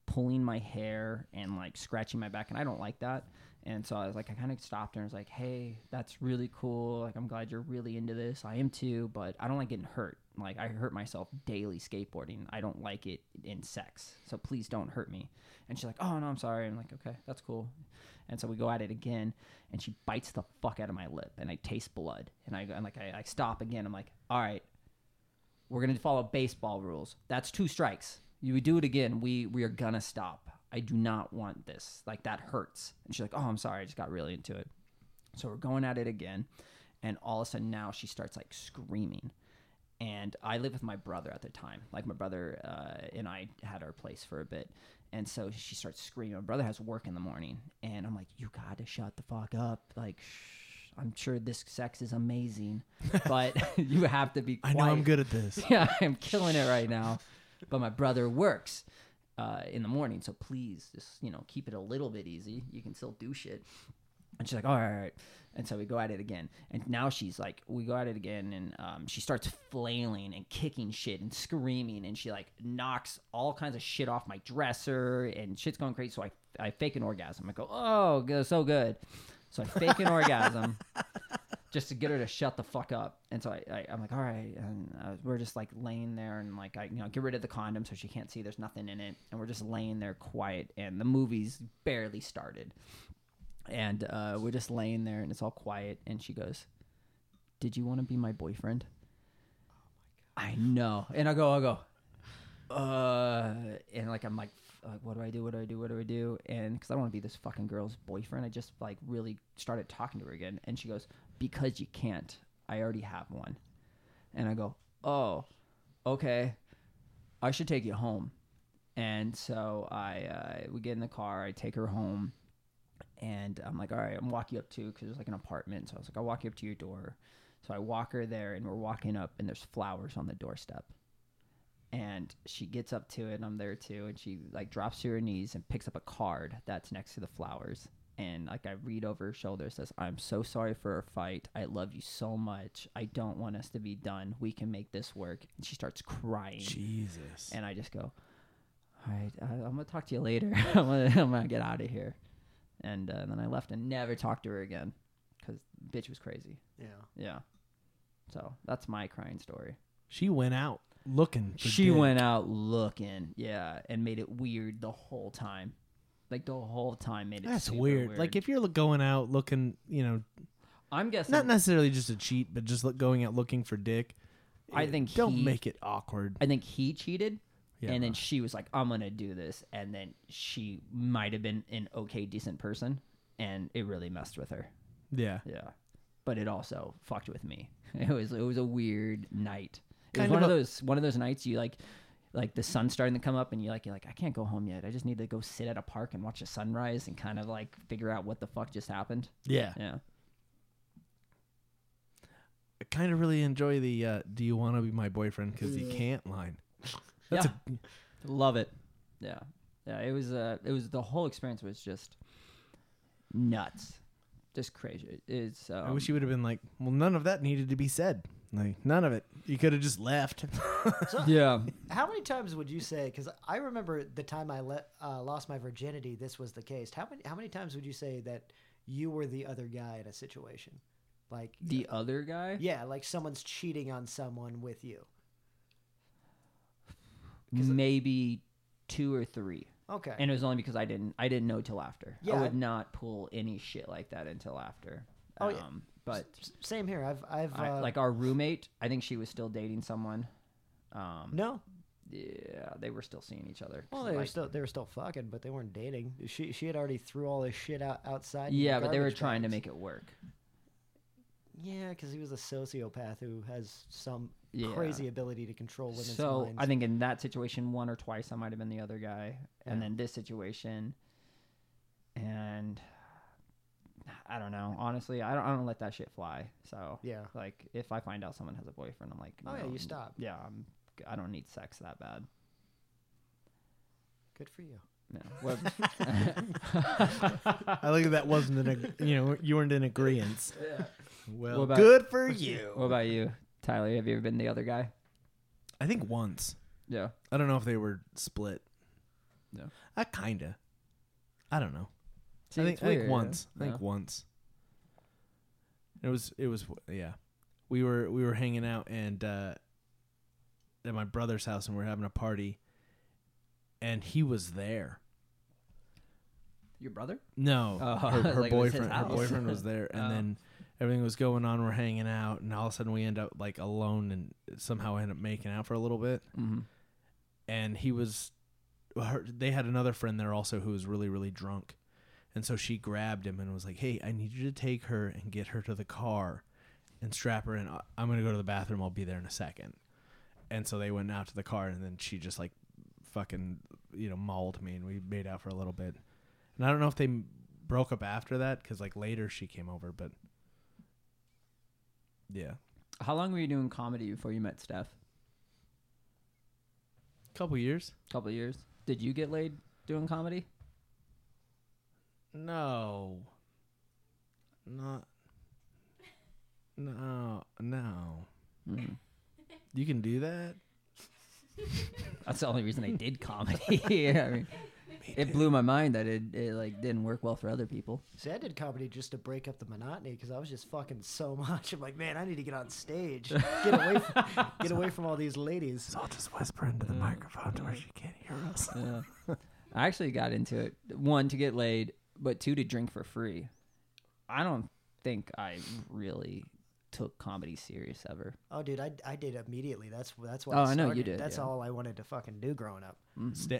S2: pulling my hair and like scratching my back, and I don't like that. And so I was like, I kind of stopped her and was like, "Hey, that's really cool. Like, I'm glad you're really into this. I am too, but I don't like getting hurt. Like, I hurt myself daily skateboarding. I don't like it in sex. So please don't hurt me." And she's like, "Oh no, I'm sorry." I'm like, "Okay, that's cool." And so we go at it again, and she bites the fuck out of my lip, and I taste blood. And I and like I, I stop again. I'm like, all right, we're gonna follow baseball rules. That's two strikes. You do it again, we we are gonna stop. I do not want this. Like that hurts. And she's like, oh, I'm sorry, I just got really into it. So we're going at it again, and all of a sudden now she starts like screaming. And I lived with my brother at the time. Like my brother uh, and I had our place for a bit, and so she starts screaming. My brother has work in the morning, and I'm like, "You gotta shut the fuck up!" Like, shh, I'm sure this sex is amazing, but you have to be.
S1: I
S2: Quiet.
S1: know I'm good at this.
S2: Yeah, I'm killing it right now. But my brother works uh, in the morning, so please just you know keep it a little bit easy. You can still do shit. And she's like, all right, all right. And so we go at it again. And now she's like, we go at it again. And um, she starts flailing and kicking shit and screaming. And she like knocks all kinds of shit off my dresser and shit's going crazy. So I, I fake an orgasm. I go, oh, go- so good. So I fake an orgasm just to get her to shut the fuck up. And so I, I I'm like, all right. And uh, we're just like laying there and like, I, you know, get rid of the condom so she can't see there's nothing in it. And we're just laying there quiet. And the movie's barely started and uh, we're just laying there and it's all quiet and she goes did you want to be my boyfriend i know and i go i go uh and like i'm like f- like, what do i do what do i do what do i do and because i want to be this fucking girl's boyfriend i just like really started talking to her again and she goes because you can't i already have one and i go oh okay i should take you home and so i uh, we get in the car i take her home and I'm like, all right, I'm walking up to because it was like an apartment. So I was like, I'll walk you up to your door. So I walk her there, and we're walking up, and there's flowers on the doorstep. And she gets up to it, and I'm there too. And she like drops to her knees and picks up a card that's next to the flowers. And like I read over her shoulder, it says, "I'm so sorry for our fight. I love you so much. I don't want us to be done. We can make this work." And she starts crying.
S1: Jesus.
S2: And I just go, all right, I, I'm gonna talk to you later. I'm, gonna, I'm gonna get out of here. And uh, then I left and never talked to her again because bitch was crazy.
S3: Yeah.
S2: Yeah. So that's my crying story.
S1: She went out looking. For
S2: She
S1: dick.
S2: went out looking, yeah, and made it weird the whole time. Like the whole time made it.
S1: That's
S2: super
S1: weird. Like if you're going out looking, you know,
S2: I'm guessing,
S1: not necessarily just a cheat, but just look, going out looking for dick.
S2: I
S1: eh,
S2: think
S1: don't
S2: he-
S1: make it awkward.
S2: I think he cheated.
S1: Yeah,
S2: and then
S1: bro.
S2: she was like, "I'm gonna do this," and then she might have been an okay, decent person, and it really messed with her.
S1: yeah,
S2: Yeah. But it also fucked with me. It was it was a weird night. It
S1: Kind
S2: was one
S1: of
S2: of,
S1: a-
S2: those one of those nights you like like the sun's starting to come up and you like you're like I can't go home yet. I just need to go sit at a park and watch the sunrise and kind of like figure out what the fuck just happened.
S1: yeah.
S2: Yeah.
S1: I kind of really enjoy the uh, "Do you want to be my boyfriend?" because you
S3: Mm.
S1: can't line.
S2: That's
S1: That's
S2: yeah. Love it. Yeah. Yeah, it was uh it was the whole experience was just nuts. Just crazy. It's um,
S1: I wish you would have been like, "Well, none of that needed to be said. Like none of it. You could have just left."
S3: So
S2: Yeah.
S3: how many times would you say? Because I remember the time I le- uh, lost my virginity, this was the case. How many how many times would you say that you were the other guy in a situation, like
S2: The other guy?
S3: yeah, like someone's cheating on someone with you?
S2: Maybe two or three.
S3: Okay.
S2: and it was only because I didn't I didn't know till after.
S3: Yeah,
S2: I
S3: I-
S2: would not pull any shit like that until after.
S3: Oh,
S2: um,
S3: yeah.
S2: But
S3: S- same here. I've I've
S2: I,
S3: uh,
S2: like our roommate, I think she was still dating someone. Um,
S3: no.
S2: Yeah, they were still seeing each other.
S3: Well, they were
S2: Like-
S3: still they were still fucking, but they weren't dating. She she had already threw all this shit out outside. in
S2: yeah, but they were
S3: garbage
S2: trying to
S3: bags.
S2: make it work.
S3: Yeah, because he was a sociopath who has some
S2: Yeah.
S3: crazy ability to control women's
S2: So
S3: minds.
S2: I think in that situation, one or twice, I might have been the other guy, and
S3: Yeah.
S2: then this situation, and I don't know. Honestly, I don't. I don't let that shit fly. So
S3: Yeah.
S2: like if I find out someone has a boyfriend, I'm like,
S3: Oh, yeah,
S2: no,
S3: you stop.
S2: Yeah, I'm. I don't need sex that bad.
S3: Good for you.
S2: No. What-
S1: I like that that wasn't an ag- you know you weren't in agreement. Well,
S2: What about-
S1: good for you.
S2: what about you, Tyler? Have you ever been the other guy?
S1: I think once.
S2: Yeah.
S1: I don't know if they were split.
S2: No.
S1: I kinda. I don't know.
S2: See,
S1: I think,
S2: it's
S1: I think
S2: weird.
S1: once. I think
S2: Yeah.
S1: once. It was. It was. Yeah, we were we were hanging out and uh, at my brother's house, and we were having a party, and he was there.
S2: Your brother?
S1: No,
S2: Oh, I
S1: her,
S2: was
S1: her
S2: like, it was his
S1: boyfriend. Her
S2: house.
S1: boyfriend was there, and
S2: Oh.
S1: then everything was going on. We're hanging out, and all of a sudden we end up like alone, and somehow end up making out for a little bit.
S2: Mm-hmm.
S1: And he was, her, they had another friend there also who was really really drunk, and so she grabbed him and was like, "Hey, I need you to take her and get her to the car, and strap her in. I- I'm gonna go to the bathroom. I'll be there in a second. And so they went out to the car, and then she just like fucking you know mauled me, and we made out for a little bit. And I don't know if they m- broke up after that because like later she came over, but yeah,
S2: How long were you doing comedy before you met Steph?
S1: couple years.
S2: couple of years. Did you get laid doing comedy?
S1: No, not. No, no.
S2: Mm-hmm.
S1: You can do that.
S2: That's the only reason I did comedy. yeah, I mean, it blew my mind that it, it like didn't work well for other people.
S3: See, I did comedy just to break up the monotony because I was just fucking so much. I'm like, man, I need to get on stage, get away, from, get away from all these ladies.
S1: I'll just whisper into the microphone to where she can't hear us.
S2: Yeah. I actually got into it one to get laid, but two to drink for free. I don't think I really took comedy serious ever.
S3: Oh, dude, I, I did immediately. That's that's why.
S2: Oh, I know you
S3: started.
S2: did,
S3: That's
S2: yeah.
S3: all I wanted to fucking do growing up.
S1: Sta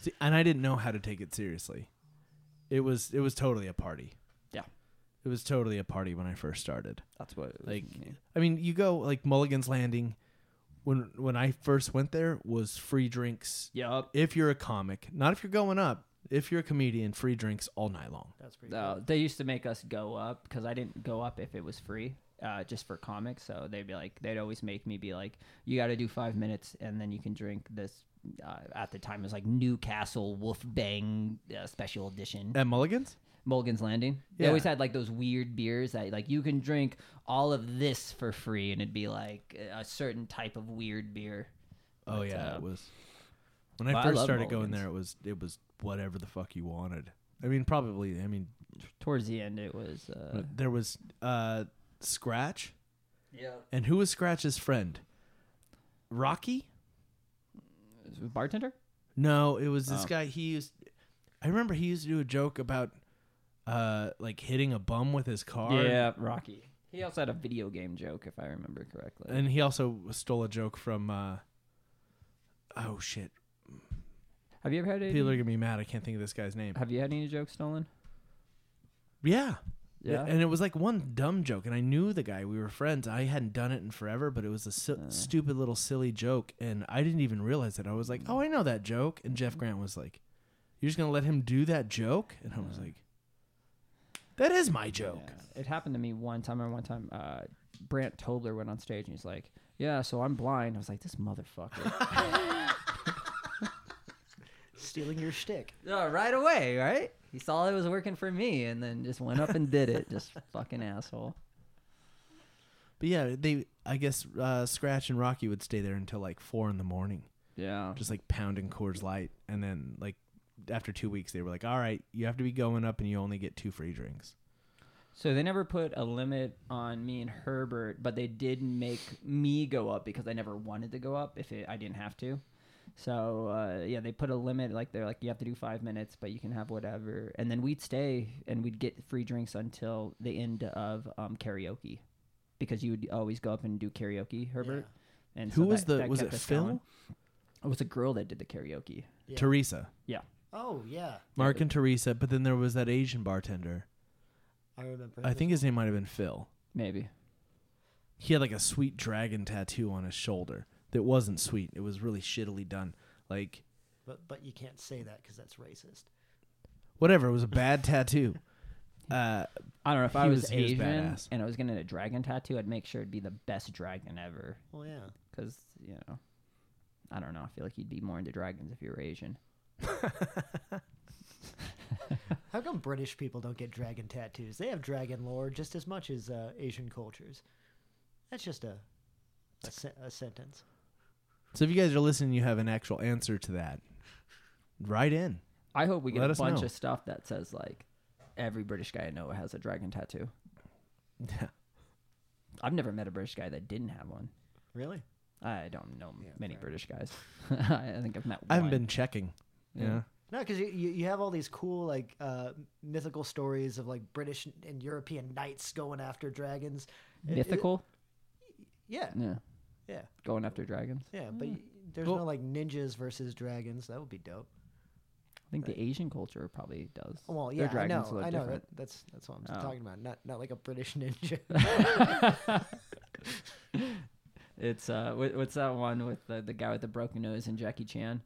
S1: See, and I didn't know how to take it seriously. It was it was totally a party.
S2: Yeah.
S1: It was totally a party when I first started.
S2: That's what it was
S1: Like,
S2: for me.
S1: I mean, you go like Mulligan's Landing. When when I first went there, was free drinks.
S2: Yup.
S1: If you're a comic, not if you're going up. If you're a comedian, free drinks all night long.
S3: That's pretty.
S2: Uh,
S3: cool.
S2: they used to make us go up because I didn't go up if it was free, uh, just for comics. So they'd be like, they'd always make me be like, you got to do five minutes and then you can drink this. Uh, at the time, it was like Newcastle Wolf Bang uh, Special Edition,
S1: At Mulligan's,
S2: Mulligan's Landing. They
S1: Yeah.
S2: always had like those weird beers that like you can drink all of this for free, and it'd be like a certain type of weird beer.
S1: oh
S2: But,
S1: yeah,
S2: uh,
S1: it was. When
S2: well,
S1: I
S2: I
S1: first
S2: love
S1: started going
S2: Mulligan's.
S1: there, it was it was whatever the fuck you wanted. I mean, probably. I mean,
S2: towards the end, it was uh,
S1: there was uh, Scratch.
S2: yeah,
S1: And who was Scratch's friend? Rocky?
S2: bartender.
S1: No, it was this
S2: Oh.
S1: guy. He used. I remember he used to do a joke about, uh, like hitting a bum with his car.
S2: Yeah, Rocky. He also had a video game joke, if I remember correctly.
S1: And he also stole a joke from. Uh, oh shit!
S2: Have you ever had
S1: People are
S2: any?
S1: gonna be mad. I can't think of this guy's name.
S2: Have you had any jokes stolen?
S1: Yeah.
S2: Yeah.
S1: And it was like one dumb joke, and I knew the guy. We were friends. I hadn't done it in forever, but it was a si-
S2: Uh.
S1: stupid little silly joke, and I didn't even realize it. I was like, "Oh, I know that joke," and Jeff Grant was like, "You're just gonna let him do that joke?" And I was like, "That is my joke."
S2: Yeah. It happened to me one time. Or one time, uh, Brant Tobler went on stage and he's like, "Yeah, so I'm blind." I was like, "This motherfucker!"
S3: Stealing your shtick.
S2: oh, right away, right? He saw it was working for me, and then just went up and did it. Just fucking asshole.
S1: But yeah, they. I guess uh, Scratch and Rocky would stay there until like four in the morning,
S2: Yeah.
S1: just like pounding Coors Light, and then like after two weeks, they were like, "All right, you have to be going up, and you only get two free drinks."
S2: So they never put a limit on me and Herbert, but they did make me go up because I never wanted to go up if it, I didn't have to. So uh, yeah, they put a limit like they're like you have to do five minutes, but you can have whatever. And then we'd stay and we'd get free drinks until the end of um, karaoke, because you would always go up and do karaoke, Herbert. And
S1: Who
S2: so
S1: was
S2: that-
S1: the?
S2: that
S1: was
S2: kept
S1: it
S2: us
S1: Phil?
S2: going. It was a girl that did the karaoke.
S3: Yeah.
S1: Teresa.
S3: Oh yeah,
S1: Mark and Teresa, but then there was that Asian bartender.
S3: I remember.
S1: I
S3: him
S1: think
S3: as
S1: his name might have been Phil.
S2: Maybe
S1: He had like a sweet dragon tattoo on his shoulder that wasn't sweet. It was really shittily done. Like
S3: well, but but you can't say that because that's racist.
S1: whatever, it was a bad tattoo. Uh,
S2: I don't know if I
S1: He
S2: was,
S1: was- he was
S2: Asian
S1: badass.
S2: and I was gonna get a dragon tattoo, I'd make sure it'd be the best dragon ever.
S3: Well, yeah.
S2: Because you know, I don't know. I feel like you'd be more into dragons if you were Asian.
S3: How come British people don't get dragon tattoos? They have dragon lore just as much as uh, Asian cultures. That's just a a, sen- a sentence.
S1: so if you guys are listening, you have an actual answer to that. Write in.
S2: I hope we get
S1: Let
S2: a
S1: us
S2: bunch
S1: know.
S2: of stuff that says like every British guy I know has a dragon tattoo.
S1: Yeah.
S2: I've never met a British guy that didn't have one.
S3: Really?
S2: I don't know
S3: Yeah,
S2: many
S3: fair.
S2: British guys. I I think I've met.
S1: I haven't
S2: one.
S1: been checking. Yeah.
S2: Yeah.
S3: No, because you, you you have all these cool like uh, mythical stories of like British and European knights going after dragons. It- it-
S2: mythical.
S3: yeah,
S2: yeah,
S3: yeah,
S2: going after dragons.
S3: yeah. But y there's
S1: Well-
S3: no like ninjas versus dragons. That would be dope. Oh,
S2: I think the Asian culture probably does.
S3: Well,
S2: Their
S3: yeah, I
S2: dragons
S3: know,
S2: look
S3: I know. That,
S2: different.
S3: that's that's what I'm
S2: Oh.
S3: talking about. Not not like a British ninja.
S2: It's uh, wha- what's that one with the, the guy with the broken nose and Jackie Chan?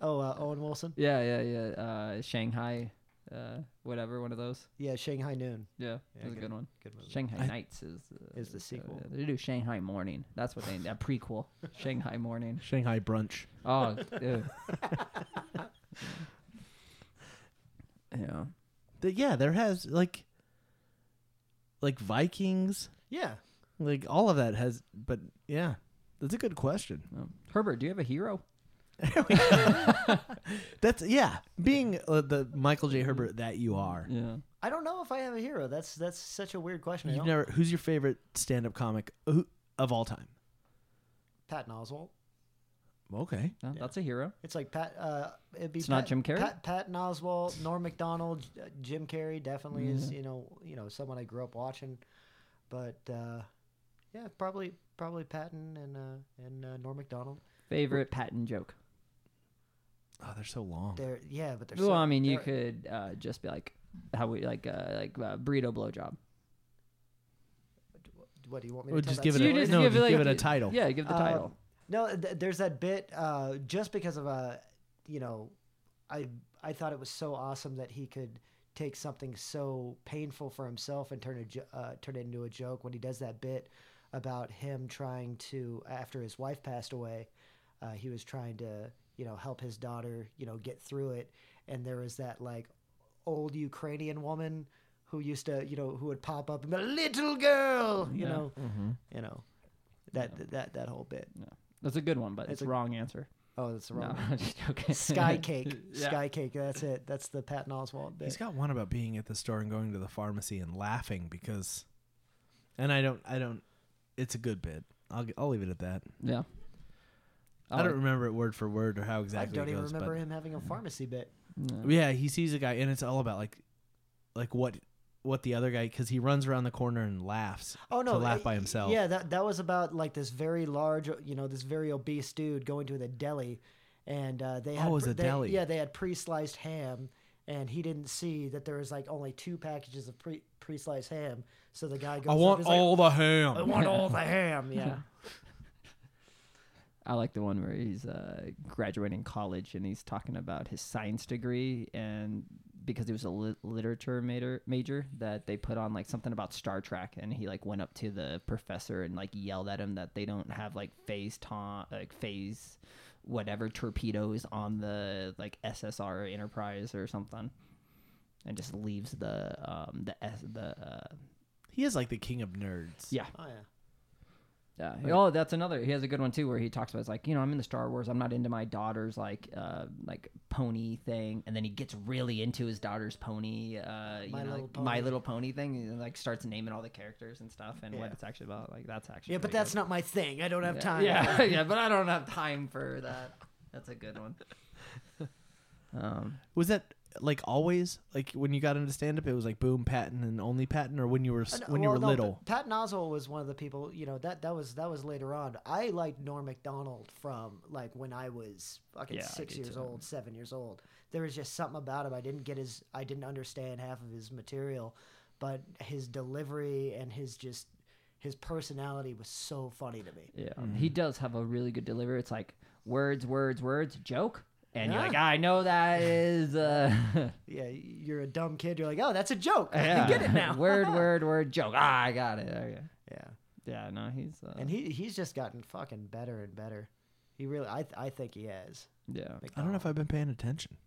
S3: oh, uh, Owen Wilson.
S2: Yeah, yeah, yeah. Uh, Shanghai, uh, whatever, one of those.
S3: Yeah, Shanghai Noon.
S2: Yeah,
S3: Yeah,
S2: that's a good one.
S3: Good movie.
S2: Shanghai
S1: I-
S2: Nights is uh,
S3: Is the
S2: uh,
S3: sequel.
S2: they do Shanghai Morning. That's what they a prequel. Shanghai Morning.
S1: Shanghai brunch.
S2: Oh, dude. yeah.
S1: Th- yeah, there has like, like Vikings,
S3: yeah.
S1: like all of that has. But yeah, that's a good question.
S2: Um, Herbert, do you have a hero?
S1: That's yeah, being uh, the Michael J. Herbert that you are.
S2: Yeah.
S3: I don't know if I have a hero. That's that's such a weird question. I
S1: You've
S3: don't-
S1: never. Who's your favorite stand-up comic uh, who, of all time?
S3: Patton Oswalt.
S1: Okay,
S2: No,
S3: Yeah.
S2: That's a hero.
S3: It's like Pat. Uh, it'd be
S2: It's not
S3: Pat-
S2: Jim Carrey?
S3: Pat, Patton Oswalt, Norm Macdonald, J- uh, Jim Carrey definitely is.
S2: Mm-hmm.
S3: You know, you know, someone I grew up watching. But uh, yeah, probably probably Patton and uh, and uh, Norm Macdonald.
S2: Favorite patent joke.
S1: oh, they're so long.
S3: They're yeah, but they're.
S2: Well,
S3: so,
S2: I mean, you
S3: they're-
S2: could uh, just be like, how we like uh, like uh, burrito blowjob.
S3: What do you want me to
S1: Or
S3: tell
S1: just
S3: that
S1: give it
S2: So
S1: a
S2: you just
S1: no,
S2: give it,
S1: just give
S2: like,
S1: it a
S2: the-
S1: title.
S2: Yeah, give the
S3: Uh,
S2: title.
S3: No, th- there's that bit uh, just because of uh, you know, I I thought it was so awesome that he could take something so painful for himself and turn a jo- uh, turn it into a joke when he does that bit about him trying to after his wife passed away, uh, he was trying to you know help his daughter you know get through it, and there was that like old Ukrainian woman who used to you know who would pop up and be little girl you
S2: Yeah.
S3: know
S1: Mhm.
S3: you know that that that whole bit.
S2: That's a good one, but
S3: It's
S2: it's
S3: a-
S2: wrong answer.
S3: Oh, that's the
S2: No,
S3: wrong. one.
S2: I'm just joking.
S3: Sky Cake.
S2: Yeah.
S3: Sky Cake. That's it. That's the Patton Oswald bit.
S1: He's got one about being at the store and going to the pharmacy and laughing because, and I don't, I don't. It's a good bit. I'll I'll leave it at that.
S2: Yeah. Oh,
S1: I don't remember it word for word or how exactly.
S3: Oh. I don't
S1: it
S3: even
S1: goes,
S3: remember
S1: but,
S3: him having a pharmacy bit.
S2: remember.
S1: Yeah, he sees a guy, and it's all about like, like what, what the other guy because he runs around the corner and laughs.
S3: Oh no,
S1: to laugh
S3: uh,
S1: by himself.
S3: Yeah, that that was about like this very large, you know, this very obese dude going to the deli, and uh, they had
S1: Oh, it was
S3: pre-
S1: a
S3: they-
S1: deli.
S3: Yeah, they had pre-sliced ham, and he didn't see that there was like only two packages of pre pre-sliced ham. So the guy goes,
S1: I
S3: up,
S1: want
S3: he's like,
S1: all the ham.
S3: I want all the ham. Yeah.
S2: I like the one where he's uh, graduating college and he's talking about his science degree and because he was a lit- literature major, major that they put on like something about Star Trek and he like went up to the professor and like yelled at him that they don't have like phase ta- like phase whatever torpedoes on the like SSR Enterprise or something and just leaves the um the S- the uh,
S1: He is like the king of nerds.
S2: Yeah.
S3: Oh yeah.
S2: Yeah. Oh, that's another. He has a good one too, where he talks about it's like you know I'm into Star Wars. I'm not into my daughter's like uh like pony thing, and then he gets really into his daughter's pony. Uh, you
S3: My
S2: know,
S3: Little
S2: like, my
S3: Pony.
S2: little pony thing, and like starts naming all the characters and stuff and
S3: Yeah.
S2: what it's actually about. Like that's actually
S3: Yeah, but
S2: pretty
S3: that's
S2: good.
S3: not my thing. I don't have time.
S2: Yeah, yeah, but I don't have time for that. That's a good one. Um,
S1: Was that like always? Like when you got into stand up, it was like boom, Patton, and only Patton, or when you were s-
S3: Uh, no,
S1: when you
S3: well,
S1: were
S3: no,
S1: little.
S3: P- Patton Oswalt was one of the people. You know that that was that was later on. I liked Norm Macdonald from like when I was fucking
S2: Yeah, I
S3: six
S2: did
S3: years
S2: too.
S3: old, seven years old. There was just something about him. I didn't get his. I didn't understand half of his material, but his delivery and his just his personality was so funny to me.
S2: Yeah, he does have a really good delivery. It's like words, words, words, joke, and you're
S3: Yeah.
S2: like, I know that is. Uh,
S3: Yeah, you, you're a dumb kid. You're like, oh, that's a joke.
S2: Yeah.
S3: I get it now.
S2: word, word, word, joke. Ah, I got it. Okay.
S3: Yeah.
S2: Yeah, no, he's uh,
S3: And he he's just gotten fucking better and better. He really, I I think he has.
S2: yeah.
S1: I don't know if I've been paying attention.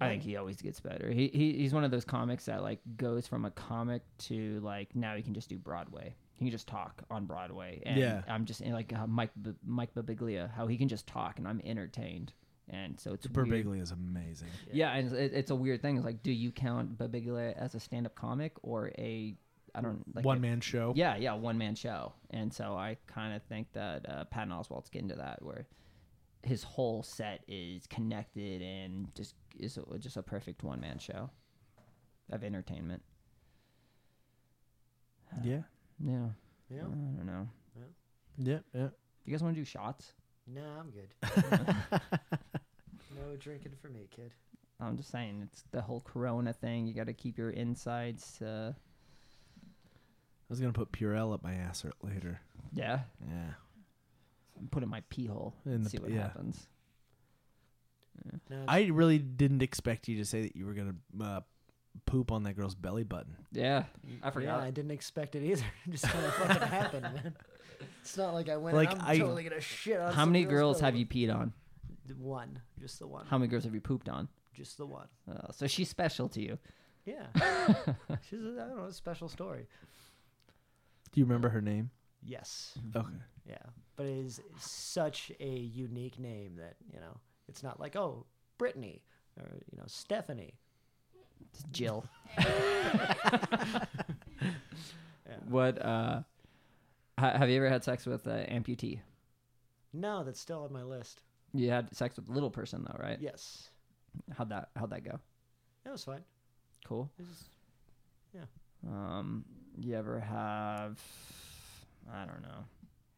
S2: I think he always gets better. He, he he's one of those comics that like goes from a comic to like now he can just do Broadway. He can just talk on Broadway. And
S1: Yeah.
S2: I'm just like uh, Mike B- Mike Birbiglia, how he can just talk and I'm entertained. And so it's weird.
S1: Birbiglia is amazing.
S2: Yeah, and it's, it- it's a weird thing. It's like, do you count Birbiglia as a stand-up comic or a I don't like
S1: One man show.
S2: Yeah, yeah, one man show. And so I kind of think that uh, Patton Oswalt's getting to that where his whole set is connected and just is a- just a perfect one man show of entertainment.
S1: Yeah.
S2: Yeah,
S3: Yeah.
S2: I don't know.
S1: Yeah. Yeah.
S2: You guys want to do shots?
S3: No, I'm good. no drinking for me, kid.
S2: I'm just saying it's the whole Corona thing. You got to keep your insides. Uh,
S1: I was gonna put Purell up my ass or- later.
S2: yeah,
S1: Yeah.
S2: put in my pee hole
S1: In
S2: and
S1: the
S2: see
S1: p-
S2: what
S1: yeah.
S2: happens.
S3: No,
S1: I really didn't expect you to say that you were gonna uh, poop on that girl's belly button.
S2: Yeah, I
S3: Yeah,
S2: forgot.
S3: I didn't expect it either. It just kind of fucking happened, man. It's not like I went.
S1: Like,
S3: and I'm
S1: I-
S3: totally gonna shit on.
S2: How
S3: some
S2: many girls
S3: belly.
S2: have you peed on?
S3: One, just the one,
S2: How many girls have you pooped on?
S3: just the one.
S2: Uh, so she's special to you.
S3: Yeah, she's a, I don't know, a special story.
S1: Do you remember her name?
S3: Yes,
S1: Okay.
S3: yeah, but it is such a unique name that you know it's not like oh Brittany or you know Stephanie.
S2: It's Jill.
S3: Yeah.
S2: What uh ha- have you ever had sex with an amputee?
S3: No, that's still on my list.
S2: You had sex with a little person though, right?
S3: Yes,
S2: How'd that how'd that go?
S3: that was fine.
S2: Cool.
S3: It was-
S2: Um you ever have I don't know.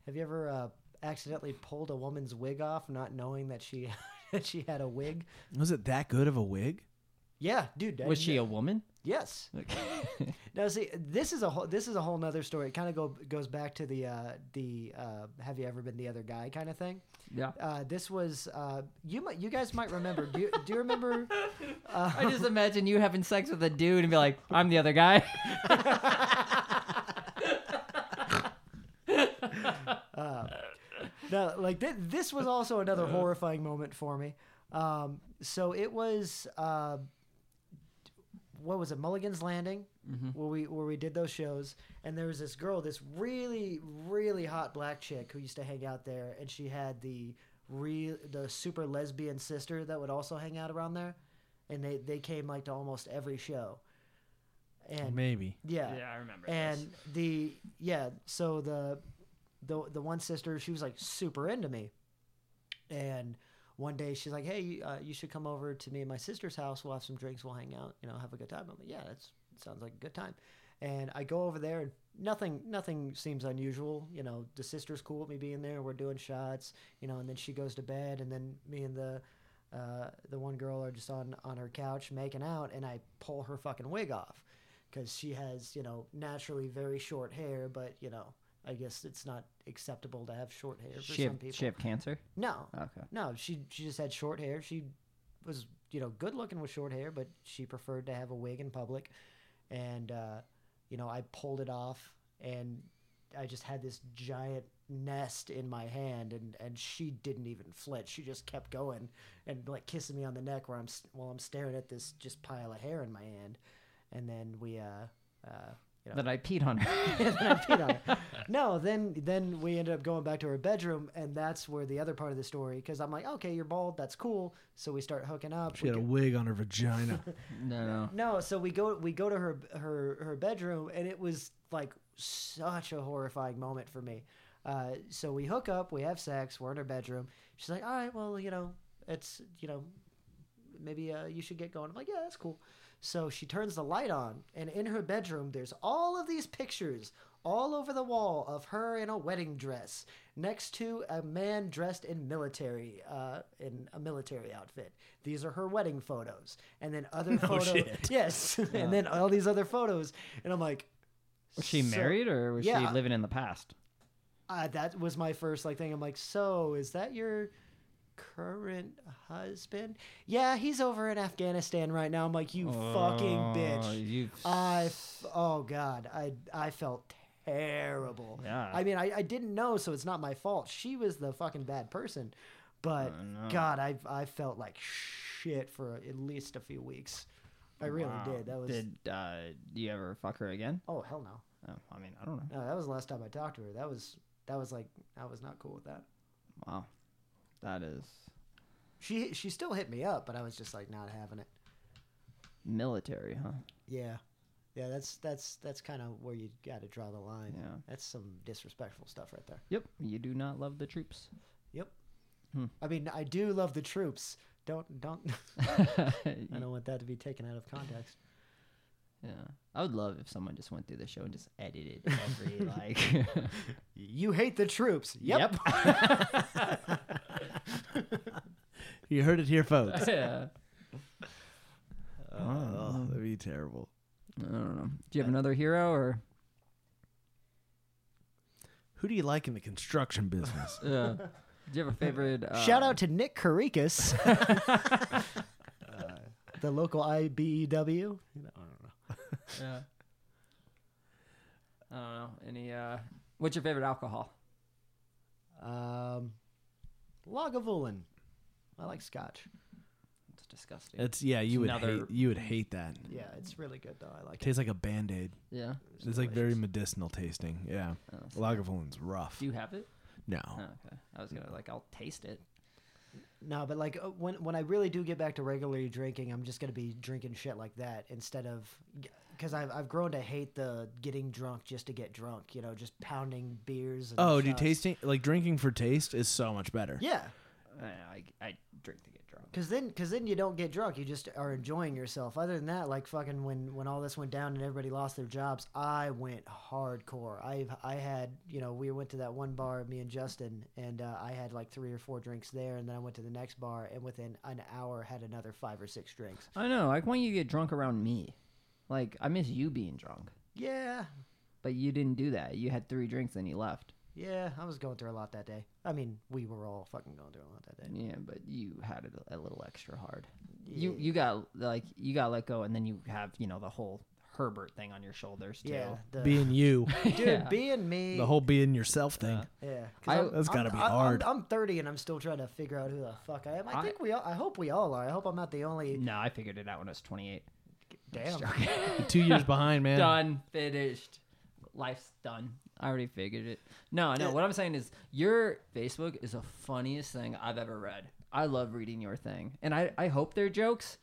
S3: Have you ever uh, accidentally pulled a woman's wig off, not knowing that she that she had a wig?
S1: Was it that good of a wig?
S3: Yeah, dude. I
S2: Was she
S3: kn-
S2: a woman?
S3: Yes. Now, see, this is a whole this is a whole nother story. It kind of go goes back to the uh, the uh, have you ever been the other guy kind of thing.
S2: yeah.
S3: Uh, this was uh, you might you guys might remember. Do you, do you remember?
S2: I just imagine you having sex with a dude and be like, I'm the other guy.
S3: Uh, No, like th- this was also another horrifying moment for me. Um, so it was uh, what was it? Mulligan's Landing, where we where we did those shows, and there was this girl, this really really hot black chick who used to hang out there, and she had the real the super lesbian sister that would also hang out around there, and they they came like to almost every show, and
S1: Maybe.
S2: I remember.
S3: and the yeah so the the the one sister she was like super into me and one day she's like hey you, uh, you should come over to me and my sister's house we'll have some drinks we'll hang out you know have a good time i'm like yeah that's sounds like a good time and i go over there and nothing nothing seems unusual you know the sister's cool with me being there we're doing shots you know and then she goes to bed and then me and the uh, the one girl are just on on her couch making out and i pull her fucking wig off because she has you know naturally very short hair but you know i guess it's not acceptable to have short hair for
S2: she
S3: some
S2: have,
S3: people
S2: she have cancer?
S3: no
S2: Okay.
S3: no she she just had short hair she was you know good looking with short hair but she preferred to have a wig in public and uh, you know i pulled it off and i just had this giant nest in my hand and and she didn't even flinch she just kept going and like kissing me on the neck where i'm s- while i'm staring at this just pile of hair in my hand and then we uh uh you know,
S2: That I peed on her.
S3: and I peed on her. No, then then we ended up going back to her bedroom, and that's where the other part of the story. Because I'm like, okay, you're bald, that's cool. So we start hooking up.
S1: She
S3: We
S1: had a
S3: go-
S1: wig on her vagina.
S2: no, no.
S3: no, so we go we go to her her her bedroom, and it was like such a horrifying moment for me. Uh, so we hook up, we have sex, we're in her bedroom. She's like, all right, well, you know, it's you know, maybe uh, you should get going. I'm like, yeah, that's cool. So she turns the light on, and in her bedroom, there's all of these pictures all over the wall of her in a wedding dress next to a man dressed in military uh, in a military outfit. These are her wedding photos, and then other
S2: Oh,
S3: photos.
S1: shit.
S3: Yes, and then all these other photos, and I'm like,
S2: Was she
S3: so-
S2: married or was
S3: Yeah,
S2: she
S3: I-
S2: living in the past?
S3: uh, that was my first like thing. I'm like, so is that your current husband. Yeah, he's over in Afghanistan right now. I'm like, you fucking bitch.
S2: Oh, You
S3: I f- oh god, I I felt terrible.
S2: Yeah.
S3: I mean, I, I didn't know, so it's not my fault. She was the fucking bad person, but
S2: I know.
S3: God, I I felt like shit for at least a few weeks. I really
S2: Wow.
S3: did. That was
S2: Did uh, you ever fuck her again?
S3: oh hell no.
S2: Oh, I mean, I don't know.
S3: No, that was the last time I talked to her. That was that was like I was not cool with that.
S2: Wow, that is
S3: She she still hit me up, but I was just like not having it.
S2: military, huh?
S3: Yeah. Yeah, that's that's that's kind of where you got to draw the line.
S2: Yeah.
S3: That's some disrespectful stuff right there.
S2: Yep. You do not love the troops.
S3: Yep.
S2: Hmm.
S3: I mean, I do love the troops. Don't don't. I
S2: yeah.
S3: don't want that to be taken out of context.
S2: I would love if someone just went through the show and just edited every like.
S3: You hate the troops. Yep.
S1: You heard it here, folks.
S2: yeah.
S1: oh, that'd be terrible.
S2: I don't know. Do you have another hero or?
S1: Who do you like in the construction business?
S2: Yeah. Do you have a favorite? Uh,
S3: Shout out to Nick Karikas, Uh, the local E IBEW.
S2: Yeah. I don't know. Any? Uh, what's your favorite alcohol?
S3: Um, Lagavulin. I like Scotch.
S2: It's disgusting.
S1: It's yeah, you would
S2: Another-
S1: hate, you would hate that.
S3: Yeah, it's really good though. I like it.
S1: tastes like a band aid.
S2: yeah.
S1: It's, like very medicinal tasting. Yeah,
S2: Oh, so-
S1: Lagavulin's rough.
S2: Do you have it?
S1: no,
S2: Oh, okay. I was gonna like I'll taste it.
S3: No, but like uh, when when I really do get back to regularly drinking, I'm just gonna be drinking shit like that instead of because I've I've grown to hate the getting drunk just to get drunk. You know, just pounding beers. And
S1: oh, dude,
S3: shots.
S1: tasting like drinking for taste is so much better.
S3: Yeah,
S2: I, I, I drink to get drunk.
S3: because then because then you don't get drunk. You just are enjoying yourself. Other than that, like fucking when when all this went down and everybody lost their jobs, I went hardcore. I I had you know we went to that one bar, me and Justin, and uh, I had like three or four drinks there, and then I went to the next bar, and within an hour had another five or six drinks.
S2: I know. I want you to get drunk around me. Like I miss you being drunk,
S3: Yeah,
S2: but you didn't do that. You had three drinks and you left.
S3: Yeah, I was going through a lot that day. I mean, we were all fucking going through a lot that day.
S2: Yeah, but you had it a little extra hard. You you got like you got let go, and then you have you know the whole Herbert thing on your shoulders too.
S3: Yeah, the,
S1: Being you,
S3: dude,
S2: Yeah.
S3: being me.
S1: the whole being yourself thing.
S2: Uh,
S3: yeah, 'cause
S2: I-
S3: I'm-
S1: That's gotta
S3: I'm-
S1: be
S3: I'm-
S1: hard.
S3: I'm, I'm 30 and I'm still trying to figure out who the fuck I am. I,
S2: I-
S3: think we all. I hope we all are. I hope I'm not the only.
S1: Mm.
S2: No, I figured it out when I was 28.
S3: Damn.
S1: Two years behind, man.
S2: done, finished. Life's done. I already figured it. No, no. What I'm saying is, your Facebook is the funniest thing I've ever read. I love reading your thing, and I, I hope they're jokes.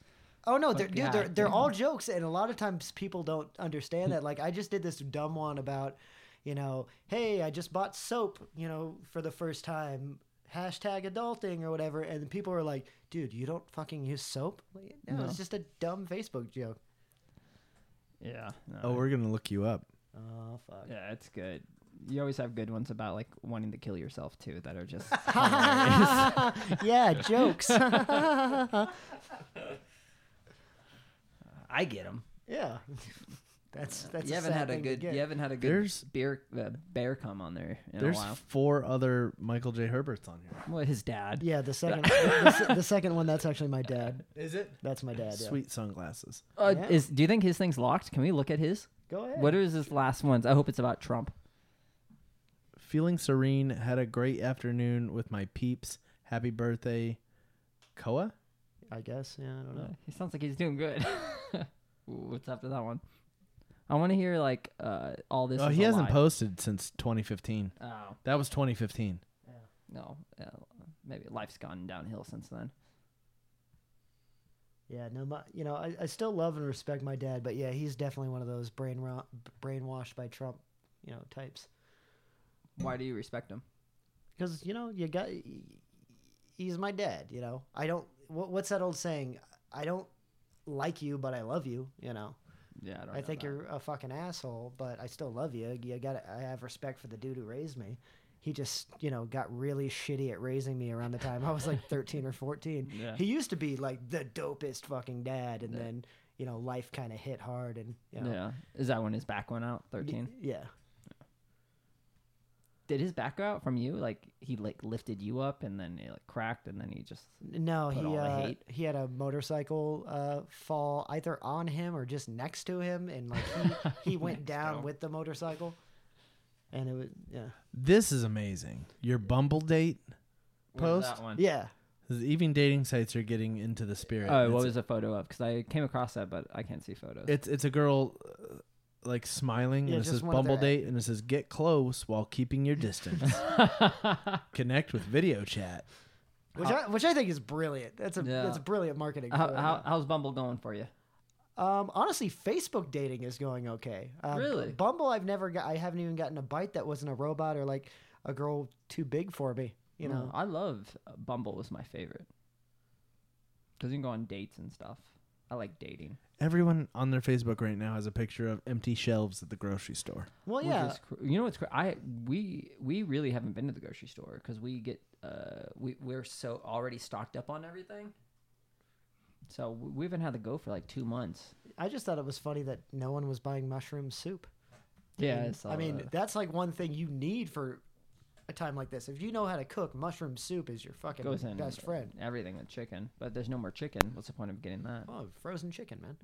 S3: Oh no, they're,
S2: But
S3: dude, they're they're
S2: goddamn.
S3: all jokes, and a lot of times people don't understand that. Like I just did this dumb one about, you know, hey, I just bought soap, you know, for the first time. Hashtag adulting or whatever, and people are like, "Dude, you don't fucking use soap." Like, no,
S2: No.
S3: it's just a dumb Facebook joke.
S2: Yeah. no,
S1: Oh, we're gonna look you up.
S3: Oh fuck.
S2: yeah, it's good. You always have good ones about like wanting to kill yourself too that are just.
S3: yeah, jokes. yeah,
S2: I get them.
S3: that's that's.
S2: you haven't
S3: sad
S2: had a
S3: thing to
S2: good.
S3: get.
S2: You haven't had a good
S1: There's-
S2: beer uh, bear come on there in
S1: There's
S2: a while.
S1: four other Michael J. Herberts on here.
S2: What his dad?
S3: Yeah, the second, the, the second one. That's actually my dad.
S1: Is it?
S3: That's my dad. Yeah.
S1: Sweet sunglasses.
S2: Uh,
S3: Yeah.
S2: Is do you think his thing's locked? Can we look at his?
S3: Go ahead.
S2: What is his last ones? I hope it's about Trump.
S1: Feeling serene. Had a great afternoon with my peeps. Happy birthday, Koa.
S3: I guess. Yeah, I don't know.
S2: Uh, He sounds like he's doing good. Ooh, What's after that one? I want to hear like uh, all this.
S1: Oh,
S2: is
S1: he
S2: a
S1: hasn't
S2: lie.
S1: posted since 2015.
S2: Oh
S1: That was 2015.
S2: no, uh, maybe life's gone downhill since then.
S3: Yeah, no, my, you know, I, I still love and respect my dad, but yeah, he's definitely one of those brain ro- brainwashed by Trump, you know, types.
S2: Why do you respect him?
S3: Because you know, you got, he's my dad. You know, I don't. What, what's that old saying? I don't like you, but I love you. You know,
S2: Yeah, I don't.
S3: I,
S2: know
S3: think
S2: that.
S3: you're a fucking asshole, but I still love you. You got, to I have respect for the dude who raised me. He just, you know, got really shitty at raising me around the time I was like 13 or 14.
S2: Yeah.
S3: He used to be like the dopest fucking dad, and then you know life kind of hit hard, and you know,
S2: Yeah. Is that when his back went out?
S3: y-
S2: Thirteen.
S3: yeah.
S2: did his back go out from you? Like he like lifted you up and then it like cracked and then he just
S3: No,
S2: Put
S3: he
S2: all the
S3: uh,
S2: hate.
S3: he had a motorcycle uh, fall either on him or just next to him, and like he, he went
S2: Next
S3: down
S2: to him.
S3: with the motorcycle. And it was yeah
S1: This is amazing. Your Bumble date,
S2: Where's
S1: Post?
S2: that one.
S3: yeah.
S1: even dating sites are getting into the spirit.
S2: Oh,
S1: It's-
S2: what was a photo of? Because I came across that, but I can't see photos.
S1: It's it's a girl uh, like smiling
S3: Yeah,
S1: and it says
S3: just one of
S1: Bumble
S3: their-
S1: date and it says get close while keeping your distance. Connect with video chat.
S3: Which I which I think is brilliant. That's a
S2: Yeah.
S3: that's brilliant marketing.
S2: how,
S3: for it.
S2: how, how's Bumble going for you?
S3: Um, honestly, Facebook dating is going okay. Um,
S2: Really?
S3: Bumble, I've never got. I haven't even gotten a bite that wasn't a robot or like a girl too big for me. You
S2: Mm,
S3: know.
S2: I love Bumble was my favorite because you can go on dates and stuff. I like dating.
S1: Everyone on their Facebook right now has a picture of empty shelves at the grocery store.
S3: Well,
S2: Which
S3: yeah.
S2: is cr- you know what's cr- I we we really haven't been to the grocery store because we get uh we we're so already stocked up on everything. So we we haven't had to go for like two months.
S3: I just thought it was funny that no one was buying mushroom soup.
S2: Yeah,
S3: And, I mean,
S2: uh,
S3: that's like one thing you need for a time like this. If you know how to cook, mushroom soup is your fucking
S2: goes in
S3: best friend.
S2: Everything with chicken, but there's no more chicken. What's the point of getting that?
S3: Oh, frozen chicken, man.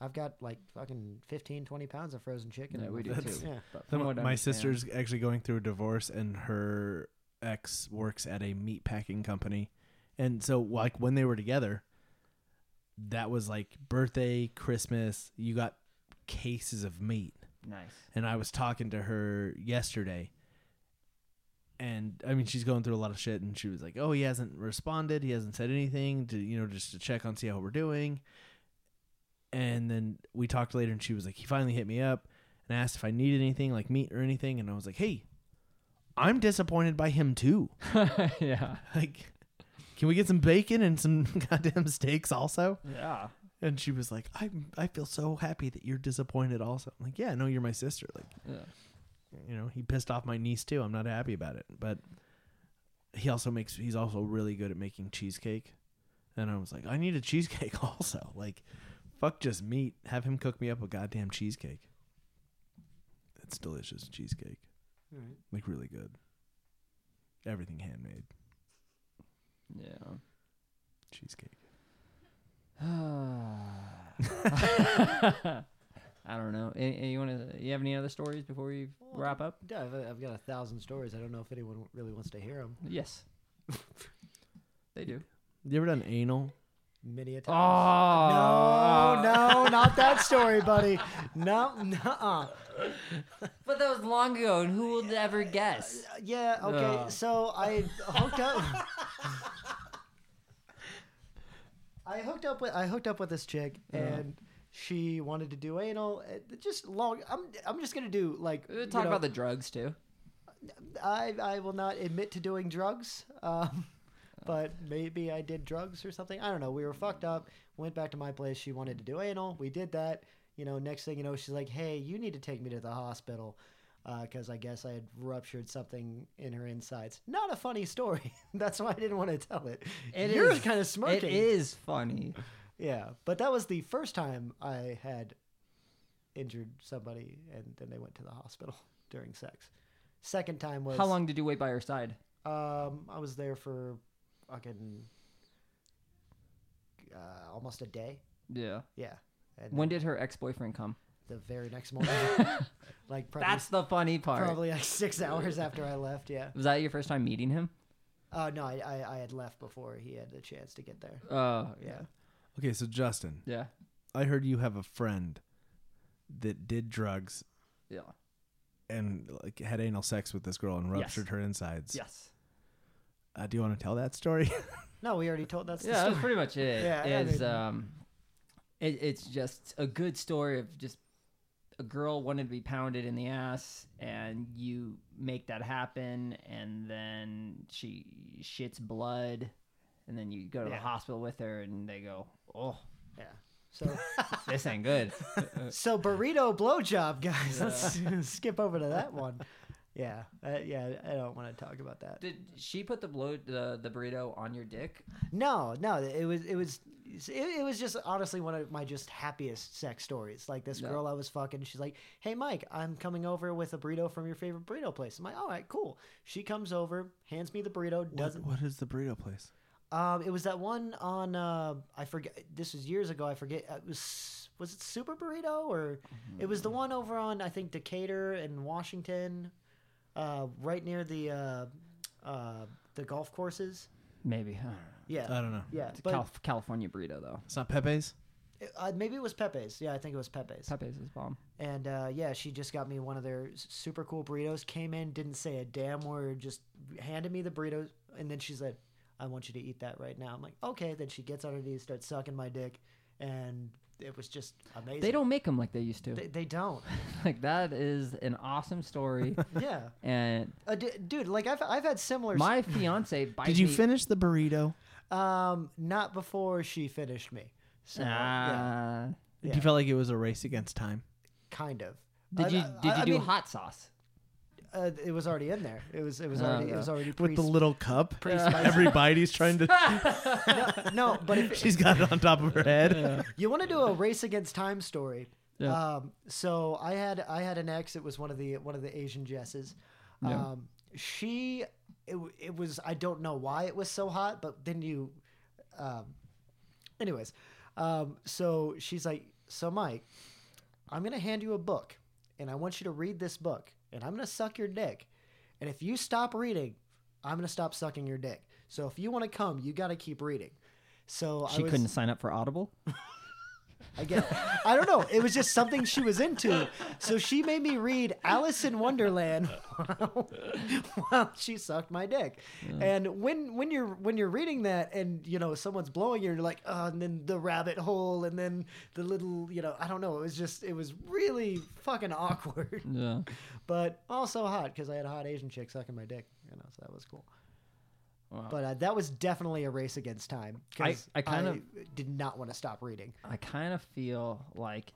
S3: I've got like fucking 15, 20 pounds of frozen chicken.
S2: Yeah,
S3: in
S2: we
S3: my
S2: do
S3: fridge.
S2: too.
S3: Yeah.
S2: But from
S1: My
S2: what I understand-
S1: sister's actually going through a divorce and her ex works at a meat packing company. And so like when they were together, that was like birthday, Christmas, you got cases of meat.
S2: nice.
S1: and I was talking to her yesterday. And I mean, she's going through a lot of shit, and she was like, "Oh, he hasn't responded. He hasn't said anything. To, you know, just to check on, see how we're doing." And then we talked later, and she was like, "He finally hit me up and asked if I needed anything, like meat or anything." And I was like, "Hey, I'm disappointed by him too.
S2: yeah,
S1: Like, can we get some bacon and some goddamn steaks also?"
S2: yeah.
S1: And she was like, "I I feel so happy that you're disappointed also." I'm like, "Yeah, no, you're my sister. Like."
S2: yeah.
S1: you know, he pissed off my niece too. I'm not happy about it. But he also makes he's also really good at making cheesecake. And I was like, I need a cheesecake also. Like, fuck just meat. Have him cook me up a goddamn cheesecake. It's delicious cheesecake.
S3: All right.
S1: Like really good. Everything handmade.
S2: Yeah.
S1: Cheesecake.
S2: I don't know. Any, any- you want to? You have any other stories before we wrap up?
S3: Yeah, I've, I've got a thousand stories. I don't know if anyone really wants to hear them.
S2: Yes. they do.
S1: You ever done anal?
S3: Many a
S2: Oh
S3: time. No, no, not that story, buddy. No, nuh-uh.
S2: But that was long ago, and who will ever guess?
S3: Yeah, okay.
S2: Yeah.
S3: So I hooked up. I hooked up with I hooked up with this chick,
S2: Uh-huh.
S3: and she wanted to do anal. uh, Just long. I'm I'm just gonna do like
S2: We'll
S3: you
S2: talk
S3: know,
S2: about the drugs too.
S3: I I will not admit to doing drugs. Um, but maybe I did drugs or something. I don't know. We were fucked up. Went back to my place. She wanted to do anal. We did that. You know, next thing you know, she's like, "Hey, you need to take me to the hospital." Because I guess I had ruptured something in her insides. Not a funny story. That's why I didn't want to tell it.
S2: It
S3: You're
S2: is-
S3: kind of smirking.
S2: It is funny.
S3: Yeah, but that was the first time I had injured somebody, and then they went to the hospital during sex. Second time was
S2: How long did you wait by her side?
S3: um, I was there for fucking uh, almost a day.
S2: Yeah.
S3: Yeah. And
S2: When did her ex-boyfriend come?
S3: the very next morning, like probably,
S2: That's the funny part.
S3: probably like six hours after I left. Yeah.
S2: Was that your first time meeting him?
S3: Oh no, I, I I had left before he had the chance to get there.
S2: Oh
S3: Yeah.
S1: Okay, so Justin,
S2: yeah,
S1: I heard you have a friend that did drugs
S2: yeah.
S1: and like had anal sex with this girl and
S2: Yes.
S1: ruptured her insides.
S2: Yes.
S1: Uh, do you want to tell that story?
S3: No, we already told that's the
S2: yeah,
S3: story.
S2: that's pretty much it.
S3: Yeah, I
S2: is
S3: mean-
S2: um, it, it's just a good story of just a girl wanted to be pounded in the ass, and you make that happen, and then she shits blood, and then you go to
S3: Yeah.
S2: the hospital with her, and they go, "Oh,
S3: Yeah. So
S2: this ain't good."
S3: so burrito blowjob guys. Let's skip over to that one. Yeah, uh, yeah. I don't want to talk about that.
S2: Did she put the blow the, the burrito on your dick?
S3: No, no, it was it was it, it was just honestly one of my just happiest sex stories. Like this
S2: Yeah.
S3: girl I was fucking, she's like, "Hey Mike, I'm coming over with a burrito from your favorite burrito place." I'm like, "All right, cool." She comes over, hands me the burrito,
S1: What,
S3: doesn't.
S1: what is the burrito place?
S3: Um, it was that one on uh, I forget. This was years ago. I forget. uh, It was was it Super Burrito or it was
S2: Mm-hmm.
S3: the one over on I think Decatur and Washington, uh, right near the uh, uh, the golf courses.
S2: Maybe. I don't know.
S3: Yeah,
S1: I don't know.
S3: yeah.
S2: Uh, It's a
S3: But
S2: Calif- California burrito though.
S1: It's not Pepe's.
S3: uh, maybe it was Pepe's. Yeah, I think it was Pepe's.
S2: Pepe's is bomb.
S3: And uh, yeah, she just got me one of their s- super cool burritos. Came in, didn't say a damn word, just handed me the burritos, and then she said, "I want you to eat that right now." I'm like, "Okay." Then she gets on her knees, starts sucking my dick, and it was just amazing.
S2: They don't make them like they used to.
S3: They, they don't.
S2: like that is an awesome story.
S3: yeah,
S2: and
S3: uh, d- dude. Like I've I've had similar. s-
S2: my fiance bites
S1: Did you
S2: me-
S1: finish the burrito?
S3: um, not before she finished me. So yeah,
S2: Ah.
S1: Did
S3: Yeah.
S1: You felt like it was a race against time.
S3: kind of.
S2: Did
S3: I-
S2: you
S3: I-
S2: did you
S3: I
S2: do
S3: mean,
S2: hot sauce?
S3: Uh, it was already in there. It was it was
S2: Oh,
S3: already it
S2: yeah.
S3: was already pre-
S1: With the little cup.
S3: spicy.
S1: Everybody's trying to.
S3: no, but if,
S1: She's got it on top of her head.
S3: You want to do a race against time story?
S2: Yeah.
S3: Um, so I had I had an ex. It was one of the one of the Asian Jesses.
S2: Yeah.
S3: Um, she it, w- it was I don't know why it was so hot, but then you, um, anyways, um, so she's like, so Mike, I'm gonna hand you a book, and I want you to read this book, and I'm gonna suck your dick, and if you stop reading, I'm gonna stop sucking your dick. So if you want to come, you gotta keep reading. So
S2: She
S3: I was,
S2: couldn't sign up for Audible.
S3: Again, I don't know. It was just something she was into. So she made me read Alice in Wonderland while, while she sucked my dick.
S2: Hmm.
S3: And when when you're when you're reading that and you know someone's blowing you, you're like, oh, and then the rabbit hole, and then the little, you know, I don't know. It was just it was really fucking awkward,
S2: Yeah.
S3: but also hot because I had a hot Asian chick sucking my dick. You know, so that was cool.
S2: Wow.
S3: But uh, that was definitely a race against time because
S2: I- I kind
S3: did not want to stop reading.
S2: I kind of feel like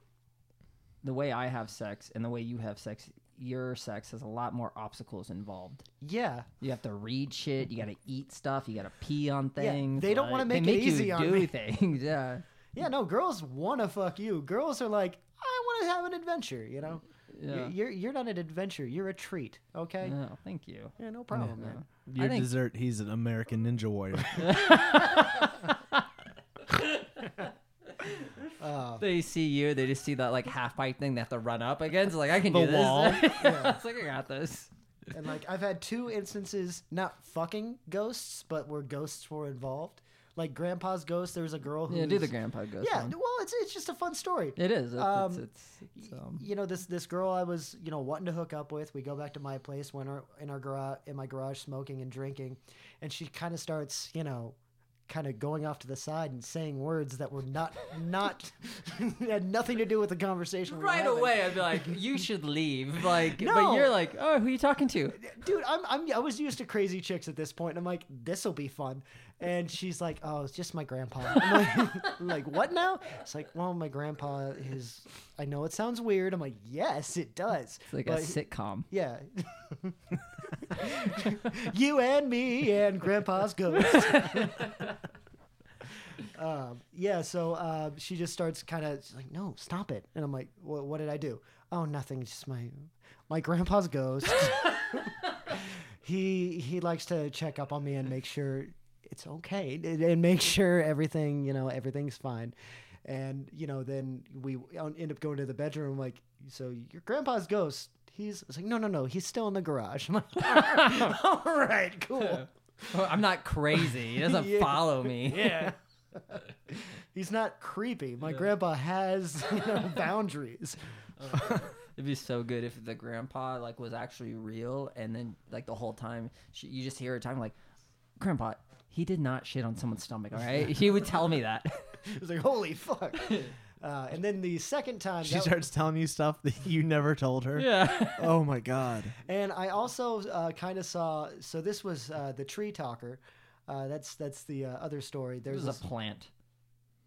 S2: the way I have sex and the way you have sex, your sex has a lot more obstacles involved.
S3: Yeah,
S2: You have to read shit. You got to eat stuff. You got to pee on things.
S3: they don't wanna
S2: like,
S3: make
S2: they
S3: it easy
S2: you
S3: on
S2: do
S3: me.
S2: things. Yeah,
S3: Yeah, no, girls want to fuck you. Girls are like, I want to have an adventure, you know?
S2: yeah.
S3: You're, you're you're not an adventure, you're a treat, okay? Yeah,
S2: No, thank you.
S3: no problem,
S2: Yeah.
S3: man.
S1: Your
S2: think-
S1: dessert. He's an American Ninja Warrior.
S3: Uh,
S2: They see you. They just see that like half pipe thing. They have to run up against. Like I can
S1: The
S2: do this.
S1: wall.
S2: yeah. It's like I got this.
S3: and like I've had two instances, not fucking ghosts, but where ghosts were involved. Like grandpa's ghost, there was a girl who
S2: Yeah, do the grandpa ghost.
S3: Yeah,
S2: one.
S3: well, it's it's just a fun story.
S2: it is. It's,
S3: Um,
S2: it's, it's, it's, um,
S3: you know this this girl I was you know wanting to hook up with. We go back to my place when our in our garage in my garage smoking and drinking, and she kind of starts you know, kind of going off to the side and saying words that were not not had nothing to do with the conversation. we were
S2: right
S3: having.
S2: away i'd be like you should leave like but
S3: No.
S2: you're like oh who are you talking to
S3: dude, I'm, I'm I was used to crazy chicks at this point, and I'm like, this will be fun. And she's like, oh, it's just my grandpa. I'm like, like, what now? It's like, well, my grandpa is. I know it sounds weird. I'm like, yes, it does.
S2: it's like a
S3: But-
S2: sitcom
S3: Yeah. you and me and Grandpa's ghost. um, yeah, so uh, she just starts kind of like, no, stop it. And I'm like, "Wha- what did I do? Oh, nothing. Just my my grandpa's ghost. he he likes to check up on me and make sure it's okay and, and make sure everything you know everything's fine. And you know, then we on- end up going to the bedroom. Like, so your grandpa's ghost. He's it's like, no, no, no. He's still in the garage. I'm like, all right, cool.
S2: Oh, i'm not crazy he doesn't
S3: Yeah.
S2: follow me
S3: Yeah. He's not creepy. My grandpa has you know, boundaries.
S2: it'd be so good if the grandpa like was actually real and then like the whole time she, you just hear her time like grandpa he did not shit on someone's stomach all right he would tell me that
S3: It was like, holy fuck. Uh, and then the second time,
S1: she
S3: that-
S1: starts telling you stuff that you never told her.
S2: yeah
S1: Oh my god.
S3: and I also uh, kind of saw. So this was uh, the tree talker. Uh, that's that's the uh, other story.
S2: it
S3: There's
S2: was a
S3: this,
S2: plant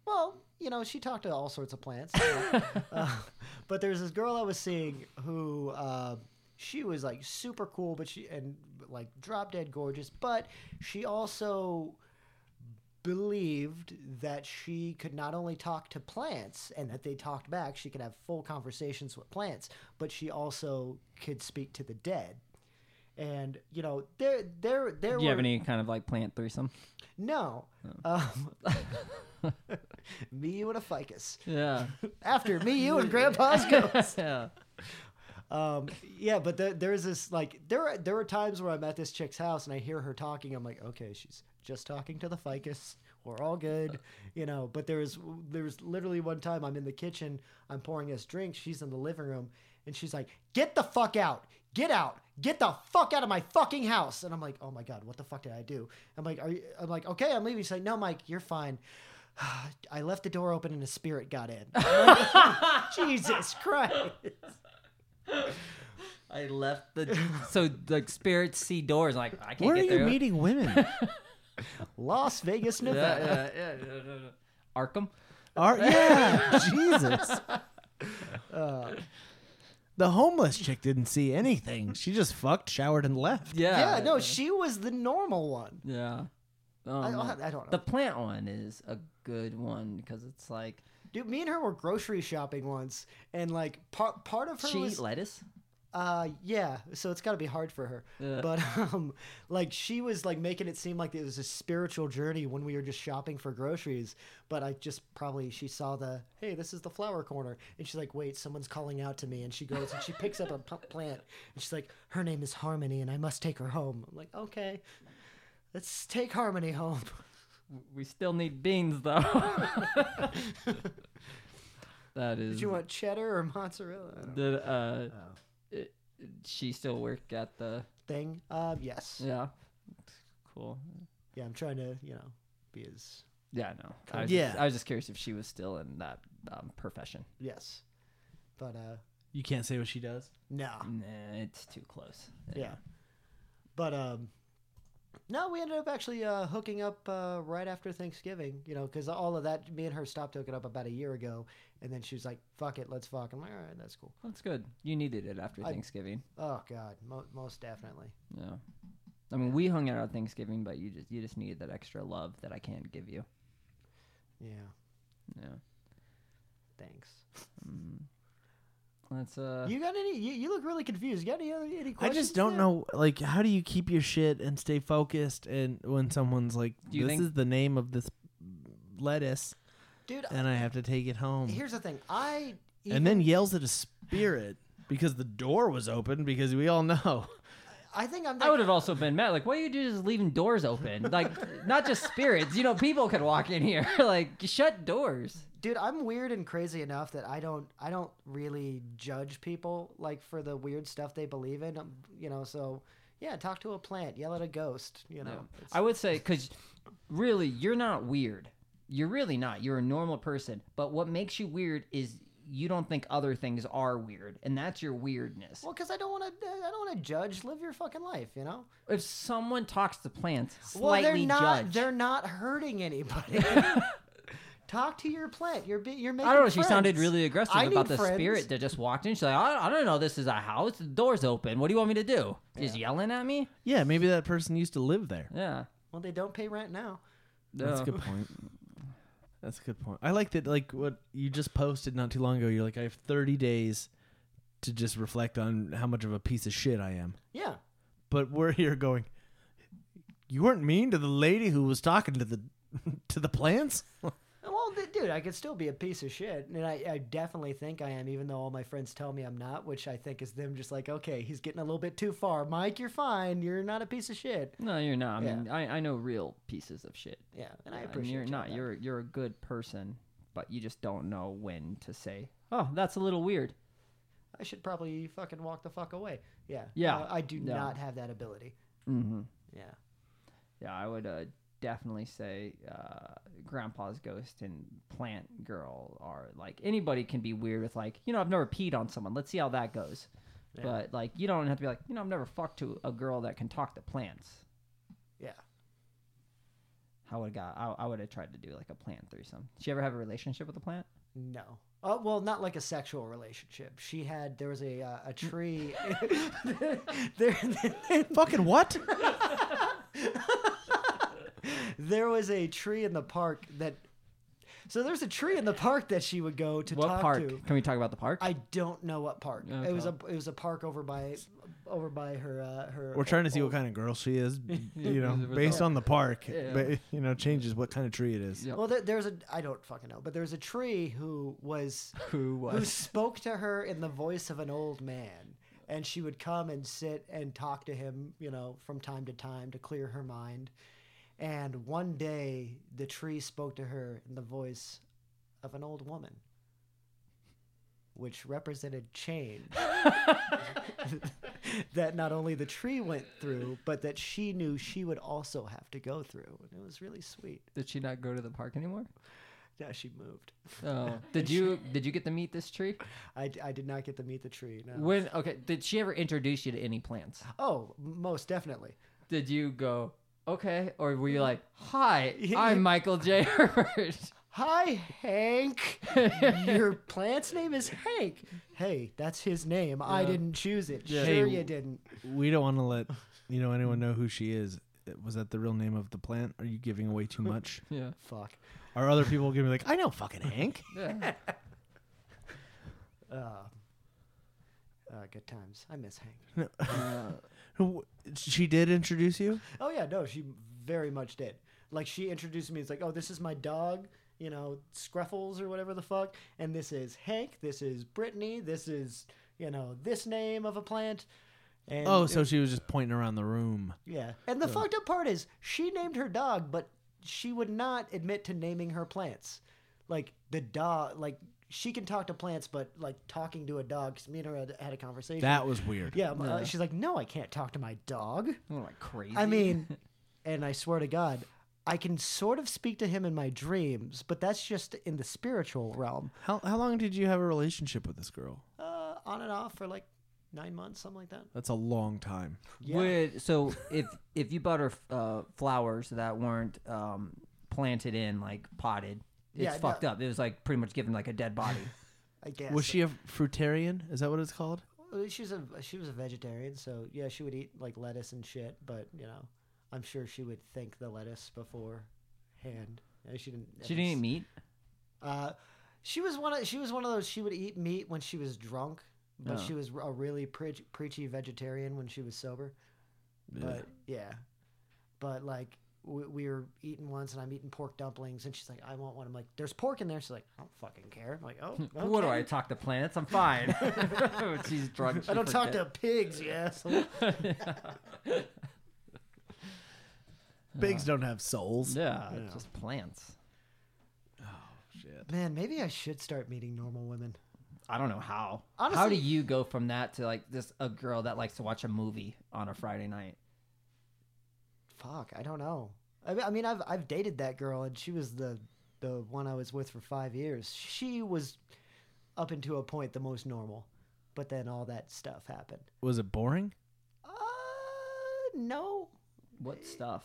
S3: well, you know, she talked to all sorts of plants. Uh, uh, but there's this girl I was seeing who uh, she was like super cool, but she and like drop dead gorgeous, but she also believed that she could not only talk to plants and that they talked back, she could have full conversations with plants, but she also could speak to the dead. And you know, there, there, there.
S2: Do you have
S3: were-
S2: any Oh. kind of like plant threesome?
S3: No. Um, me, you, and a ficus.
S2: Yeah.
S3: After me, you, and Grandpa's ghost.
S2: yeah.
S3: Um, yeah, but there, there's this like there are there are times where I'm at this chick's house and I hear her talking. I'm like, okay, she's just talking to the ficus. We're all good, you know. But there was there was literally one time I'm in the kitchen, I'm pouring us drinks. She's in the living room, and she's like, "Get the fuck out! Get out! Get the fuck out of my fucking house!" And I'm like, "Oh my god, what the fuck did I do?" I'm like, "Are you?" I'm like, "Okay, I'm leaving." She's like, "No, Mike, you're fine." I left the door open and a spirit got in. Jesus Christ.
S2: I left the so the spirits see doors like I can't
S1: Where are
S2: get
S1: you
S2: through.
S1: meeting women?
S3: Las Vegas,
S2: Yeah,
S3: Nevada.
S2: yeah, yeah, yeah, yeah, yeah. Arkham.
S1: Are, yeah, Jesus.
S3: Uh,
S1: The homeless chick didn't see anything. She just fucked, showered, and left.
S2: Yeah.
S3: yeah, no, she was the normal one.
S2: Yeah.
S3: I,
S2: Um,
S3: I don't know.
S2: the plant one is a good one because it's like
S3: Dude, me and her were grocery shopping once, and like part part of her
S2: she eat
S3: was
S2: lettuce.
S3: uh yeah, so it's got to be hard for her.
S2: Yeah.
S3: But um, like she was like making it seem like it was a spiritual journey when we were just shopping for groceries. But I just probably she saw the hey, this is the flower corner, and she's like, wait, someone's calling out to me, and she goes and she picks up a p- plant, and she's like, her name is Harmony, and I must take her home. I'm like, okay, let's take Harmony home.
S2: We still need beans though. that is.
S3: Did you want cheddar or mozzarella? I don't know.
S2: Did uh,
S3: Oh.
S2: it- she still work at the?
S3: Thing? Uh, yes.
S2: Yeah. Cool.
S3: Yeah, I'm trying to, you know, be as
S2: Yeah, no. I was
S1: Yeah.
S2: Just, I was just curious if she was still in that um, profession.
S3: yes, but uh,
S1: You can't say what she does.
S3: no,
S2: Nah, it's too close.
S3: yeah, but um, no, we ended up actually uh, hooking up uh, right after Thanksgiving, you know, because all of that, me and her stopped hooking up about a year ago, and then she was like, "Fuck it, let's fuck." I'm like, "All right, that's cool."
S2: That's good. You needed it after
S3: I-
S2: Thanksgiving.
S3: Oh God, mo- most definitely.
S2: Yeah. I mean, we hung out at Thanksgiving, but you just you just needed that extra love that I can't give you.
S3: Yeah,
S2: Yeah.
S3: thanks.
S2: Mm. That's uh.
S3: you got any? You, you look really confused. You got any other any
S1: I
S3: questions?
S1: just don't
S3: there?
S1: know. Like, how do you keep your shit and stay focused? And when someone's like,
S2: Do you
S1: "This
S2: think-
S1: is the name of this lettuce,"
S3: dude.
S1: and I have to take it home,
S3: Here's the thing, I
S1: um, and then
S3: even-
S1: yells at a spirit because the door was open because we all know.
S3: I think I'm.
S2: I
S3: that-
S2: would have also been mad. Like, why are you just leaving doors open? Like, not just spirits. You know, people could walk in here. like, shut doors.
S3: dude i'm weird and crazy enough that i don't i don't really judge people like for the weird stuff they believe in um, you know so yeah talk to a plant yell at a ghost you know
S2: Yeah.
S3: it's-
S2: I would say because really, you're not weird. You're really not. You're a normal person. But what makes you weird is you don't think other things are weird, and that's your weirdness.
S3: well because i don't want to i don't want to judge live your fucking life you know
S2: if someone talks to plants,
S3: well
S2: slightly
S3: they're not
S2: judge.
S3: they're not hurting anybody talk to your plant you're be, you're making
S2: I don't know. She
S3: friends.
S2: sounded really aggressive
S3: I
S2: about
S3: need
S2: the
S3: friends.
S2: spirit that just walked in. She's like, I, I don't know. This is a house. The door's open. What do you want me to do? Just yelling at me?
S1: Yeah, maybe that person used to live there.
S2: Yeah.
S3: well they don't pay rent now
S1: That's a
S2: No.
S1: good point. That's a good point. I like that. Like what you just posted not too long ago. You're like, I have 30 days to just reflect on how much of a piece of shit I am.
S3: yeah
S1: But we're here going. You weren't mean to the lady who was talking to the to the plants.
S3: Well, th- dude, I could still be a piece of shit, and I, I definitely think I am, even though all my friends tell me I'm not, which I think is them just like, okay, he's getting a little bit too far. Mike, you're fine. You're not a piece of shit.
S2: No, you're not. I
S3: Yeah.
S2: mean, I, I know real pieces of shit.
S3: Yeah, and I
S2: Yeah,
S3: appreciate
S2: you're
S3: you
S2: not.
S3: on that.
S2: You're you're a good person, but you just don't know when to say, "Oh, that's a little weird."
S3: I should probably fucking walk the fuck away. Yeah,
S2: Yeah,
S3: Uh, I do
S2: yeah.
S3: not have that ability.
S2: Mm-hmm.
S3: Yeah,
S2: Yeah, I would uh, definitely say uh, Grandpa's ghost and Plant Girl are like anybody can be weird with like you know I've never peed on someone. Let's see how that goes.
S3: Yeah.
S2: But like you don't have to be like you know I've never fucked to a girl that can talk to plants.
S3: yeah.
S2: I would have got I, I would have tried to do like a plant threesome. Did you ever have a relationship with a plant?
S3: No. Oh well, not like a sexual relationship. She had there was a
S2: Mm.
S3: uh, a tree. there,
S1: Fucking what?
S3: there was a tree in the park that. So there's a tree in the park that she would go to
S2: what
S3: talk
S2: park?
S3: to.
S2: Can we talk about the park?
S3: I don't know what park.
S2: Okay.
S3: It was a it was a park over by over by her uh, her.
S1: We're trying to see what kind of girl she is, you know, based on the park.
S2: Yeah.
S1: But you know, changes what kind of tree it is.
S2: Yeah.
S3: Well, there, there's a I don't fucking know, but there's a tree who was
S2: Who
S3: who
S2: was?
S3: spoke to her in the voice of an old man, and she would come and sit and talk to him, you know, from time to time to clear her mind. And one day, the tree spoke to her in the voice of an old woman, which represented change. that not only the tree went through, but that she knew she would also have to go through. And it was really sweet.
S2: Did she not go to the park anymore?
S3: Now she moved.
S2: Oh, did you did you get to meet this tree?
S3: I, I did not get to meet the tree. No.
S2: When okay, did she ever introduce you to any plants?
S3: Oh, most definitely.
S2: Did you go okay, or were you like, "Hi,
S3: Yeah,
S2: I'm
S3: yeah.
S2: Michael J. Herbert"?
S3: Hi, Hank. Your plant's name is Hank. Hey, that's his name. I
S2: Yeah.
S3: didn't choose it.
S2: Yeah.
S1: Hey,
S3: Sure, you didn't.
S1: We don't want to let you know anyone know who she is. Was that the real name of the plant? Are you giving away too much?
S2: yeah,
S3: Fuck.
S1: Are other people gonna be like, I know fucking Hank?
S2: yeah.
S3: Uh, uh, good times. I miss Hank.
S2: Uh,
S1: Who- She did introduce you.
S3: Oh yeah, no, she very much did. Like she introduced me. It's like, oh, this is my dog. You know, Scruffles or whatever the fuck. And this is Hank. This is Brittany. This is you know this name of a plant. And
S1: Oh,
S3: it
S1: so she was just pointing around the room.
S3: Yeah. And the fucked up part is she named her dog, but she would not admit to naming her plants. Like the dog, like she can talk to plants, but like talking to a dog. 'cause me and her had, had a conversation.
S1: That was weird.
S3: yeah, I'm- uh,
S2: Yeah.
S3: she's like, no, I can't talk to my dog.
S2: what am I crazy?
S3: I mean, and I swear to God, I can sort of speak to him in my dreams, but that's just in the spiritual realm.
S1: How how long did you have a relationship with this girl?
S3: Uh, on and off for like nine months, something like that.
S1: That's a long time.
S3: Yeah.
S2: Would, so if if you bought her uh, flowers that weren't um, planted in like potted, it's
S3: Yeah, no.
S2: fucked up. It was like pretty much given like a dead body.
S3: I guess.
S1: Was she a fruitarian? Is that what it's called?
S3: Well, She's a she was a vegetarian, so yeah, she would eat like lettuce and shit. But you know, I'm sure she would think the lettuce beforehand. Yeah, She didn't.
S2: she
S3: ever
S2: didn't eat
S3: s-
S2: meat.
S3: Uh, she was one of she was one of those. She would eat meat when she was drunk, but
S2: Oh.
S3: she was a really preach, preachy vegetarian when she was sober. But yeah, but like we, we were eating once, and I'm eating pork dumplings, and she's like, "I want one." I'm like, "There's pork in there." She's like, "I don't fucking care." I'm like, "Oh,
S2: What do
S3: okay."
S2: I talk to plants? I'm fine. She's drunk.
S3: I
S2: she
S3: don't talk
S2: forget-
S3: to pigs, you asshole.
S1: Pigs don't have souls.
S2: Yeah,
S3: Yeah.
S2: it's just plants.
S1: Shit.
S3: Man, maybe I should start meeting normal women.
S2: I don't know how. how
S3: Honestly-
S2: do you go from that to like this a girl that likes to watch a movie on a Friday night?
S3: Fuck, I don't know. I, mean- I mean, I've I've dated that girl, and she was the the one I was with for five years. She was up until a point the most normal, but then all that stuff happened.
S1: Was it boring?
S3: Uh, no.
S2: What stuff?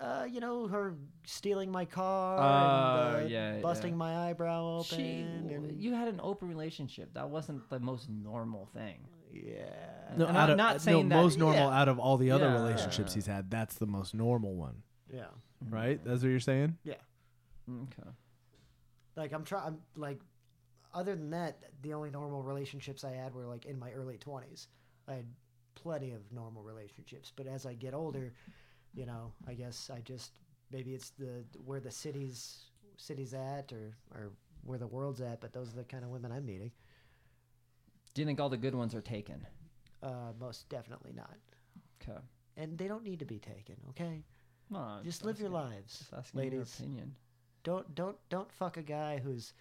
S3: Uh, you know, her stealing my car, and,
S2: Oh,
S3: uh,
S2: yeah,
S3: busting
S2: yeah.
S3: my eyebrow open,
S2: She,
S3: and
S2: you had an open relationship. That wasn't the most normal thing.
S3: yeah,
S1: No,
S2: And
S1: out
S2: I'm
S1: of,
S2: not
S1: uh,
S2: saying
S1: no,
S2: that-
S1: most normal
S3: yeah.
S1: out of all the other
S2: Yeah.
S1: relationships he's had. That's the most normal one,
S3: yeah.
S1: right? That's what you're saying.
S2: Okay.
S3: like I'm trying like other than that the only normal relationships I had were like in my early 20s. I had plenty of normal relationships, but as I get older, you know, I guess I just maybe it's the where the city's city's at or or where the world's at, but those are the kind of women I'm meeting.
S2: Do you think all the good ones are taken?
S3: Uh, most definitely not.
S2: Okay.
S3: And they don't need to be taken, okay? Just live your lives,
S2: Just asking your
S3: ladies.
S2: opinion.
S3: Don't don't don't fuck a guy who's,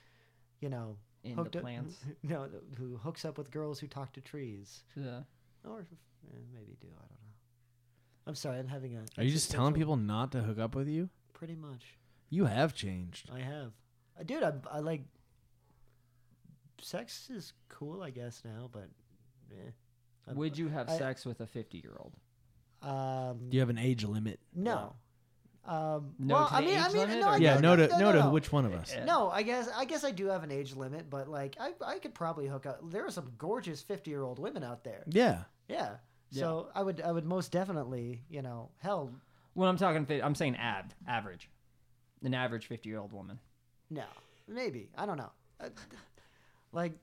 S3: you know,
S2: In the
S3: hooked up-
S2: plants.
S3: No, who hooks up with girls who talk to trees.
S2: Yeah.
S3: Or eh, maybe do. I don't know. I'm sorry. I'm having a.
S1: Are you just telling
S3: existential-
S1: people not to hook up with you?
S3: Pretty much.
S1: You have changed.
S3: I have. Uh, Dude, I, I like. Sex is cool, I guess now, but. Eh. I'm-
S2: Would you have
S3: I-
S2: sex with a 50 year old?
S3: Um.
S1: You have an age limit.
S3: No. Um.
S2: No
S3: well,
S2: to
S3: I
S2: the
S3: mean,
S2: age
S3: I mean,
S2: limit
S3: no,
S2: or
S3: I
S1: yeah,
S3: guess-
S1: no, to
S3: no,
S1: no, to
S3: no.
S1: which one of us?
S2: Yeah.
S3: No, I guess I guess I do have an age limit, but like I, I could probably hook up. There are some gorgeous fifty year old women out there.
S1: Yeah.
S3: Yeah.
S2: Yeah.
S3: So I would I would most definitely you know hell
S2: When I'm talking, fit, I'm saying ab, average, an average 50 year old woman.
S3: No, maybe I don't know. Uh, Like,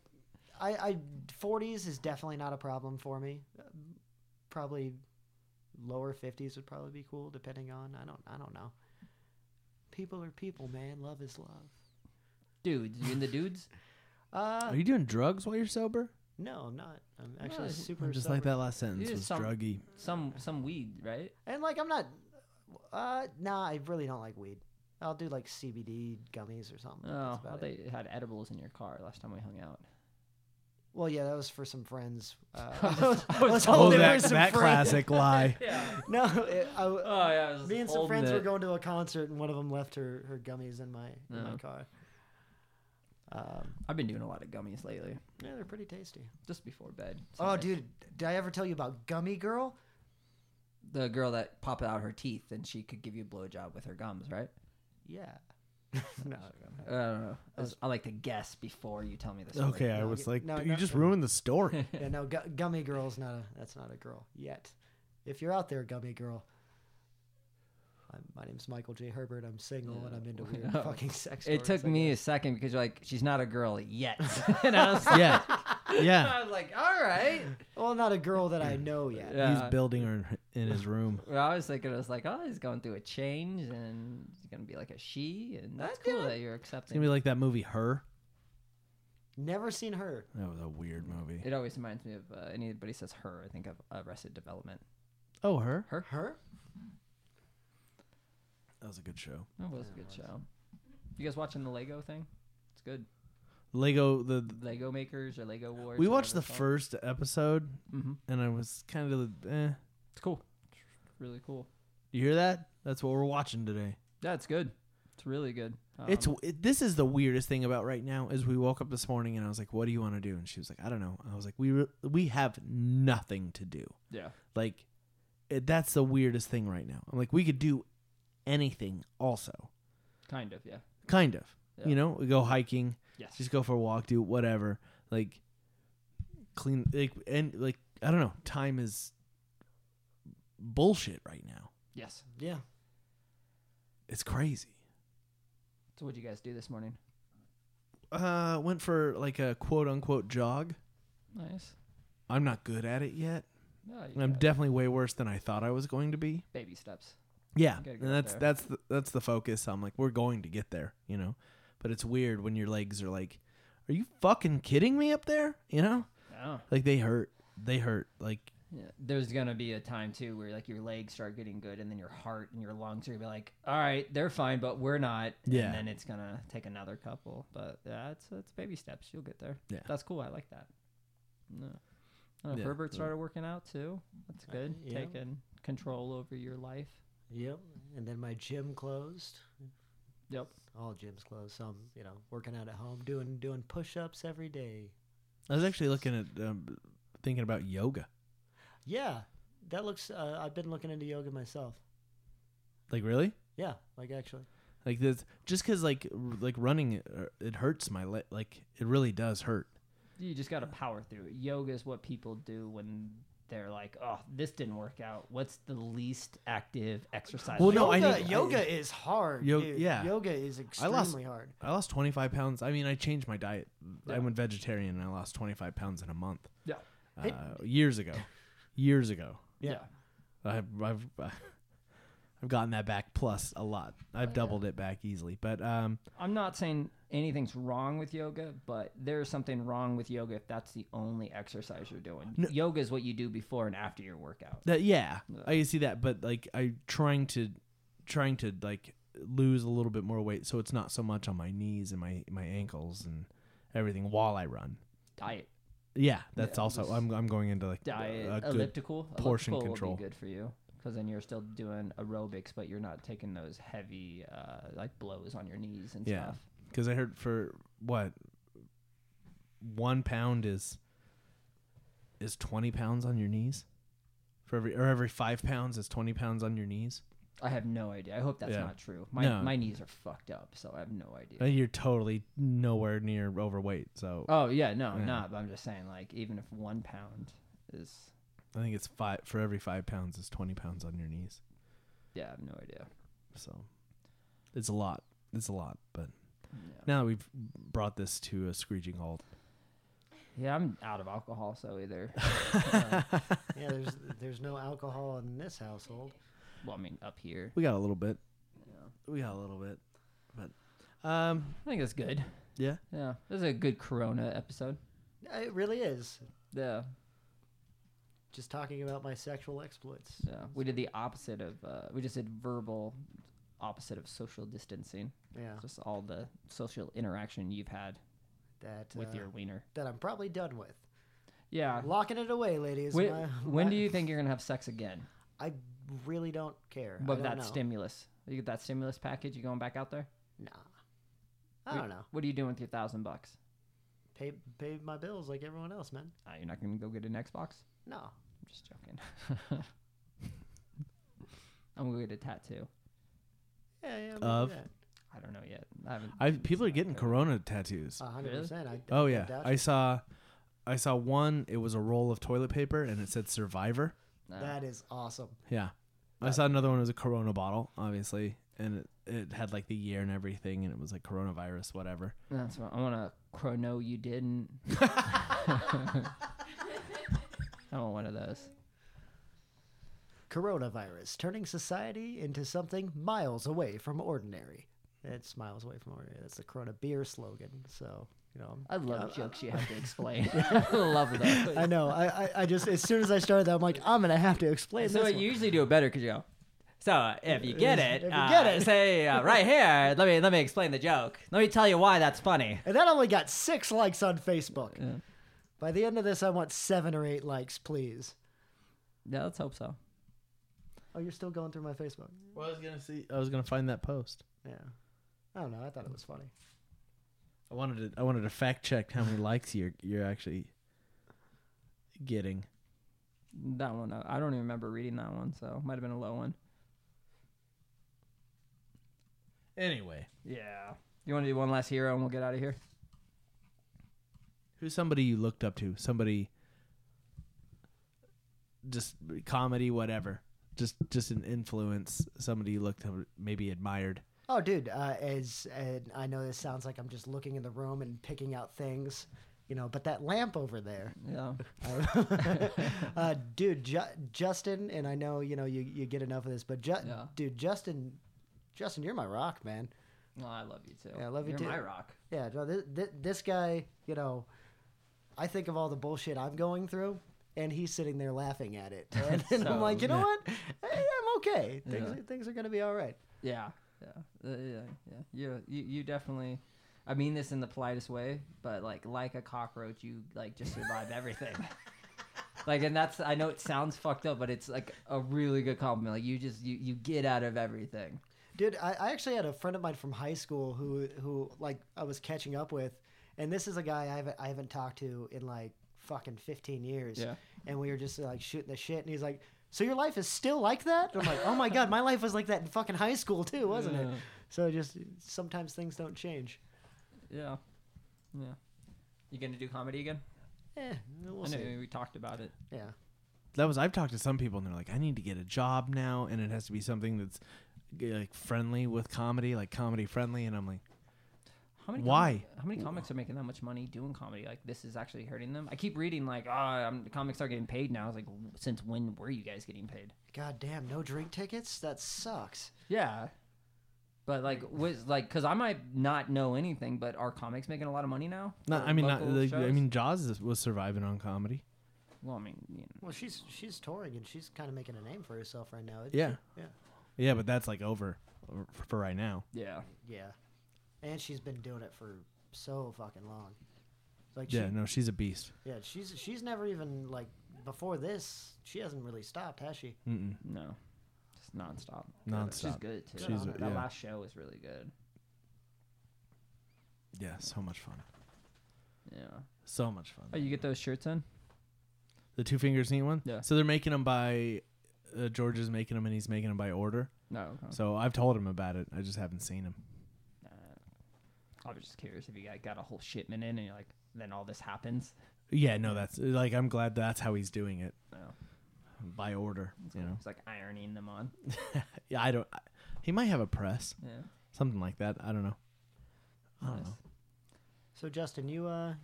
S3: I, I 40s is definitely not a problem for me. Uh, Probably lower 50s would probably be cool, depending on I don't I don't know. People are people, man. Love is love.
S2: Dudes, you in the dudes?
S3: Uh,
S1: Are you doing drugs while you're sober?
S3: no, I'm not. I'm actually
S2: Well,
S3: super.
S1: I'm just
S3: sober.
S1: like that last sentence
S2: Yeah,
S1: was
S2: some-
S1: druggy.
S2: Some some weed, right?
S3: And like I'm not. Uh, nah, I really don't like weed. I'll do like CBD gummies or something.
S2: Oh,
S3: That's about
S2: I
S3: it.
S2: thought you had edibles in your car last time we hung out.
S3: Well, yeah, that was for some friends. Uh,
S2: I was- I was
S3: let's
S2: told
S3: hope
S1: Oh,
S3: they were
S1: that,
S3: some
S1: that
S3: friends.
S1: classic lie.
S2: Yeah.
S3: No, it, I, w-
S2: Oh yeah. I was
S3: me and some
S2: holding
S3: friends were
S2: it.
S3: going to a concert, and one of them left her, her gummies in my in my
S2: Oh.
S3: car. Um,
S2: I've been doing a lot of gummies lately,
S3: yeah, they're pretty tasty.
S2: just before bed.
S3: Oh,
S2: Sometimes.
S3: dude, did I ever tell you about Gummy Girl?
S2: the girl that popped out her teeth and she could give you a blowjob with her gums, right?
S3: Yeah. no,
S2: I don't know. I, was- I like to guess before you tell me the story.
S1: Okay, I
S3: No,
S1: was
S3: y-
S1: like,
S3: no,
S1: "Dude,
S3: no,
S1: you just
S3: no.
S1: ruined the story.
S3: yeah, no, gu- Gummy Girl's not a that's not a girl yet. If you're out there, Gummy Girl. I'm, my name's Michael J. Herbert. I'm single and I'm into weird
S2: Oh.
S3: fucking sex.
S2: It
S3: stories,
S2: took
S3: I
S2: me a
S3: guess.
S2: second because you're like, she's not a girl yet, and I was,
S1: yeah, yeah.
S2: I was like, all right.
S3: Well, not a girl that I know yet.
S2: Yeah.
S1: He's building her in his room.
S2: Well, I was thinking, I was like, oh, he's going through a change, and he's gonna be like a she, and that's cool that you're
S1: It's gonna
S2: accepting.
S1: be like that movie Her.
S3: Never seen her.
S1: That was a weird movie.
S2: it always reminds me of uh, anybody says her, I think of Arrested Development.
S1: Oh, Her.
S2: Her,
S3: Her?
S1: That was a good show.
S2: that was a good show. You guys watching the Lego thing? It's good.
S1: Lego. The, the-
S2: Lego Makers or Lego Wars.
S1: we watched the first episode,
S2: Mm-hmm.
S1: and I was kind of eh.
S2: It's cool. It's really cool.
S1: You hear that? That's what we're watching today.
S2: Yeah, it's good. It's really good.
S1: It's
S2: Um,
S1: it, this is the weirdest thing about right now is we woke up this morning and I was like, "What do you want to do?" And she was like, "I don't know." I was like, "We re- we have nothing to do."
S2: yeah.
S1: Like it, that's the weirdest thing right now. I'm like, "We could do anything also."
S2: Kind of, yeah.
S1: Kind of.
S2: Yeah.
S1: You know, we go hiking,
S2: Yes.
S1: just go for a walk, do whatever. Like clean like and like I don't know, time is bullshit right now.
S2: yes.
S3: Yeah.
S1: It's crazy.
S2: So what'd you guys do this morning?
S1: Uh went for like a quote unquote jog.
S2: Nice.
S1: I'm not good at it yet.
S2: No, you
S1: I'm
S2: got
S1: definitely way worse than I thought I was going to be.
S2: baby steps.
S1: Yeah,
S2: You gotta
S1: and
S2: get up
S1: that's
S2: there.
S1: that's the, that's the focus. I'm like, we're going to get there, you know. But it's weird when your legs are like, are you fucking kidding me up there? You know,
S2: Oh.
S1: like they hurt. They hurt. Like
S2: Yeah. There's gonna be a time too where like your legs start getting good and then your heart and your lungs are gonna be like, All right, they're fine, but we're not.
S1: Yeah.
S2: And then it's gonna take another couple. But yeah, it's it's baby steps. You'll get there.
S1: Yeah.
S2: That's cool. I like that. No. I don't know,
S1: Yeah.
S2: Herbert started working out too. That's
S3: Uh,
S2: good.
S3: yeah.
S2: Taking control over your life.
S3: Yep. And then my gym closed.
S2: Yep.
S3: All gyms closed. So I'm, you know, working out at home, doing doing push ups every day.
S1: I was actually looking at um, thinking about yoga,
S3: Yeah. That looks uh, I've been looking into yoga myself.
S1: like really,
S3: Yeah, like actually.
S1: like this, just because like r- like running, uh, it hurts my leg. Like it really does hurt.
S2: you just got to power through it. Yoga is what people do when they're like, "Oh, this didn't work out. What's the least active exercise?"
S1: Well,
S2: I
S1: no,
S2: can
S1: I
S3: yoga,
S1: need- I-
S3: yoga is hard.
S1: Yo-
S3: dude.
S1: yeah.
S3: Yoga is
S1: I
S3: extremely
S1: lost-
S3: hard.
S1: I lost 25 pounds. I mean, I changed my diet. I
S2: Yeah.
S1: went vegetarian and I lost 25 pounds in a month.
S2: Yeah.
S1: Uh,
S3: Hey-
S1: years ago. Years ago.
S2: do?"
S3: Yeah.
S1: I've, I've, I've gotten that back plus a lot. I've doubled it back easily. But um,
S2: I'm not saying anything's wrong with yoga, but there's something wrong with yoga if that's the only exercise you're doing.
S1: No.
S2: Yoga is what you do before and after your workout.
S1: that, yeah,
S2: Yeah.
S1: I can see that. But like, I trying to, trying to like lose a little bit more weight, so it's not so much on my knees and my my ankles and everything while I run.
S2: Diet,
S1: Yeah, that's
S2: Yeah,
S1: also
S2: just-
S1: I'm I'm going into like
S2: diet,
S1: a good
S2: elliptical,
S1: portion
S2: elliptical
S1: control.
S2: will be good for you because then you're still doing aerobics, but you're not taking those heavy uh, like blows on your knees and
S1: Yeah.
S2: stuff.
S1: because I heard for what one pound is is twenty pounds on your knees for every or every five pounds is twenty pounds on your knees.
S2: I have no idea. I hope that's
S1: Yeah.
S2: not true. My
S1: No.
S2: my knees are fucked up, so I have no idea.
S1: Uh, You're totally nowhere near overweight, so
S2: oh yeah, no,
S1: Yeah.
S2: I'm not. But I'm just saying, like, even if one pound is,
S1: I think it's five for every five pounds is twenty pounds on your knees.
S2: yeah, I have no idea.
S1: So it's a lot. It's a lot. But
S2: Yeah.
S1: now we've brought this to a screeching halt.
S2: Yeah, I'm out of alcohol, so either.
S3: Yeah, there's there's no alcohol in this household.
S2: well, I mean, up here.
S1: We got a little bit.
S2: Yeah.
S1: We got a little bit. But um,
S2: I think it's good.
S1: yeah.
S2: Yeah, this is a good Corona episode.
S3: It really is.
S2: Yeah,
S3: Just talking about my sexual exploits.
S2: yeah. We did the opposite of. Uh, we just did verbal opposite of social distancing.
S3: Yeah,
S2: Just all the social interaction you've had
S3: that
S2: with
S3: uh,
S2: your wiener.
S3: that I'm probably done with.
S2: Yeah.
S3: Locking it away, ladies.
S2: When,
S3: My-
S2: when
S3: my-
S2: do you think you're gonna have sex again?
S3: I really don't care. I
S2: With
S3: don't
S2: that
S3: know.
S2: stimulus, you get that stimulus package. You going back out there?
S3: Nah, I
S2: We-
S3: don't know.
S2: What are you doing with your thousand bucks?
S3: Pay pay my bills like everyone else, man.
S2: Ah, you're not gonna go get an Xbox.
S3: No,
S2: I'm just joking. I'm gonna get a tattoo.
S3: yeah, yeah.
S1: Of?
S2: I don't know yet. I haven't.
S1: I people are
S2: it's not
S1: getting
S2: good.
S1: corona tattoos.
S3: hundred percent. I
S1: oh
S3: I
S1: yeah.
S3: doubt
S1: I
S3: you.
S1: saw I saw one, it was a roll of toilet paper and it said survivor.
S2: No.
S3: that is awesome.
S1: Yeah. I saw another one it was a corona bottle, obviously, and it, it had like the year and everything and it was like coronavirus whatever.
S2: That's what I want to chrono you didn't. I want one of those.
S3: Coronavirus turning society into something miles away from ordinary. It's miles away from ordinary. That's the Corona beer slogan. So you know,
S2: I love jokes you have to explain. I love those.
S3: I know. I, I, I just as soon as I started that, I'm like, I'm gonna have to explain
S2: So
S3: this.
S2: you
S3: one.
S2: usually do it better because you go. So uh, if you get it,
S3: If you
S2: uh,
S3: get it."
S2: say uh, right here. Let me let me explain the joke. Let me tell you why that's funny.
S3: And that only got six likes on Facebook.
S2: Yeah.
S3: By the end of this, I want seven or eight likes, please.
S2: Yeah, let's hope so.
S3: Oh, you're still going through my Facebook.
S1: Well, I was going to see I was going to find that post.
S3: Yeah. I don't know. I thought it was funny.
S1: I wanted to I wanted to fact check how many likes you're you're actually getting.
S2: That one, uh, I don't even remember reading that one, so it might have been a low one.
S1: Anyway,
S2: Yeah. You want to do one last hero and we'll get out of here?
S1: who's somebody you looked up to? Somebody just comedy whatever. Just just an influence, somebody you looked up maybe admired.
S3: Oh, dude. Uh, as and I know this sounds like I'm just looking in the room and picking out things, you know. But that lamp over there,
S2: Yeah.
S3: uh, dude. Ju- Justin, and I know you know you, you get enough of this, but Ju-
S2: Yeah.
S3: dude, Justin, Justin, you're my rock, man.
S2: No, Oh, I love you too.
S3: Yeah, I love you
S2: You're
S3: too.
S2: my rock.
S3: Yeah, no, this, this guy, you know, I think of all the bullshit I'm going through, and he's sitting there laughing at it. And, and
S2: So-
S3: I'm like, you know
S1: Yeah.
S3: what? Hey, I'm okay. Things,
S2: Yeah.
S3: things are going to be all right.
S2: Yeah, yeah, uh, yeah, yeah. You, you, you definitely. I mean this in the politest way, but like, like a cockroach, you like just survive everything. like, and that's I know it sounds fucked up, but it's like a really good compliment. Like, you just you you get out of everything.
S3: Dude, I, I actually had a friend of mine from high school who, who like, I was catching up with, and this is a guy I haven't, I haven't talked to in like fucking 15 years.
S2: Yeah.
S3: And we were just like shooting the shit, and he's like, so your life is still like that? And I'm like, oh my God, my life was like that in fucking high school too, wasn't it?
S2: Yeah.
S3: So just sometimes things don't change.
S2: Yeah, yeah. You gonna do comedy again?
S3: Eh, we'll
S2: I know
S3: see.
S2: we talked about it.
S3: Yeah.
S1: that was I've talked to some people and they're like, I need to get a job now, and it has to be something that's g- like friendly with comedy, like comedy friendly, and I'm like,
S2: How many
S1: Why?
S2: comic- how many comics are making that much money doing comedy? Like this is actually hurting them. I keep reading like, oh, I'm, comics are getting paid now. I was like, w- since when were you guys getting paid?
S3: God damn, no drink tickets? That sucks.
S2: Yeah. But like was like cuz I might not know anything but are comics making a lot of money now?
S1: not,
S2: For
S1: I mean, not,
S2: local
S1: like, I
S2: shows?
S1: mean, Jaws is- was surviving on comedy.
S2: well, I mean, you know,
S3: Well, she's she's touring and she's kind of making a name for herself right now. isn't
S1: Yeah,
S3: she? Yeah.
S1: yeah, but that's like over f- for right now.
S2: yeah.
S3: Yeah. And she's been doing it for so fucking long. Like
S1: Yeah,
S3: she,
S1: no, she's a beast.
S3: yeah, she's she's never even like before this, she hasn't really stopped, has she?
S1: Mm-mm.
S2: No. Just nonstop. She's
S1: Nonstop.
S2: good too.
S1: She's
S2: that
S1: a- yeah.
S2: last show was really good.
S1: Yeah, so much fun,
S2: Yeah.
S1: so much fun.
S2: Oh, you get those shirts in?
S1: The two fingers neat one.
S2: Yeah.
S1: So they're making them by uh, George is making them and he's making them by order.
S2: No. Oh, okay.
S1: So I've told him about it. I just haven't seen him.
S2: Uh, I was just curious if you got, got a whole shipment in and you're like then all this happens.
S1: Yeah, no, that's like I'm glad that's how he's doing it.
S2: No.
S1: by order. You know,
S2: It's like ironing them on.
S1: yeah, I don't. I, he might have a press,
S2: Yeah.
S1: something like that. I don't know. I don't
S2: Nice.
S1: know.
S3: So Justin, you uh,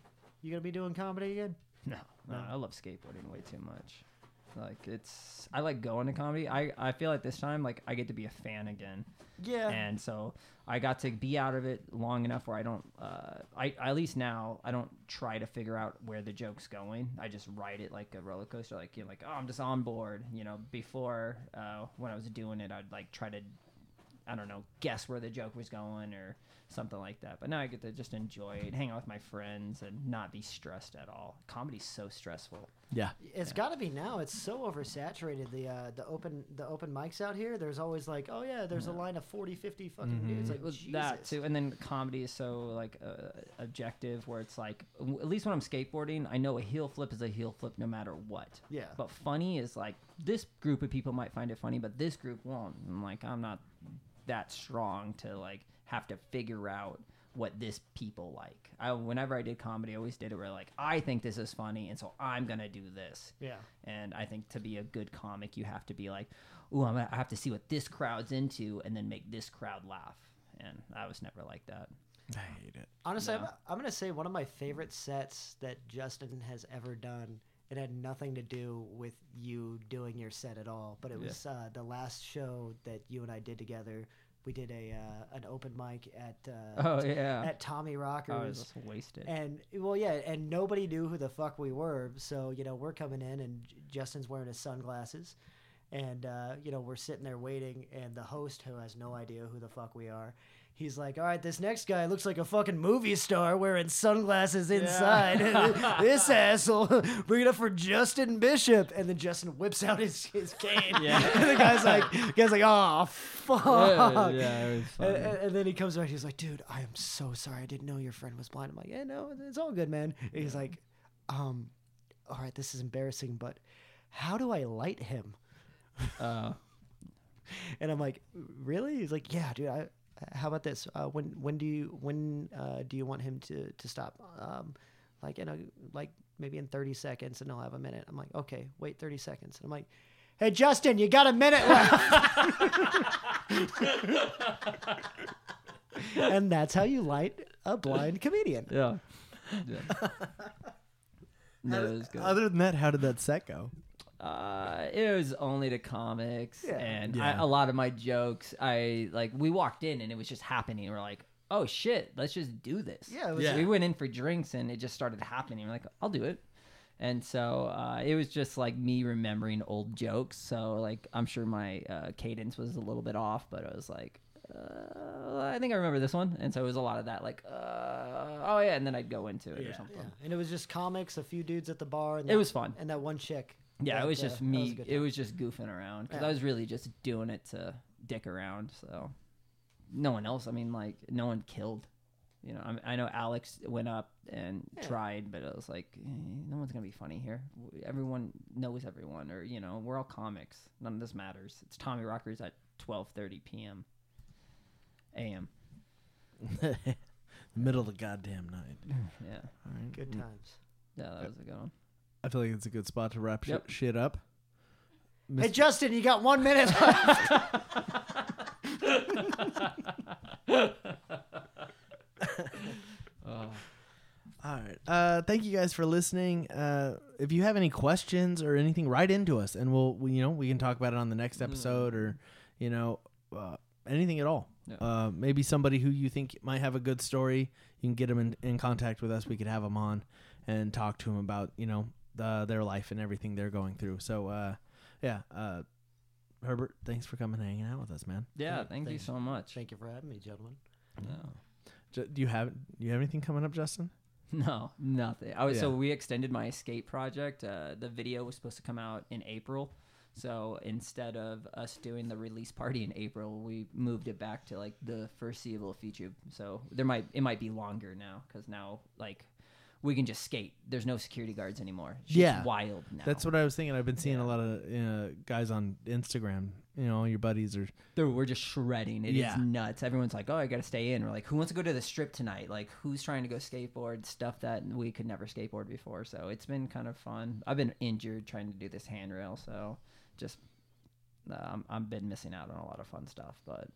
S3: you gonna be doing comedy again?
S2: No, no,
S3: No.
S2: I love skateboarding way too much. Like it's, I like going to comedy. I, I feel like this time, like I get to be a fan again,
S3: Yeah.
S2: and so I got to be out of it long enough where I don't, uh, I at least now I don't try to figure out where the joke's going. I just ride it like a roller coaster. Like you're like, oh, I'm just on board. You know, before uh, when I was doing it, I'd like try to, I don't know, guess where the joke was going or something like that. But now I get to just enjoy it, hang out with my friends, and not be stressed at all. Comedy's so stressful.
S1: Yeah,
S3: It's got to be now. It's so oversaturated. The uh, the open the open mics out here. There's always like, oh yeah, there's a line of 40, 50 fucking
S1: Mm-hmm.
S3: dudes. Like
S2: It was
S3: Jesus.
S2: that too, and then comedy is so like uh, objective, where it's like w- at least when I'm skateboarding, I know a heel flip is a heel flip no matter what.
S3: Yeah.
S2: But funny is like this group of people might find it funny, but this group won't. And like I'm not that strong to like have to figure out what this people like. I whenever I did comedy, I always did it where like I think this is funny, and so I'm gonna do this.
S3: Yeah.
S2: And I think to be a good comic, you have to be like, "Ooh, I'm gonna, I have to see what this crowd's into, and then make this crowd laugh." And I was never like that.
S1: I hate it.
S3: Honestly, I'm,
S2: No.
S3: I'm gonna say one of my favorite sets that Justin has ever done. It had nothing to do with you doing your set at all, but it
S2: Yeah.
S3: was uh, the last show that you and I did together. We did a uh, an open mic at uh,
S2: Oh yeah, Oh,
S3: at Tommy
S2: I
S3: Rockers.
S2: was just wasted.
S3: And well, yeah, and nobody knew who the fuck we were. So you know, we're coming in, and J- Justin's wearing his sunglasses, and uh, you know, we're sitting there waiting, and the host, who has no idea who the fuck we are, he's like, "All right, this next guy looks like a fucking movie star wearing sunglasses inside. this asshole, bring it up for Justin Bishop." And then Justin whips out his, his cane, and the guy's like, "Guy's like, oh fuck."
S2: it was
S3: And, and, and then he comes back. He's like, "Dude, I am so sorry. I didn't know your friend was blind." I'm like, "Yeah, no, it's all good, man." And He's like, "Um, all right, this is embarrassing, but how do I light him?" And I'm like, "Really?" He's like, "Yeah, dude. I, how about this? Uh, when when do you when uh, do you want him to to stop? Um, like you know, like maybe in 30 seconds, and I'll have a minute." I'm like, "Okay, wait 30 seconds." And I'm like, "Hey, Justin, you got a minute left." and that's how you light a blind comedian.
S2: yeah, yeah. No, it was good.
S1: Other than that, how did that set go?
S2: Uh, it was only to comics,
S3: Yeah.
S2: and
S1: Yeah.
S2: I, a lot of my jokes. I like we walked in and it was just happening. We're like, oh shit, let's just do this.
S3: Yeah, it was-
S1: Yeah.
S2: We went in for drinks and it just started happening. We're like, I'll do it. And so uh, it was just like me remembering old jokes. So like I'm sure my uh, cadence was a little bit off, but I was like, uh, I think I remember this one. And so it was a lot of that, like, uh, oh yeah, and then I'd go into it or
S1: Yeah.
S2: something.
S3: Yeah, and it was just comics, a few dudes at the bar. And
S2: It
S3: that-
S2: was fun.
S3: and that one chick.
S2: Yeah,
S3: that,
S2: it was
S3: uh,
S2: just
S3: that
S2: me.
S3: a good
S2: it
S3: time.
S2: was just goofing around because
S3: Yeah.
S2: I was really just doing it to dick around. So no one else. I mean, like no one killed. You know, I, mean, I know Alex went up and
S3: Yeah.
S2: tried, but it was like eh, no one's gonna be funny here. Everyone knows everyone, or you know, we're all comics. None of this matters. It's Tommy Rockers at twelve thirty p.m. a.m.
S1: Middle of the goddamn night.
S2: Yeah,
S1: All right.
S3: good times.
S2: yeah, that was a good one.
S1: I feel like it's a good spot to wrap
S2: Yep.
S1: sh- shit up.
S3: Hey, Justin, you got one minute.
S1: All right. Uh, thank you guys for listening. Uh, if you have any questions or anything, write into us, and we'll we, you know we can talk about it on the next
S2: Mm-hmm.
S1: episode or you know uh, anything at all.
S2: Yeah.
S1: Uh, maybe somebody who you think might have a good story, you can get them in, in contact with us. We could have them on and talk to them about you know the, their life and everything they're going through. So uh, yeah, uh, Herbert, thanks for coming and hanging out with us, man.
S2: Yeah,
S3: Yeah,
S2: thank you
S3: thanks.
S2: so much.
S3: Thank you for having me, gentlemen.
S2: Yeah.
S1: Ju- do you have do you have anything coming up, Justin?
S2: No, nothing. I was, So
S1: Yeah.
S2: we extended my escape project. Uh, the video was supposed to come out in April. So instead of us doing the release party in April, we moved it back to like the foreseeable future. So there might it might be longer now because now like we can just skate. There's no security guards anymore. It's
S1: Yeah.
S2: wild now.
S1: That's what I was thinking. I've been seeing
S2: Yeah.
S1: a lot of uh, guys on Instagram you know, all your buddies are
S2: Dude, we're just shredding. It is
S1: Yeah.
S2: nuts. Everyone's like, "Oh, I gotta stay in." We're like, "Who wants to go to the strip tonight?" Like, who's trying to go skateboard? Stuff that we could never skateboard before. So it's been kind of fun. I've been injured trying to do this handrail, so just um, I've been missing out on a lot of fun stuff. But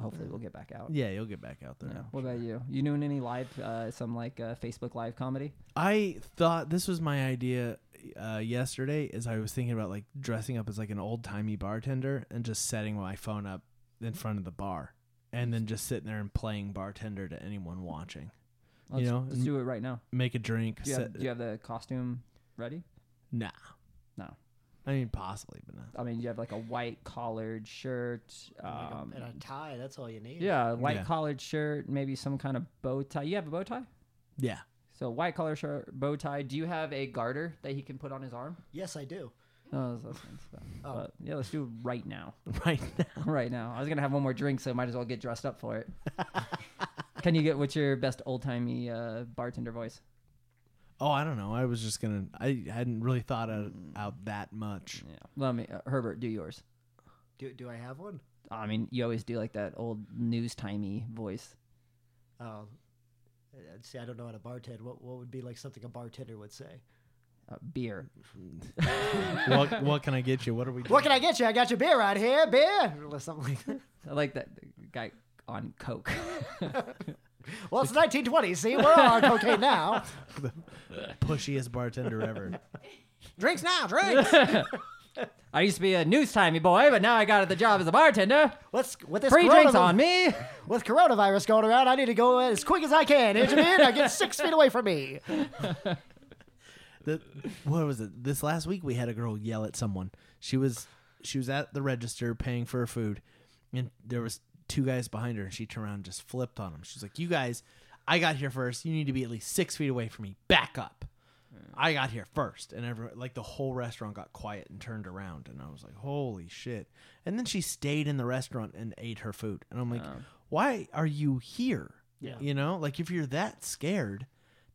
S2: hopefully, we'll get back out.
S1: yeah, you'll get back out there.
S2: Yeah. What about you? You doing any live, uh, some like uh, Facebook live comedy?
S1: I thought this was my idea uh, yesterday as I was thinking about like dressing up as like an old timey bartender and just setting my phone up in front of the bar and then just sitting there and playing bartender to anyone watching.
S2: Let's,
S1: know,
S2: let's
S1: and-
S2: do it right now.
S1: Make a drink.
S2: Do you,
S1: set,
S2: have, do you have the costume ready?
S1: nah.
S2: No.
S1: I mean, possibly, but not.
S2: I mean, you have like a white collared shirt.
S3: Like a-
S2: Um,
S3: and a tie. That's all you need.
S2: yeah, a white
S1: Yeah.
S2: collared shirt, maybe some kind of bow tie. You have a bow tie?
S1: Yeah.
S2: So white collar shirt, bow tie. Do you have a garter that he can put on his arm?
S3: Yes, I do.
S2: No, that's- that's- that's fine.
S3: Oh.
S2: But, yeah, let's do it right now.
S1: Right now.
S2: right now. I was gonna have one more drink, so might as well get dressed up for it. can you get what's your best old timey uh, bartender voice?
S1: Oh, I don't know. I was just gonna. I hadn't really thought out, out that much.
S2: Yeah. Let me, uh, Herbert, do yours.
S3: Do do I have one?
S2: I mean, you always do like that old news timey voice.
S3: Oh, uh, see, I don't know how to bartend. What what would be like something a bartender would say?
S2: Uh, beer.
S1: what What can I get you? What are we?
S3: What can I get you? I got your beer right here, beer, or something like that.
S2: I like that guy on Coke.
S3: Well, it's 1920. See, we're on our cocaine now.
S1: Pushiest bartender ever.
S3: Drinks now, drinks.
S2: I used to be a news timey boy, but now I got the job as a bartender.
S3: What's with this?
S2: Free drinks
S3: coronavi-
S2: on me.
S3: With coronavirus going around, I need to go as quick as I can. Here's your beer. Now get six feet away from me.
S1: The, what was it? This last week we had a girl yell at someone. She was she was at the register paying for her food, and there was two guys behind her, and she turned around and just flipped on them. She's like, "You guys, I got here first. You need to be at least six feet away from me. Back up." I got here first, and everyone, like the whole restaurant got quiet and turned around, and I was like, "Holy shit!" And then she stayed in the restaurant and ate her food, and I'm like, "Why are you here?
S3: Yeah.
S1: You know, like if you're that scared,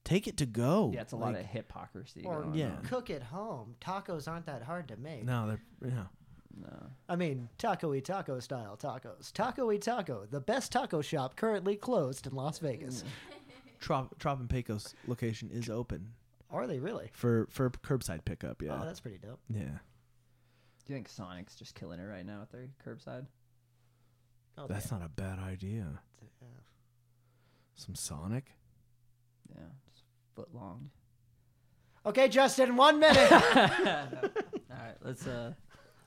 S1: take it to go."
S2: Yeah, it's a
S1: Like,
S2: lot of hypocrisy.
S3: Or
S2: going
S1: yeah.
S2: on.
S3: cook at home. Tacos aren't that hard to make.
S1: No, they're yeah.
S3: I mean, taco y taco style tacos. Taco y taco, the best taco shop currently closed in Las
S1: Mm.
S3: Vegas.
S1: Trop, Trop and Pecos location is open
S3: Are they really?
S1: for for curbside pickup. Yeah,
S3: Oh, that's pretty dope.
S1: yeah.
S2: Do you think Sonic's just killing it right now with their curbside?
S3: Oh,
S1: That's not a bad idea.
S3: yeah.
S1: Some Sonic.
S2: Yeah, just foot long.
S3: Okay, Justin, one minute.
S2: All right, let's uh,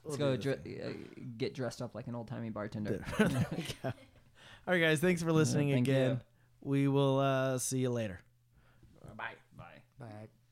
S2: let's go dre- uh, get dressed up like an old timey bartender.
S1: All right, guys. Thanks for listening
S2: thank
S1: again.
S2: you.
S1: We will uh, see you later.
S2: Bye. Bye.
S3: All right.